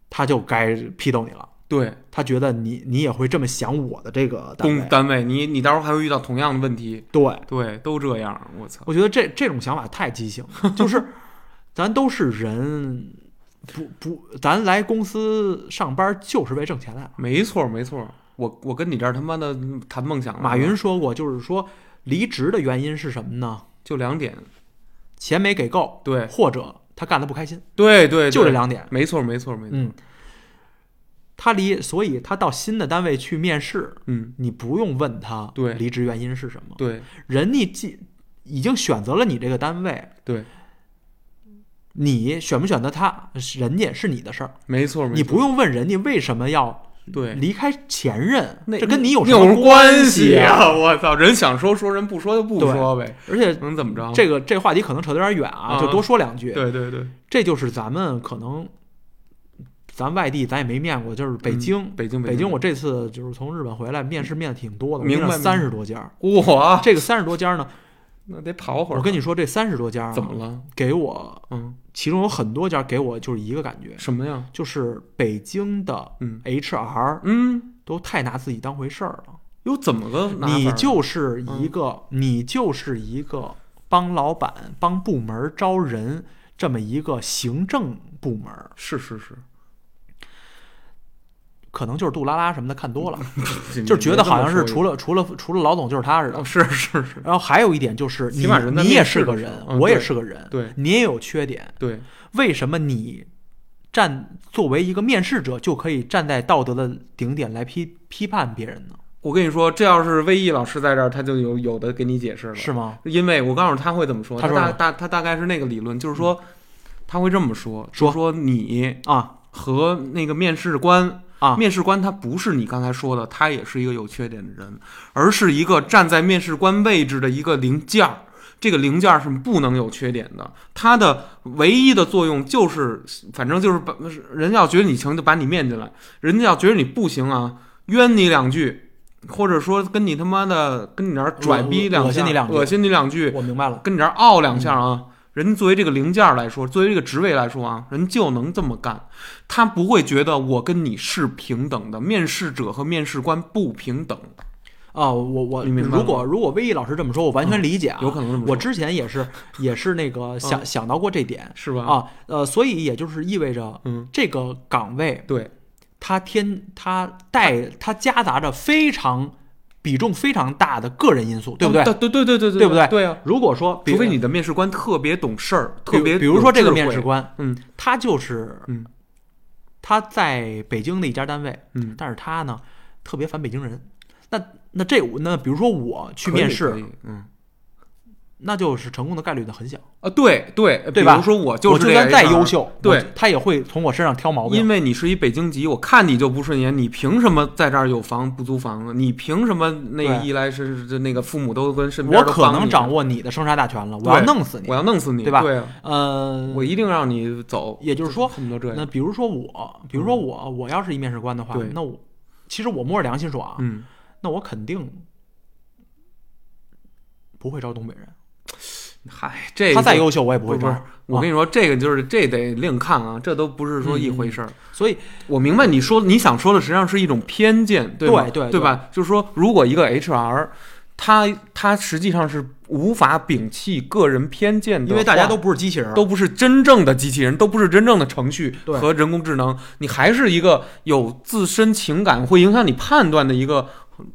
B: 他就该批斗你了。
A: 对，
B: 他觉得你你也会这么想我的这个单
A: 公
B: 位，
A: 单位，你你到时候还会遇到同样的问题。
B: 对，
A: 对，都这样，我操，
B: 我觉得这这种想法太畸形了，就是 咱都是人，不不，咱来公司上班就是为挣钱来了。
A: 没错没错，我我跟你这儿他妈的谈梦想了，
B: 马云说过，就是说离职的原因是什么呢？
A: 就两点，
B: 钱没给够，
A: 对
B: 或者他干的不开心，
A: 对对，
B: 就这
A: 对，
B: 两点。
A: 没错没错没错，
B: 嗯，他离，所以他到新的单位去面试，
A: 嗯，
B: 你不用问他
A: 对
B: 离职原因是什么，
A: 对
B: 人家既已经选择了你这个单位，
A: 对，
B: 你选不选择他，人家是你的事儿，
A: 没错没错，
B: 你不用问人家为什么要
A: 对，
B: 离开前任，
A: 那
B: 这跟你有什
A: 有
B: 么
A: 关
B: 系
A: 啊？我操，人想说说，人不说就不
B: 对
A: 说呗，
B: 而且
A: 能怎么着？
B: 这个这话题可能扯得有点远啊，
A: 啊
B: 就多说两句。
A: 对对对，
B: 这就是咱们可能，咱外地咱也没面过，就是北京。
A: 嗯北京
B: 北
A: 京
B: 京，，我这次就是从日本回来，面试面的挺多的，
A: 明白
B: 三十多家儿。
A: 我
B: 这个三十多家儿 呢，
A: 那得跑会儿。
B: 我跟你说，这三十多家儿啊
A: 怎么了？
B: 给我，
A: 嗯，
B: 其中有很多家儿给我就是一个感觉，
A: 什么呀？
B: 就是北京的
A: 嗯
B: HR
A: 嗯，
B: 都太拿自己当回事儿了。
A: 又怎么个拿法儿？嗯
B: 你就是一个，你就是一个帮老板、帮部门招人这么一个行政部门，
A: 是是是，
B: 可能就是杜拉拉什么的看多了，
A: 嗯你
B: 就是觉得好像是
A: 别这
B: 除
A: 么
B: 了除了除了老总就是他似
A: 说
B: 的。
A: 是是是，
B: 然后还有一点就是你，
A: 起码人在
B: 你也
A: 面试
B: 是个
A: 的时
B: 人，
A: 候嗯
B: 我也
A: 对
B: 是个人，
A: 对
B: 你也有缺点。
A: 对，
B: 为什么你站作为一个面试者就可以站在道德的顶点来批批判别人呢？
A: 我跟你说，这要是魏毅老师在这儿，他就有有的给你解释了。
B: 是吗？
A: 因为我告诉他会怎么说，
B: 他
A: 他
B: 说什
A: 大
B: 么嗯
A: 大他大概是那个理论，就是说他会这么说，
B: 说
A: 就说你
B: 啊
A: 和那个面试官
B: 啊
A: 面试官他不是你刚才说的，他也是一个有缺点的人，而是一个站在面试官位置的一个零件儿。这个零件儿是不能有缺点的，它的唯一的作用就是，反正就是把人家要觉得你行就把你面进来，人家要觉得你不行啊，冤你两句，或者说跟你他妈的跟你那儿拽逼两下，
B: 恶心你两句
A: 恶心你两句，
B: 我明白了。
A: 跟你这儿拗两下啊，
B: 嗯
A: 人作为这个零件儿来说，作为这个职位来说啊，人就能这么干，他不会觉得我跟你是平等的，面试者和面试官不平等，
B: 啊，我我
A: 你明白吗
B: 如果如果魏毅老师这么说，我完全理解啊，
A: 有可能这么说，嗯
B: 我之前也 是也是那个想、想到过这点
A: 是吧？，
B: 啊，呃，所以也就是意味着
A: 嗯，
B: 这个岗位
A: 对，
B: 它添它带它夹杂着非常比重非常大的个人因素，对不对？
A: 对对对对对
B: 对不对
A: 对啊，
B: 如果说比
A: 嗯除非你的面试官特别懂事儿，
B: 比
A: 特别
B: 比如说这个
A: 有智慧
B: 面试，官，
A: 嗯
B: 他就是
A: 嗯
B: 他在北京的一家单位，
A: 嗯，
B: 但是他呢特别烦北京人，那那这我那比如说我去
A: 可以
B: 面
A: 可以
B: 试，
A: 嗯。
B: 那就是成功的概率呢很小。
A: 啊，对对，
B: 对
A: 比
B: 吧
A: 如说我
B: 我
A: 就是
B: 就
A: 这样
B: 算再优秀，
A: 对
B: 我，他也会从我身上挑毛病。
A: 因为你是一北京籍，我看你就不顺眼，你凭什么在这儿有房不租房啊？你凭什么那个
B: 对
A: 一来是是那个父母都跟身边
B: 我
A: 都
B: 可
A: 帮
B: 能
A: 你
B: 掌，握你的生杀大权了，我要
A: 对
B: 弄死你
A: 我。要弄死你，
B: 对吧
A: 对啊，
B: 呃，
A: 我一定让你走。
B: 也就是说，
A: 恨不得这
B: 那
A: 样。嗯
B: 比如说我，比如说我，我要是一面试官的话
A: 对，
B: 那我其实我摸着良心说啊，
A: 嗯，
B: 那我肯定不会招东北人。
A: 嗨，这个
B: 他再优秀，我也不
A: 不
B: 会
A: 哎是不啊是
B: 招。，
A: 我跟你说，这个就是这得另看啊，这都不是说一回事儿。
B: 所以
A: 我明白你说你想说的实际上是一种偏见，对吧
B: 对对
A: 对吧？就是说，如果一个 HR，他他实际上是无法摒弃个人偏见的话，
B: 因为大家都不是机器人，
A: 都不是真正的机器人，都不是真正的程序
B: 对
A: 和人工智能，你还是一个有自身情感会影响你判断的一个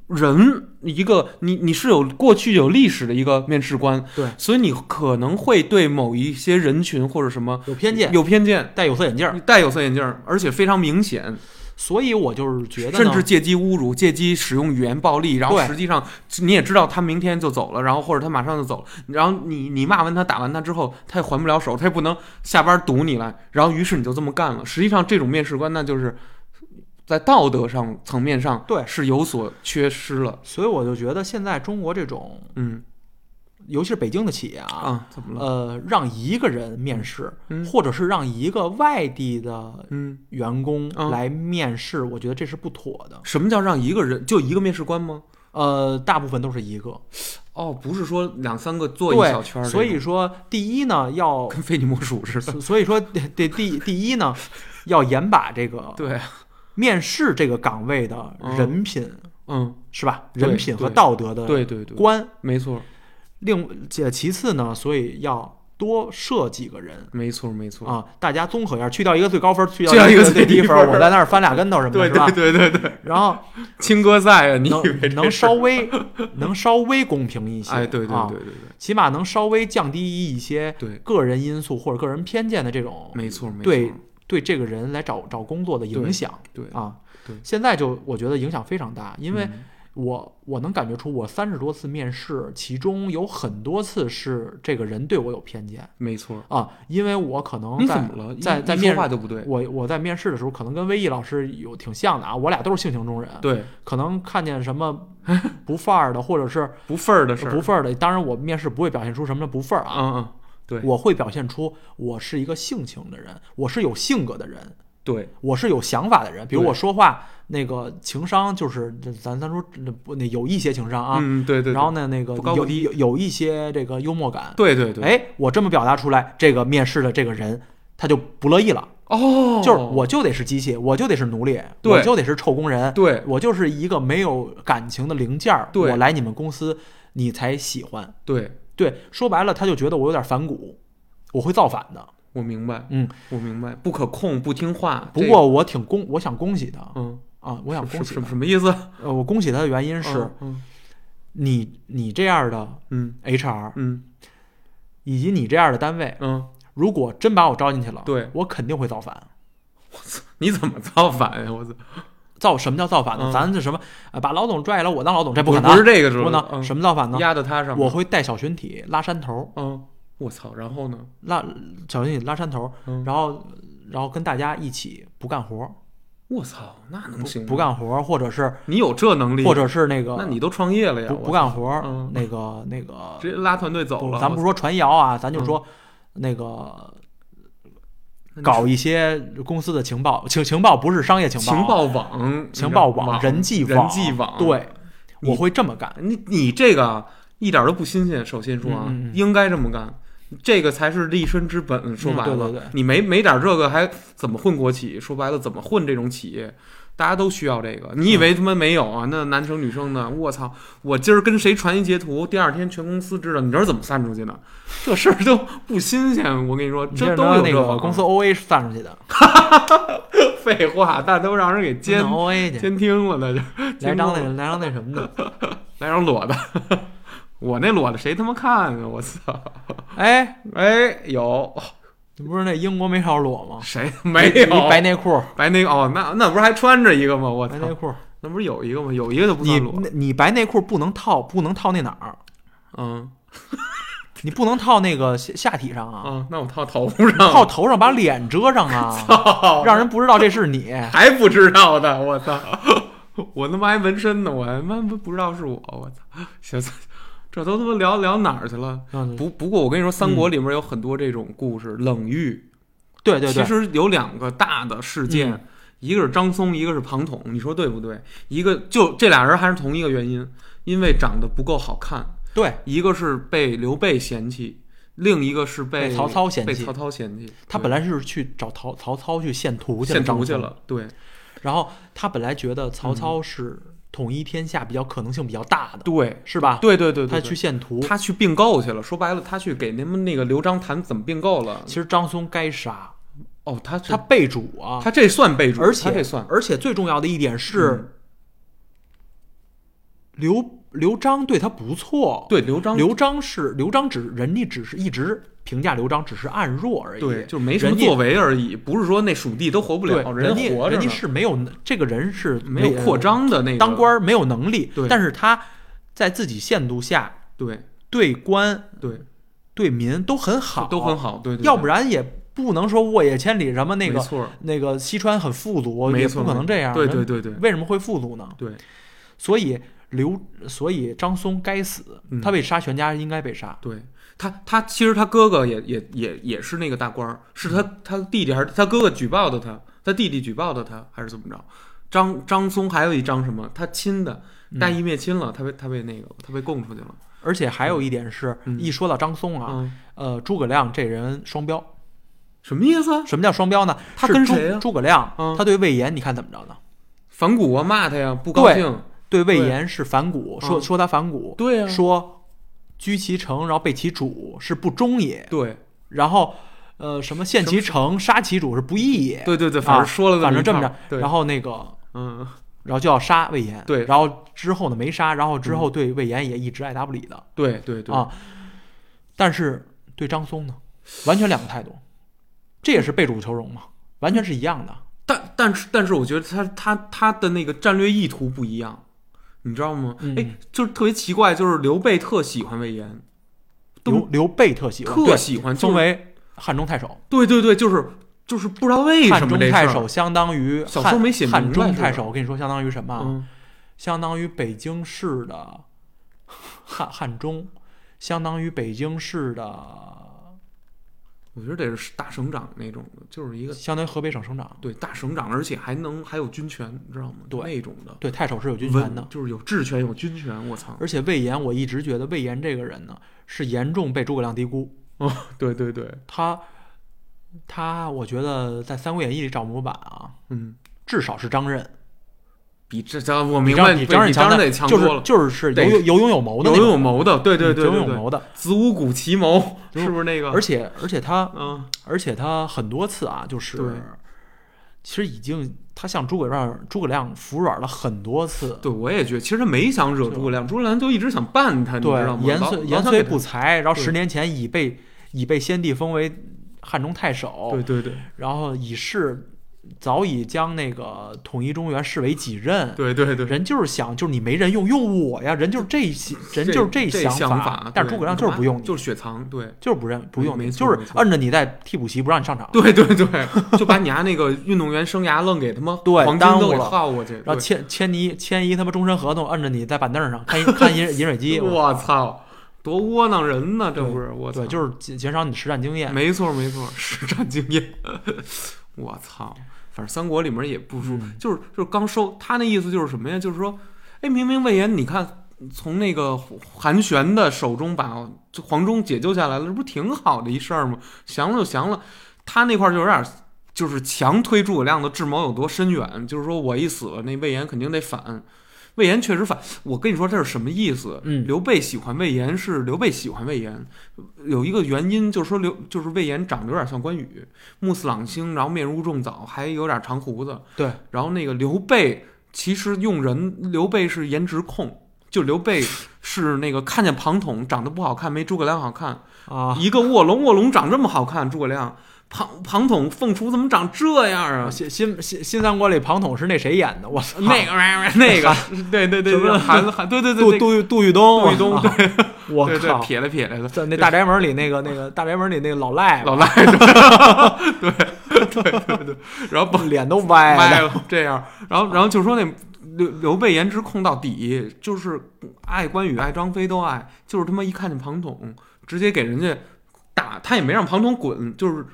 A: 人，一个你你是有过去有历史的一个面试官，
B: 对
A: 所以你可能会对某一些人群或者什么
B: 有偏见，
A: 有偏见，
B: 戴有色眼镜儿。
A: 你戴有色眼镜儿，而且非常明显，
B: 所以我就是觉得呢，
A: 甚至借机侮辱、借机使用语言暴力，然后
B: 对
A: 实际上你也知道他明天就走了，然后或者他马上就走了，然后你你骂完他、打完他之后，他也还不了手，他也不能下班堵你来，然后于是你就这么干了。实际上，这种面试官那就是在道德上层面上
B: 对啊
A: 是有所缺失了。
B: 所以我就觉得现在中国这种，
A: 嗯
B: 尤其是北京的企业啊，
A: 啊，怎么了？
B: 呃，让一个人面试，
A: 嗯
B: 或者是让一个外地的
A: 嗯，
B: 员工
A: 嗯
B: 来面试，我觉得这是不妥的。
A: 什么叫让一个人就一个面试官吗？
B: 呃，大部分都是一个，
A: 哦，不是说两三个做一小圈
B: 对，
A: 儿这种，
B: 所以说第一呢要，
A: 跟非你莫属似的。
B: 所所以说 第第第一呢 要严把这个
A: 对，
B: 面试这个岗位的人品、
A: 嗯，
B: 是吧？
A: 对
B: 人品和
A: 对
B: 道德的
A: 对对对，
B: 观。
A: 没错，
B: 另且其次呢，所以要多设几个人。
A: 没错，没错。
B: 啊，大家综合一下，去掉一个最高分，去
A: 去掉
B: 一
A: 一个
B: 最
A: 最低
B: 分，
A: 分
B: 我在那儿翻俩跟头什么的，
A: 对
B: 是吧
A: 对？对对对，
B: 然 后
A: 青歌赛啊，你以为
B: 能能稍微能稍微公平一 些，
A: 哎，对对
B: 啊
A: 对对对，
B: 起码能稍微降低一些
A: 对
B: 个人因素或者个人偏见的这种
A: 没错没错，
B: 对对这个人来找找工作的影响
A: 对，
B: 啊
A: 对。
B: 现在就我觉得影响非常大，因为
A: 嗯
B: 我我能感觉出我三十多次面试，其中有很多次是这个人对我有偏见
A: 没错。
B: 啊，因为我可能
A: 你
B: 在
A: 怎么了？
B: 在
A: 一
B: 在
A: 一
B: 面
A: 说话就不对，
B: 我我在面试的时候，可能跟威毅老师有挺像的啊，我俩都是性情中人，
A: 对，
B: 可能看见什么 不范儿的，或者是
A: 不份儿的事儿，
B: 不份儿的，当然我面试不会表现出什么不份儿啊，
A: 嗯嗯，对
B: 我会表现出我是一个性情的人，我是有性格的人，
A: 对，
B: 我是有想法的人。比如
A: 对
B: 我说话那个情商，就是咱咱说那不那有一些情商啊，
A: 嗯对对，对
B: 然后呢那个
A: 不高不
B: 有
A: 低
B: 有有一些这个幽默感。
A: 对对对，
B: 哎，我这么表达出来，这个面试的这个人他就不乐意了，
A: 哦，
B: 就是我就得是机器，我就得是奴隶，
A: 对
B: 我就得是臭工人，
A: 对
B: 我就是一个没有感情的零件儿，
A: 对
B: 我来你们公司你才喜欢。
A: 对，
B: 对，说白了，他就觉得我有点反骨，我会造反的。
A: 我明白，
B: 嗯，
A: 我明白，不可控，不听话，
B: 不
A: 这
B: 过我挺恭，我想恭喜他
A: 嗯，
B: 啊，我想
A: 是
B: 恭喜
A: 什
B: 他
A: 么。什么意思？
B: 呃，我恭喜他的原因是
A: 嗯
B: 你你这样的
A: 嗯
B: HR
A: 嗯
B: 以及你这样的单位，
A: 嗯，
B: 如果真把我招进去了，
A: 对
B: 我肯定会造反。
A: 你怎么造反呀？我操，
B: 造什么叫造反呢？
A: 嗯
B: 咱这什么啊，把老总拽来我当老总，这
A: 不
B: 可能
A: 不是这个是
B: 不
A: 吧？
B: 可能。
A: 嗯
B: 什么造反呢？
A: 压到他上面，
B: 我会带小群体拉山头，
A: 嗯，我操，然后呢？
B: 拉小群体拉山头，
A: 嗯，
B: 然后然后跟大家一起不干活，
A: 我操，那能行吗？
B: 不不干活，或者是
A: 你有这能力，
B: 或者是那个
A: 嗯那你都创业了呀？
B: 不
A: 我
B: 不干活，
A: 嗯
B: 那个那个
A: 直接拉团队走
B: 不，
A: 了。
B: 咱不
A: 我嗯
B: 说传谣啊，咱就说那个搞一些公司的情报，情情报不是商业情
A: 情
B: 报啊，情
A: 报网、
B: 情报网、
A: 网、
B: 人际
A: 人
B: 网、
A: 际网。，
B: 对，
A: 你
B: 我会这么干。
A: 你你这个一点都不新鲜。首先说啊，
B: 嗯嗯嗯
A: 应该这么干，这个才是立身之本。说白了，
B: 嗯对对对
A: 你没没点这个还怎么混国企？说白了，怎么混这种企业？大家都需要这个，你以为他妈没有啊？那男生女生呢？我操！我今儿跟谁传一截图，第二天全公司知道，你这是怎么散出去的？这事儿就不新鲜。我跟你说，
B: 你
A: 这
B: 知
A: 都
B: 道
A: 有
B: 那
A: 这
B: 个
A: 网
B: 公司 OA 是散出去的，
A: 废话，但都让人给监
B: 弄 OA 去，
A: 监听了，那就
B: 来
A: 监
B: 张
A: 控
B: 那来张那什么的。
A: 来张裸的， 我那裸的谁他妈看啊！我操！
B: 哎，
A: 哎，有
B: 你不是那英国没少裸吗？
A: 谁没
B: 一
A: 有
B: 白内裤，
A: 白内哦，那那不是还穿着一个吗？我
B: 白内
A: 操，
B: 裤，
A: 那不是有一个吗？有一个就不
B: 你
A: 算裸，
B: 你白内裤不能套，不能套那哪儿？
A: 嗯
B: 你不能套那个下下体上啊，
A: 啊，那我套头上，
B: 套头上把脸遮 上啊，
A: 套
B: 让人不知道这 是你。
A: 还不知道呢，我操！ 我他妈还纹身呢，我他妈不知道是我，我操！行，这都他妈聊聊哪儿去了？嗯
B: 嗯，
A: 不不过我跟你说，三国里面有很多这种故事，冷遇。
B: 对对对，
A: 其实有两个大的事件，
B: 嗯
A: 一个是张松，一个是庞统，你说对不对？一个就这俩人还是同一个原因，因为长得不够好看，
B: 对
A: 一个是被刘备嫌弃，另一个是被
B: 被曹操嫌弃
A: 被曹操嫌弃。
B: 他本
A: 来
B: 来是去找曹曹操去献图去了，
A: 献
B: 张
A: 图
B: 松
A: 去。了，对
B: 然后他本来觉得曹操是统一天下比较可能性比较大的，
A: 对
B: 是吧？
A: 对对对对，
B: 他
A: 对
B: 去献图，
A: 他去并购去了，说白了，他去给他们那个刘璋谈怎么并购了
B: 其。实张松该杀，
A: 哦，他是
B: 他被主啊，
A: 他这算备注，
B: 而
A: 嗯
B: 且
A: 他这算嗯
B: 而且最重要的一点是，刘刘璋对他不错，
A: 对刘璋
B: 刘璋是刘璋只人家只是一直评价刘璋只是暗弱而已，
A: 对就是没什么
B: 人家
A: 作为而已，不是说那属地都活不
B: 对
A: 了，，
B: 人
A: 家活着
B: 人
A: 呢
B: 家是没有这个人是
A: 没有扩张的那个
B: 当官儿没有能力，
A: 对
B: 但是他在自己限度下
A: 对
B: 对官
A: 对，
B: 对民都很好，
A: 都很，好，对对，对
B: 要不然也不能说沃野千里什么那
A: 没
B: 个
A: 错儿，
B: 那个西川很富足，
A: 没
B: 也
A: 错
B: 不
A: 儿，
B: 可能这样。
A: 对
B: 人
A: 对对对
B: 为什么会富足呢？
A: 对，
B: 所以刘，所以张松该死，
A: 嗯
B: 他被杀，全家应该被杀。
A: 对他他其实他哥哥也也也也是那个大官儿，是他
B: 嗯
A: 他弟弟还是他哥哥举报的他，他弟弟举报的他还是怎么着？张张松还有一张什么？他亲的
B: 嗯
A: 大义灭亲了，他被他被那个他被供出去了。
B: 而且还有一点是，
A: 嗯
B: 一说到张松啊，
A: 嗯，
B: 呃，诸葛亮这人双标。
A: 什么意思啊？
B: 什么叫双标呢？
A: 他
B: 是
A: 跟
B: 诸
A: 谁啊
B: 诸葛亮
A: 嗯，
B: 他对魏延，你看怎么着呢？
A: 反骨啊，骂他呀，不高兴。
B: 对魏
A: 对
B: 延是反骨，说
A: 嗯
B: 说他反骨，
A: 对啊，
B: 说居其城，然后被其主是不忠也，
A: 对
B: 然后呃什么陷其城，杀其主是不义也，
A: 对对对，反
B: 啊
A: 正说了
B: 反正这么
A: 么一
B: 着
A: 套，对，
B: 然后那个
A: 嗯，
B: 然后就要杀魏延，
A: 对嗯
B: 然后之后呢没杀，然后之后对魏延也一直爱答不理的
A: 对对对，
B: 啊，但是对张松呢，完全两个态度，这也是背主求荣嘛，完全是一样的，
A: 但但是但是，我觉得他他他的那个战略意图不一样。你知道吗？哎、
C: 嗯
A: 就是特别奇怪，就是刘备特喜欢魏延，
B: 刘
A: 都
B: 刘备特喜欢，
A: 特
B: 对
A: 喜欢，就
B: 封
A: 是
B: 为汉中太守。
A: 对对对，就是就是不知道为
B: 汉
A: 什么
B: 中
A: 这事
B: 太
A: 儿
B: 守相当于
A: 小
B: 汉
A: 说没写明白
B: 汉中
A: 这个
B: 太守，我跟你说相当于什么啊？
A: 嗯
B: 相当于北京市的汉汉中，相当于北京市的，
A: 我觉得得是大省长那种的，就是一个
B: 相当于河北省省长。
A: 对大省长，而且还能还有军权，你知道吗？
B: 对
A: 那种的
B: 对，太守是有军权
A: 文
B: 的。
A: 就是有治权有军权，我 操！
B: 而且魏延，我一直觉得魏延这个人呢，是严重被诸葛亮低估。
A: 对对对，
B: 他，他，我觉得在《三国演义》里找模板啊，
A: 嗯，
B: 至少是张任。
A: 比这这我
B: 比
A: 明白，
B: 张
A: 比
B: 比张任
A: 张
B: 的
A: 得强
B: 就
A: 多
B: 是
A: 了，
B: 就是是有
A: 得
B: 有有勇有谋的
A: 有
B: 那
A: 勇
B: 种
A: 有谋的，对对
B: 人
A: 对
B: 有
A: 对
B: 勇有
A: 对，
B: 谋的。
A: 子午谷奇谋
B: 有
A: 是不是那个？
B: 而且而且他
A: 嗯，
B: 而且他很多次啊，就
A: 对
B: 是其实已经他向诸葛亮诸葛亮服软了很多次，
A: 对，我也觉得，其实他没想惹诸葛亮，诸葛亮就一直想办他，你知道吗？
B: 严
A: 老
B: 虽
A: 老
B: 严
A: 想
B: 虽
A: 给他
B: 不才，然后
A: 对
B: 十年前已被已被先帝封为汉中太守
A: 对，对对
B: 然后已是早已将那个统一中原视为己任。
A: 对对对，
B: 人就是想，就是你没人用，用我呀！人就是这些，人
A: 这
B: 就是
A: 这
B: 想
A: 想
B: 但是
A: 对
B: 诸葛亮
A: 你
B: 就是
A: 干
B: 不
A: 嘛
B: 用你，
A: 就是雪藏，对。
B: 就是不认不用
A: 没
B: 你，
A: 错
B: 就
A: 没
B: 是
A: 错
B: 摁着你在替补席不让你上场。
A: 对对对，就把你家那个运动员生涯愣给他妈
B: 对
A: 黄金
B: 耽
A: 都
B: 误
A: 给
B: 了
A: 耗过去，
B: 然后签签一签一他妈终身合同，摁着你在板凳 上看一看饮饮水机
A: 对，我操，多窝囊人呢，这不是我操
B: 对，，就是减减少你的实战经验。
A: 没错没错，实战经验，我操，反正三国里面也不输，
B: 嗯
A: 就是就是刚收他那意思就是什么呀？就是说，哎，明明魏延，你看从那个韩玄的手中把这黄忠解救下来了，这不挺好的一事儿吗？降了就降了，他那块儿就有点儿。就是强推诸葛亮的智谋有多深远，就是说我一死了，那魏延肯定得反。魏延确实反，我跟你说这是什么意思？
B: 嗯
A: 刘备喜欢魏延是刘备喜欢魏延，有一个原因就是说刘就是魏延长得有点像关羽，目似朗星，然后面如重枣，还有点长胡子。
B: 对，
A: 然后那个刘备其实用人，刘备是颜值控。就刘备是那个看见庞统长得不好看，没诸葛亮好看。
B: 啊，
A: 一个卧龙，卧龙长这么好看，诸葛亮，庞庞统凤雏怎么长这样啊？
B: 新新新新三国里庞统是那谁演的？我操，
A: 那个 那个，对对对
B: 什么
A: 对，孩子，孩对对
B: 杜
A: 对，
B: 杜玉杜玉东，
A: 杜玉东
B: 我操，我
A: 对对，
B: 靠，
A: 撇了撇了的，
B: 在那大宅门里那个那个大宅门里那个老赖，
A: 老赖， 对对对对 对，然后把
B: 脸都歪
A: 卖
B: 了。
A: 了哎这样，然后然后就说那刘刘备颜值控到底，就是爱关羽爱张飞都爱，就是他妈一看见庞统，直接给人家打，他也没让庞统滚，就是。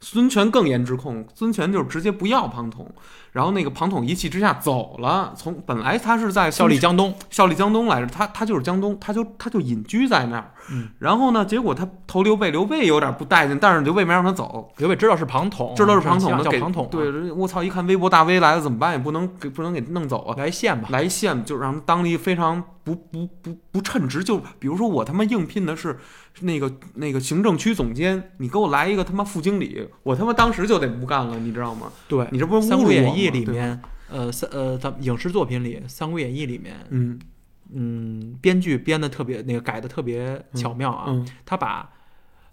A: 孙权更颜值控，孙权就是直接不要庞统，然后那个庞统一气之下走了。从本来他是在
B: 效
A: 孙
B: 力江东，
A: 效力江东来着，他他就是江东，他就他就隐居在那儿。
B: 嗯
A: 然后呢，结果他投刘备，刘备有点不待见，但是刘备没让他走，
B: 刘备知道是庞统，
A: 这都是庞统的
B: 哦叫
A: 给
B: 庞统，啊
A: 对，，人我操！一看微博大 V 来了，怎么办？也不能给不能给弄走啊。
B: 来献吧，
A: 来线就让他当了一非常不不不不称职，就比如说我他妈应聘的是那个那个行政区总监，你给我来一个他妈副经理，我他妈当时就得不干了，你知道吗？
B: 对，
A: 你这不
B: 《
A: 是侮
B: 三
A: 辱
B: 国
A: 我
B: 演
A: 吗？
B: 义》里
A: 对吧，
B: 面，呃，三呃，咱们影视作品里，《三国演义》里面，
A: 嗯
B: 嗯，编剧编的特别那个改的特别巧妙啊，
A: 嗯，
B: 他把，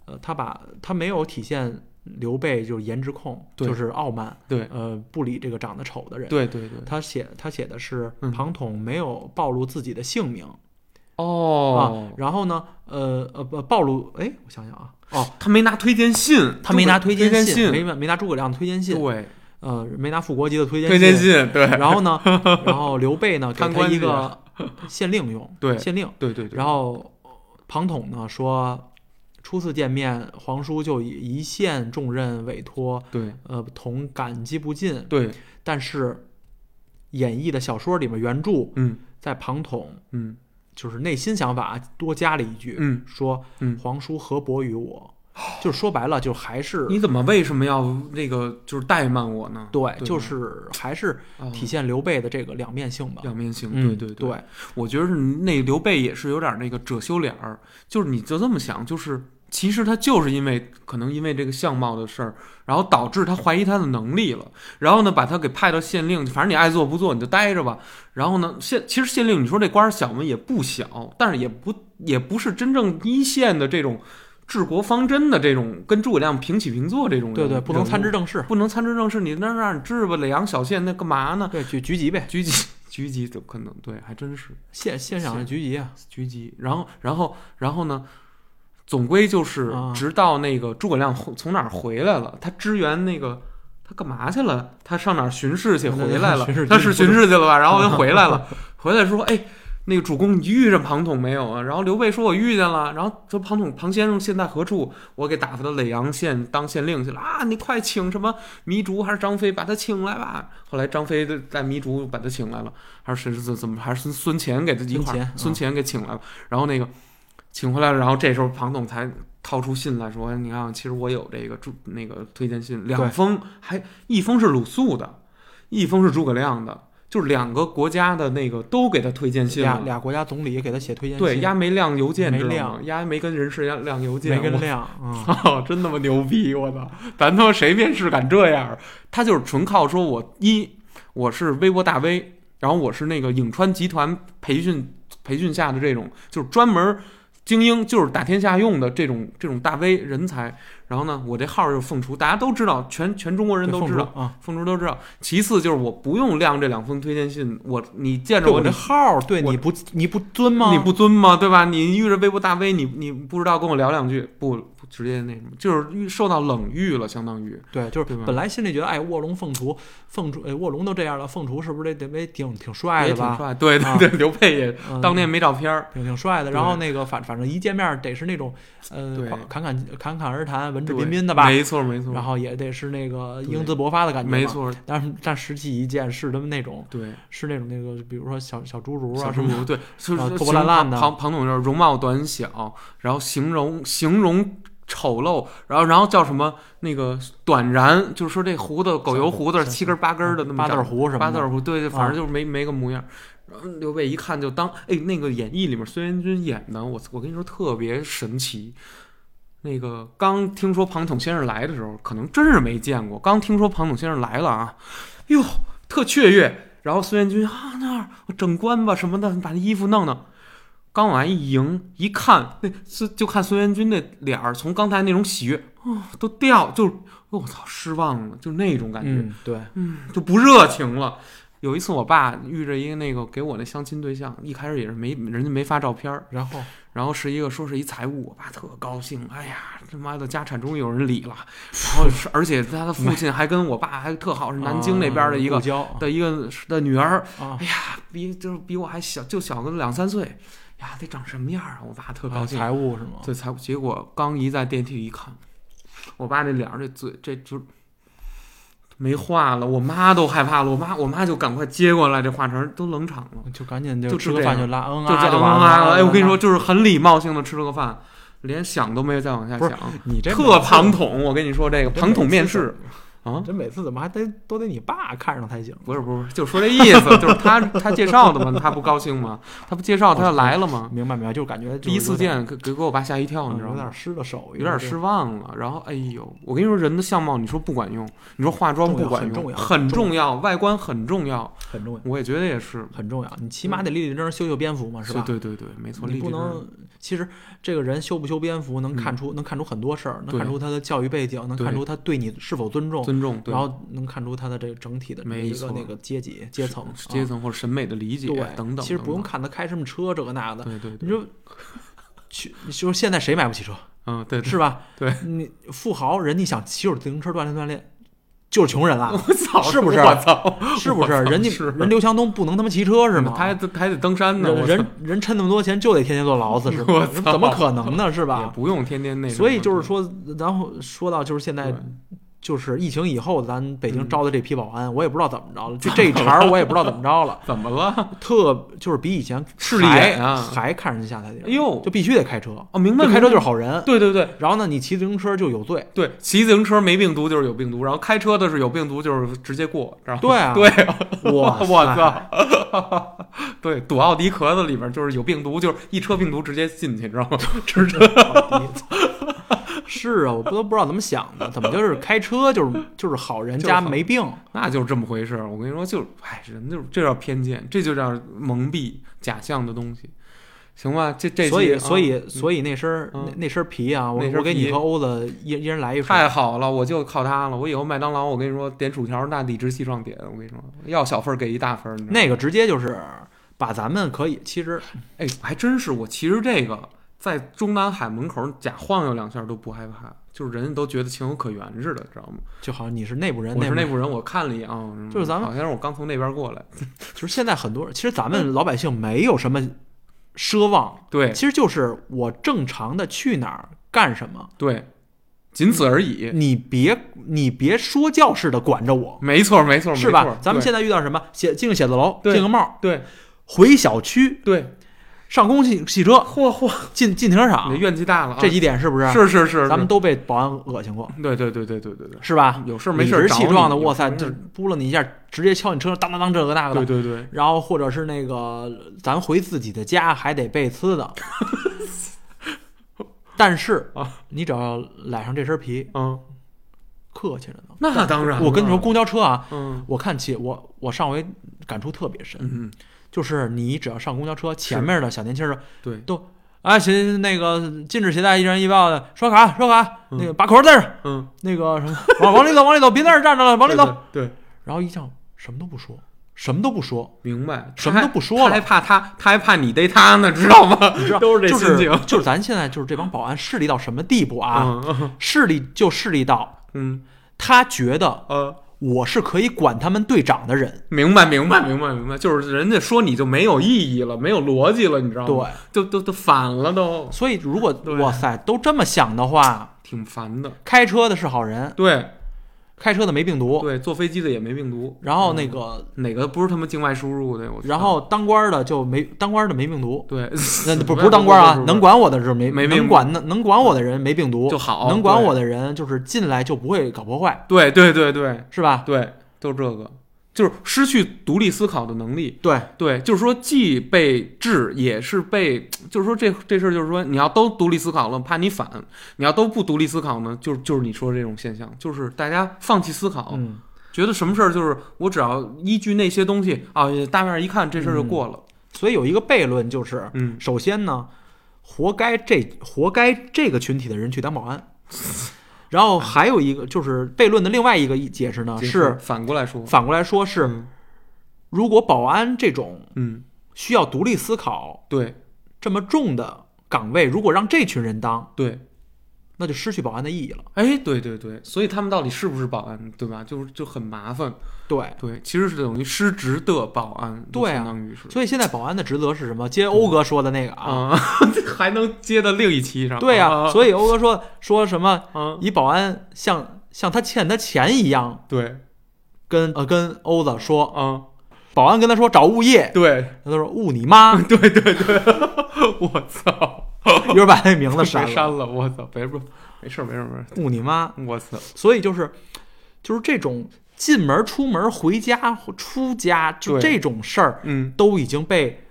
B: 呃，他把他没有体现刘备就是颜值控，
A: 对
B: 就是傲慢，
A: 对
B: 呃，不理这个长得丑的人。
A: 对对对，
B: 他写他写的是
A: 嗯
B: 庞统没有暴露自己的姓名、
A: 哦
B: 啊，，然后呢，呃呃不暴露，哎，我想想啊，哦，
A: 他没拿推荐信，
B: 他没拿推
A: 荐
B: 荐
A: 信，
B: 没拿没拿诸葛亮的推荐信，
A: 对，
B: 呃，没拿副国级的推荐
A: 推荐信， 对，
B: 然后呢，然后刘 备呢给
A: 看
B: 他
A: 关系
B: 一 个县令用，
A: 啊 对
B: 县令。
A: 对对对，
B: 然后庞统呢说，初次见面，皇叔就以一县重任委托，
A: 对
B: 呃，同感激不尽。
A: 对，
B: 但是，演绎的小说里面原著
A: 嗯
B: 在庞统
A: 嗯
B: 就是内心想法多加了一句，
A: 嗯，
B: 说
A: 嗯
B: 皇叔何薄于我，就是说白了，就还是
A: 你怎么为什么要那个就是怠慢我呢？
B: 对，
A: 对
B: 就
A: 吗
B: 是还是
A: 哦
B: 体现刘备的这个两面性吧。
A: 两面性，
B: 嗯
A: 对对
B: 对，
A: 我觉得是那刘备也是有点那个遮羞脸儿，就是你就这么想，就是其实他就是因为可能因为这个相貌的事儿，然后导致他怀疑他的能力了，然后呢把他给派到县令，反正你爱做不做你就待着吧。然后呢县其实县令你说这官儿小吗？也不小，但是也不也不是真正一线的这种治国方针的这种跟诸葛亮平起平坐这种
B: 对对，
A: 人
B: 不能参
A: 人
B: 治
A: 物
B: 政事，
A: 不能参知政事，你那让你治吧，耒阳小县那干嘛呢？
B: 对，举局级呗。
A: 狙击 狙击怎么可能？对，还真是
B: 现现场是局集啊，
A: 狙击。然后，然后，然后呢？总归就是
B: 啊，
A: 直到那个诸葛亮回从哪儿回来了，他支援那个他干嘛去了？他上哪儿巡视去
B: 对
A: 回来了
B: 巡视？
A: 他是巡视去了吧？然后又回来了， 回来说：“哎，那个主公，你遇上庞统没有啊？”然后刘备说：“我遇见了。”然后说：“庞统，庞先生现在何处？啊我给打发到耒阳县当县令去了啊！你快请什么糜竺还是张飞把他请来吧。”后来张飞带糜竺把他请来了，还是谁怎怎么还是孙乾给他一块
B: 孙嗯
A: 儿
B: 乾
A: 孙乾给请来了。然后那个请回来了，然后这时候庞统才掏出信来说：“你看，其实我有这个注那个推荐信，两封，还一封是鲁肃的，一封是诸葛亮的，就是两个国家的那个都给他推荐信
B: 俩
A: 了。
B: 俩国家总理给他写推荐信，
A: 对，丫没亮邮件，
B: 没
A: 知道吗
B: 亮
A: 丫没跟人事丫亮邮件，
B: 没跟亮， 嗯，
A: 我操， 真他妈牛逼！我操，咱他妈谁面试敢这样？他就是纯靠说我一我是微博大 V，然后我是那个颍川集团培训培训下的这种，就是专门精英，就是打天下用的这种这种大 V 人才。然后呢，我这号就是凤雏，大家都知道，全全中国人都知道。
B: 啊。
A: 凤雏都知道。其次就是我不用亮这两封推荐信，我你见着
B: 对
A: 我
B: 我这
A: 这
B: 号儿，对
A: 我
B: 你不你不尊吗？
A: 你不尊吗？对吧？你遇着微博大 V，你你不知道跟我聊两句，不不直接那什么，就是遇受到冷遇了，相当于
B: 对，就是
A: 对吧
B: 本来心里觉得，哎，卧龙凤雏，凤雏，哎，卧龙都这样了，凤雏是不是这得挺挺帅
A: 也
B: 的
A: 挺
B: 吧？
A: 帅。对
B: 啊
A: 对对，刘备也
B: 嗯
A: 当年没照片儿，
B: 挺挺帅的。然后那个反反正一见面得是那种，呃
A: 对，
B: 侃侃侃侃而谈，文质
A: 对
B: 嗯彬彬的吧。
A: 没错没错，
B: 然后也得是那个
A: 对
B: 英姿勃发的感觉嘛
A: 没。错，
B: 但是但实际一见是他们那种
A: 对，
B: 是那种那个，比如说小小侏儒
A: 小
B: 啊什
A: 什
B: 么
A: 么对，就
B: 啊
A: 是
B: 破破烂烂的
A: 庞庞统就是容貌短小，然后形容形容。丑陋，然后然后叫什么？那个短髯，就是说这胡子狗油胡子，
B: 小嗯
A: 七根儿八根儿的那么
B: 八字
A: 长
B: 儿胡什么的。
A: 八字儿胡，对对，
B: 啊
A: 反正就是没、没个模样。然后刘备一看就当哎，那个演义里面孙元军演的，我我跟你说特别神奇。那个刚听说庞统先生来的时候，可能真是没见过。刚听说庞统先生来了啊，哟，特雀跃。然后孙元军啊那儿我整官吧什么的，你把那衣服弄弄。刚往外一迎，一看那是就看孙元军那脸儿，从刚才那种喜悦啊、哦都掉，就是我操失望了，就那种感觉。
B: 嗯，对，
A: 就不热情了。有一次，我爸遇着一个那个给我那相亲对象，一开始也是没人家没发照片儿，
B: 然后
A: 然后是一个说是一财务，我爸特高兴，哎呀，他妈的家产终于有人理了。然后是而且他的父亲还跟我爸还特好，是南京那边的一
B: 啊
A: 个
B: 故交
A: 的一个的女儿，
B: 啊，
A: 哎呀，比就是比我还小，就小个两三岁，呀，得长什么样啊？我爸特高兴。
B: 财务是吗？
A: 对，才结果刚一在电梯一看，我爸这脸儿这嘴这就没话了，我妈都害怕了，我妈我妈就赶快接过来这话茬儿，都冷场了，
B: 就赶紧就
A: 就
B: 吃
A: 就
B: 个
A: 这
B: 饭就
A: 样
B: 拉嗯
A: 就
B: 啊
A: 这
B: 完
A: 嗯啊
B: 了。
A: 哎，我跟你说，，就是很礼貌性的吃了个饭，连想都没有再往下
B: 不是
A: 想，
B: 你这
A: 特
B: 每次
A: 庞统，我跟你说这个庞统面试。啊。
B: 这每次怎么还得都得你爸看上才行？
A: 不是不是，就说这意思，就是他他介绍的嘛，他不高兴吗？他不介绍他要来了吗？
B: 明白明白，就感觉哦就是
A: 第一次
B: 有点，
A: 见给给给我爸吓一跳，
B: 嗯
A: 你知道
B: 有
A: 吗？
B: 点失了手，
A: 有点失望了。然后，哎呦，我跟你说，人的相貌，你说不管用，你说化妆
B: 重要
A: 不管
B: 很重
A: 用，
B: 要
A: 很重要，外观很重要。
B: 很重要，
A: 我也觉得也是，
B: 很重要。你起码得立立正正修修边幅嘛，是吧？
A: 嗯对对对，没错，
B: 你
A: 立
B: 不
A: 志
B: 能，其实这个人修不修边幅，能看出、能看出很多事儿，能
A: 对
B: 看出他的教育背景，能
A: 对
B: 看出他对你是否尊重，
A: 尊重，对
B: 然后能看出他的这个整体的
A: 没
B: 一个
A: 错
B: 那个阶级阶层
A: 是阶
B: 啊
A: 层或者审美的理解
B: 对
A: 等等。
B: 其实不用
A: 等
B: 看他开什么车，这个那的，
A: 等，对对
B: 你
A: 对，
B: 就去，你说现在谁买不起车？
A: 嗯，对，对
B: 是吧？
A: 对，
B: 你富豪人，你想骑会儿自行车锻炼锻炼，就是穷人啊，
A: 我操，
B: 是不是
A: 我操，
B: 是不是？
A: 我操
B: 人家
A: 是
B: 人刘强东不能他妈骑车是吗？
A: 他还得还得登山呢，
B: 人
A: 我
B: 人
A: 操
B: 人趁那么多钱就得天天坐劳斯是
A: 我
B: 吧？
A: 操
B: 怎么可能呢？是
A: 也
B: 吧？
A: 不用天天那什么。
B: 所以就是说，然后说到就是现在
A: 对，。
B: 就是疫情以后，咱北京
A: 嗯
B: 招的这批保安，我也不知道怎么着了，就这 茬儿我也不知道怎么着了，
A: 怎么了？
B: 特就是比以前
A: 势利
B: 还
A: 眼啊
B: 还看人下台阶儿，
A: 哎呦
B: 就必须得开车，
A: 哦，明白，
B: 就开车就是是好人，
A: 对对对，
B: 然后呢，你骑自行车就有罪，
A: 对，骑自行车没病毒就是有病毒，然后开车的是有病毒就是直接过，知道吗？
B: 对 啊
A: 对，
B: 哇
A: 我
B: 塞
A: 操！对，堵奥迪壳子里面就是有病毒，就是一车病毒直接进去，知道吗？ 直接
B: 是啊，我不都不知道怎么想的，怎么就是开车就是就是好人
A: 就是
B: 家
A: 好
B: 没病，
A: 那就是这么回事儿。我跟你说，就是哎，人就是这叫偏见，这就叫蒙蔽假象的东西。行吧，这这
B: 所
A: 期
B: 以
A: 啊
B: 所以所以那身儿
A: 嗯
B: 那那身儿皮啊，我
A: 那身
B: 我给你
A: 皮
B: 和欧子一一人来一份儿，
A: 太好了，我就靠它了。我以后麦当劳，我跟你说，点薯条那理直气壮点。我跟你说，要小份儿给一大份儿。你知道吗
B: 那个直接就是把咱们可以其实
A: 哎，还真是我。其实这个在中南海门口假晃悠两下都不害怕，就是人家都觉得情有可原似的，知道吗？
B: 就好像你是内部人，
A: 我是
B: 部
A: 内
B: 人
A: 部人，我看了一眼啊，嗯
B: 就是咱们
A: 好像是我刚从那边过来。
B: 就是现在很多人，其实咱们老百姓没有什么奢望，
A: 嗯对
B: 其实就是我正常的去哪儿干什么，
A: 对，仅此而已。
B: 你别你别说教式的管着我，
A: 没错，没错，
B: 是
A: 没错
B: 吧？咱们
A: 对
B: 现在遇到什么写进个写字楼，
A: 对
B: 进个帽，
A: 对
B: 回小区
A: 对，
B: 上公汽汽车，
C: 嚯嚯，
B: 进进停车
A: 你的
B: 场，
A: 怨气大了啊。
B: 这几点是不是？
A: 是是是，
B: 咱们
A: 都
B: 都被保安恶心过，
A: 对对对对对对对，
B: 是吧？
A: 有事儿没事儿
B: 理直
A: 找
B: 气
A: 你
B: 壮的，
A: 有
B: 哇塞，
A: 事儿
B: 就扑了你一下，直接敲你车上，当当当，这个那个的
A: 对。对对，
B: 然后或者是那个咱回自己的家还得被呲的。 但是
A: 啊
B: 你只要揽上这身皮，
A: 嗯，
B: 客气着呢。
A: 那当然了。
B: 我跟你说，公交车啊，
A: 嗯
B: 我看起我我上回感触特别深，
A: 嗯，
B: 就是你只要上公交车，前面的小年轻儿
A: 对，
B: 哎，行，那个禁止携带一人一票的，刷卡刷卡，
A: 嗯
B: 那个把口罩戴上，
A: 嗯，
B: 那个什么，往往里走，往里走，别在那儿站着了，往里走。
A: 对，对，
B: 然后一上什么都不说，什么都不说，
A: 明白，
B: 什么都不说
A: 他还
B: 了。
A: 怕他，他还怕你逮他呢，知道吗？
B: 你知道，
A: 都是这
B: 就
A: 心
B: 是
A: 情
B: 就是咱现在就是这帮保安势力到什么地步啊？
A: 嗯
B: 势力就势力到
A: 嗯
B: 他觉得
A: 呃，
B: 我是可以管他们队长的人，
A: 明白明白明白明白，就是人家说你就没有意义了，没有逻辑了，你知道吗？
B: 对。
A: 对，都都都反了都，
B: 所以如果
A: 对
B: 哇塞都这么想的话，
A: 挺烦的。
B: 开车的是好人，
A: 对
B: 开车的没病毒，
A: 对，嗯坐飞机的也没病毒，
B: 然后那个
A: 哪个不是他妈境外输入的？我操
B: 然后当官儿的就没当官儿的没病毒，
A: 对，
B: 那不不是当官儿啊，能管我的是没
A: 没病
B: 能管能能管我的人没病毒
A: 就好，
B: 能管
A: 对
B: 我的人就是进来就不会搞破坏，
A: 对对对对
B: 是吧？
A: 对，都这个，就是失去独立思考的能力。
B: 对，
A: 对，就是说既被治，也是被，就是说这这事儿，就是说你要都独立思考了，怕你反；你要都不独立思考呢，就是就是你说的这种现象，就是大家放弃思考，
B: 嗯，
A: 觉得什么事儿就是我只要依据那些东西啊，大面儿一看这事儿就过了。
B: 所以有一个悖论就是，
A: 嗯，
B: 首先呢，活该这活该这个群体的人去当保安， 然后还有一个就是悖论的另外一个解释呢
A: 解释
B: 嗯是
A: 反过来说，
B: 反过来说是，
A: 嗯
B: 如果保安这种
A: 嗯，
B: 需要独立思考
A: 对
B: 这么重的岗位，如果让这群人当，
A: 对，
B: 那就失去保安的意义了。
A: 哎，对对对，所以他们到底是不是保安，对吧？就是就很麻烦。
B: 对，
A: 对，其实是等于失职的保安，就
B: 对啊
A: 相当于是嗯
B: 所以现在保安的职责是什么？接欧哥说的那个啊，
A: 啊， 还能接到另一期上。
B: 对呀、
A: 啊，
B: 所以欧哥说说什么，
A: 啊，
B: 以保安像像他欠他钱一样，
A: 对，
B: 跟呃跟欧子说，
A: 啊，
B: 保安跟他说找物业，
A: 对，
B: 他说物你妈，
A: 对对对， 我操，
B: 一会儿把那名字删
A: 别
B: 了，
A: 删了，我操，别不，没事儿没事儿没事
B: 物你妈。
A: 儿，我操，
B: 所以就是就是这种进门、出门、回家、出家，
A: 对
B: 就这种事儿
A: 嗯，
B: 都已经被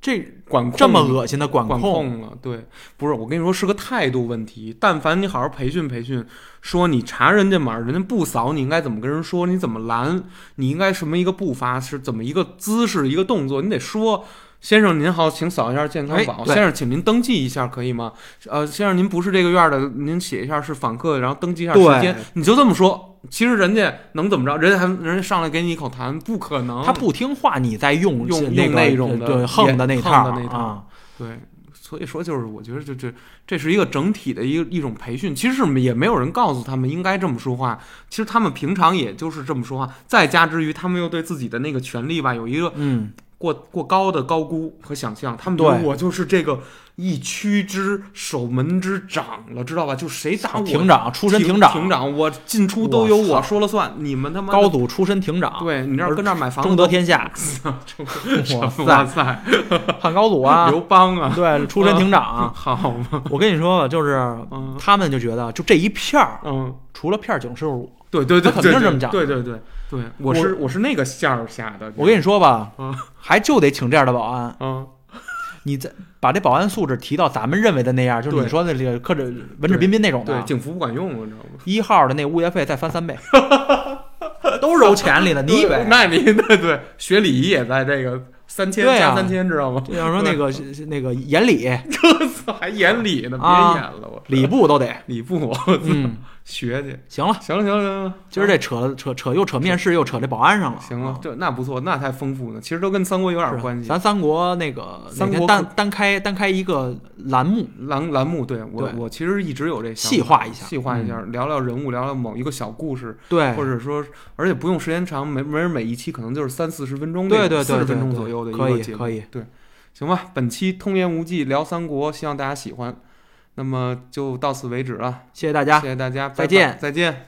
B: 这
A: 管控
B: 这么
A: 了
B: 恶心的管
A: 管控了，对，不是我跟你说是个态度问题。但凡你好好培训培训，说你查人家码儿，人家不扫，你应该怎么跟人说？你怎么拦？你应该什么一个步伐是怎么一个姿势一个动作？你得说。先生您好，请扫一下健康
B: 哎
A: 宝。
B: 对
A: 先生，请您登记一下，可以吗？呃，先生您不是这个院儿的，您写一下是访客，然后登记一下时
C: 对
A: 间。你就这么说，其实人家能怎么着？人家还人家上来给你一口痰，不可能。
B: 他不听话，你再用
A: 用
B: 那
A: 用
B: 个
A: 那种的
B: 对横的那
A: 也
B: 套
A: 横的那套
B: 啊，
A: 对，所以说就是我觉得这这这是一个整体的一个一种培训，其实是也没有人告诉他们应该这么说话，其实他们平常也就是这么说话，再加之于他们又对自己的那个权利吧有一个
B: 嗯，
A: 过过高的高估和想象，他们觉得
B: 对
A: 我就是这个一区之首门之长了，知道吧？就谁打我
B: 庭长出身
A: 庭
B: 长，
A: 庭长，我进出都由
B: 我
A: 我
B: 操
A: 说了算，你们他妈的
B: 高祖出身庭长，
A: 对你这儿跟这儿买房
B: 争
A: 子
B: 得天下，
A: 都，
B: 哇
A: 哇
B: 塞，
A: 塞，
B: 汉高祖啊，
A: 刘邦啊，
B: 对，出身庭长啊。
A: 好嘛，
B: 我跟你说吧，就是
A: 嗯
B: 他们就觉得，就这一片儿，
A: 嗯。
B: 除了片儿警示我。
A: 对对对，
B: 他肯定
A: 对对
B: 这么讲
A: 对对对对，我是我是那个馅儿下的。
B: 我跟你说吧
A: 嗯，
B: 还就得请这样的保安。
A: 啊，
B: 你再把这保安素质提到咱们认为的那样，就是
A: 对
B: 你说的这个克着文质彬彬那种的
A: 对，
B: 啊。
A: 警服不管用，我知道吗？
B: 一号的那物业费再 翻三倍，都揉钱里了。你以为
A: 那你对对，学礼仪也在这个三千
B: 对啊
A: 加三千，知道吗？
B: 这叫什么那个那个眼里
A: 这次还演礼呢，别
B: 啊
A: 演了，我
B: 礼部都得。
A: 礼部，我
B: 嗯，
A: 学去。
B: 行了，
A: 行了行了行了，
B: 今儿这扯扯扯又扯面试又扯这保安上了。
A: 行了
B: 啊，，
A: 这那不错，那太丰富呢。其实都跟三国有
B: 是啊
A: 点关系。
B: 咱三国那个
A: 三
B: 哪天
A: 国
B: 单单开单开一个栏目，
A: 栏栏目，对我
B: 对
A: 我其实一直有这想法
B: 细化一下嗯
A: 细化一下，聊聊人物，聊聊某一个小故事，
B: 对，
A: 或者说，而且不用时间长，每每人每一期可能就是三四十分钟那
B: 对
A: 种，
B: 对
A: 四
B: 对
A: 十
B: 对，
A: 分钟
B: 对
A: 左右的一
B: 可
A: 个
B: 以
A: 节目，
B: 可以，
A: 行吧。本期通言无忌聊三国，希望大家喜欢。那么就到此为止了，
B: 谢谢大家
A: 谢。谢大家，
B: 再
A: 拜拜
B: 见
A: 再见。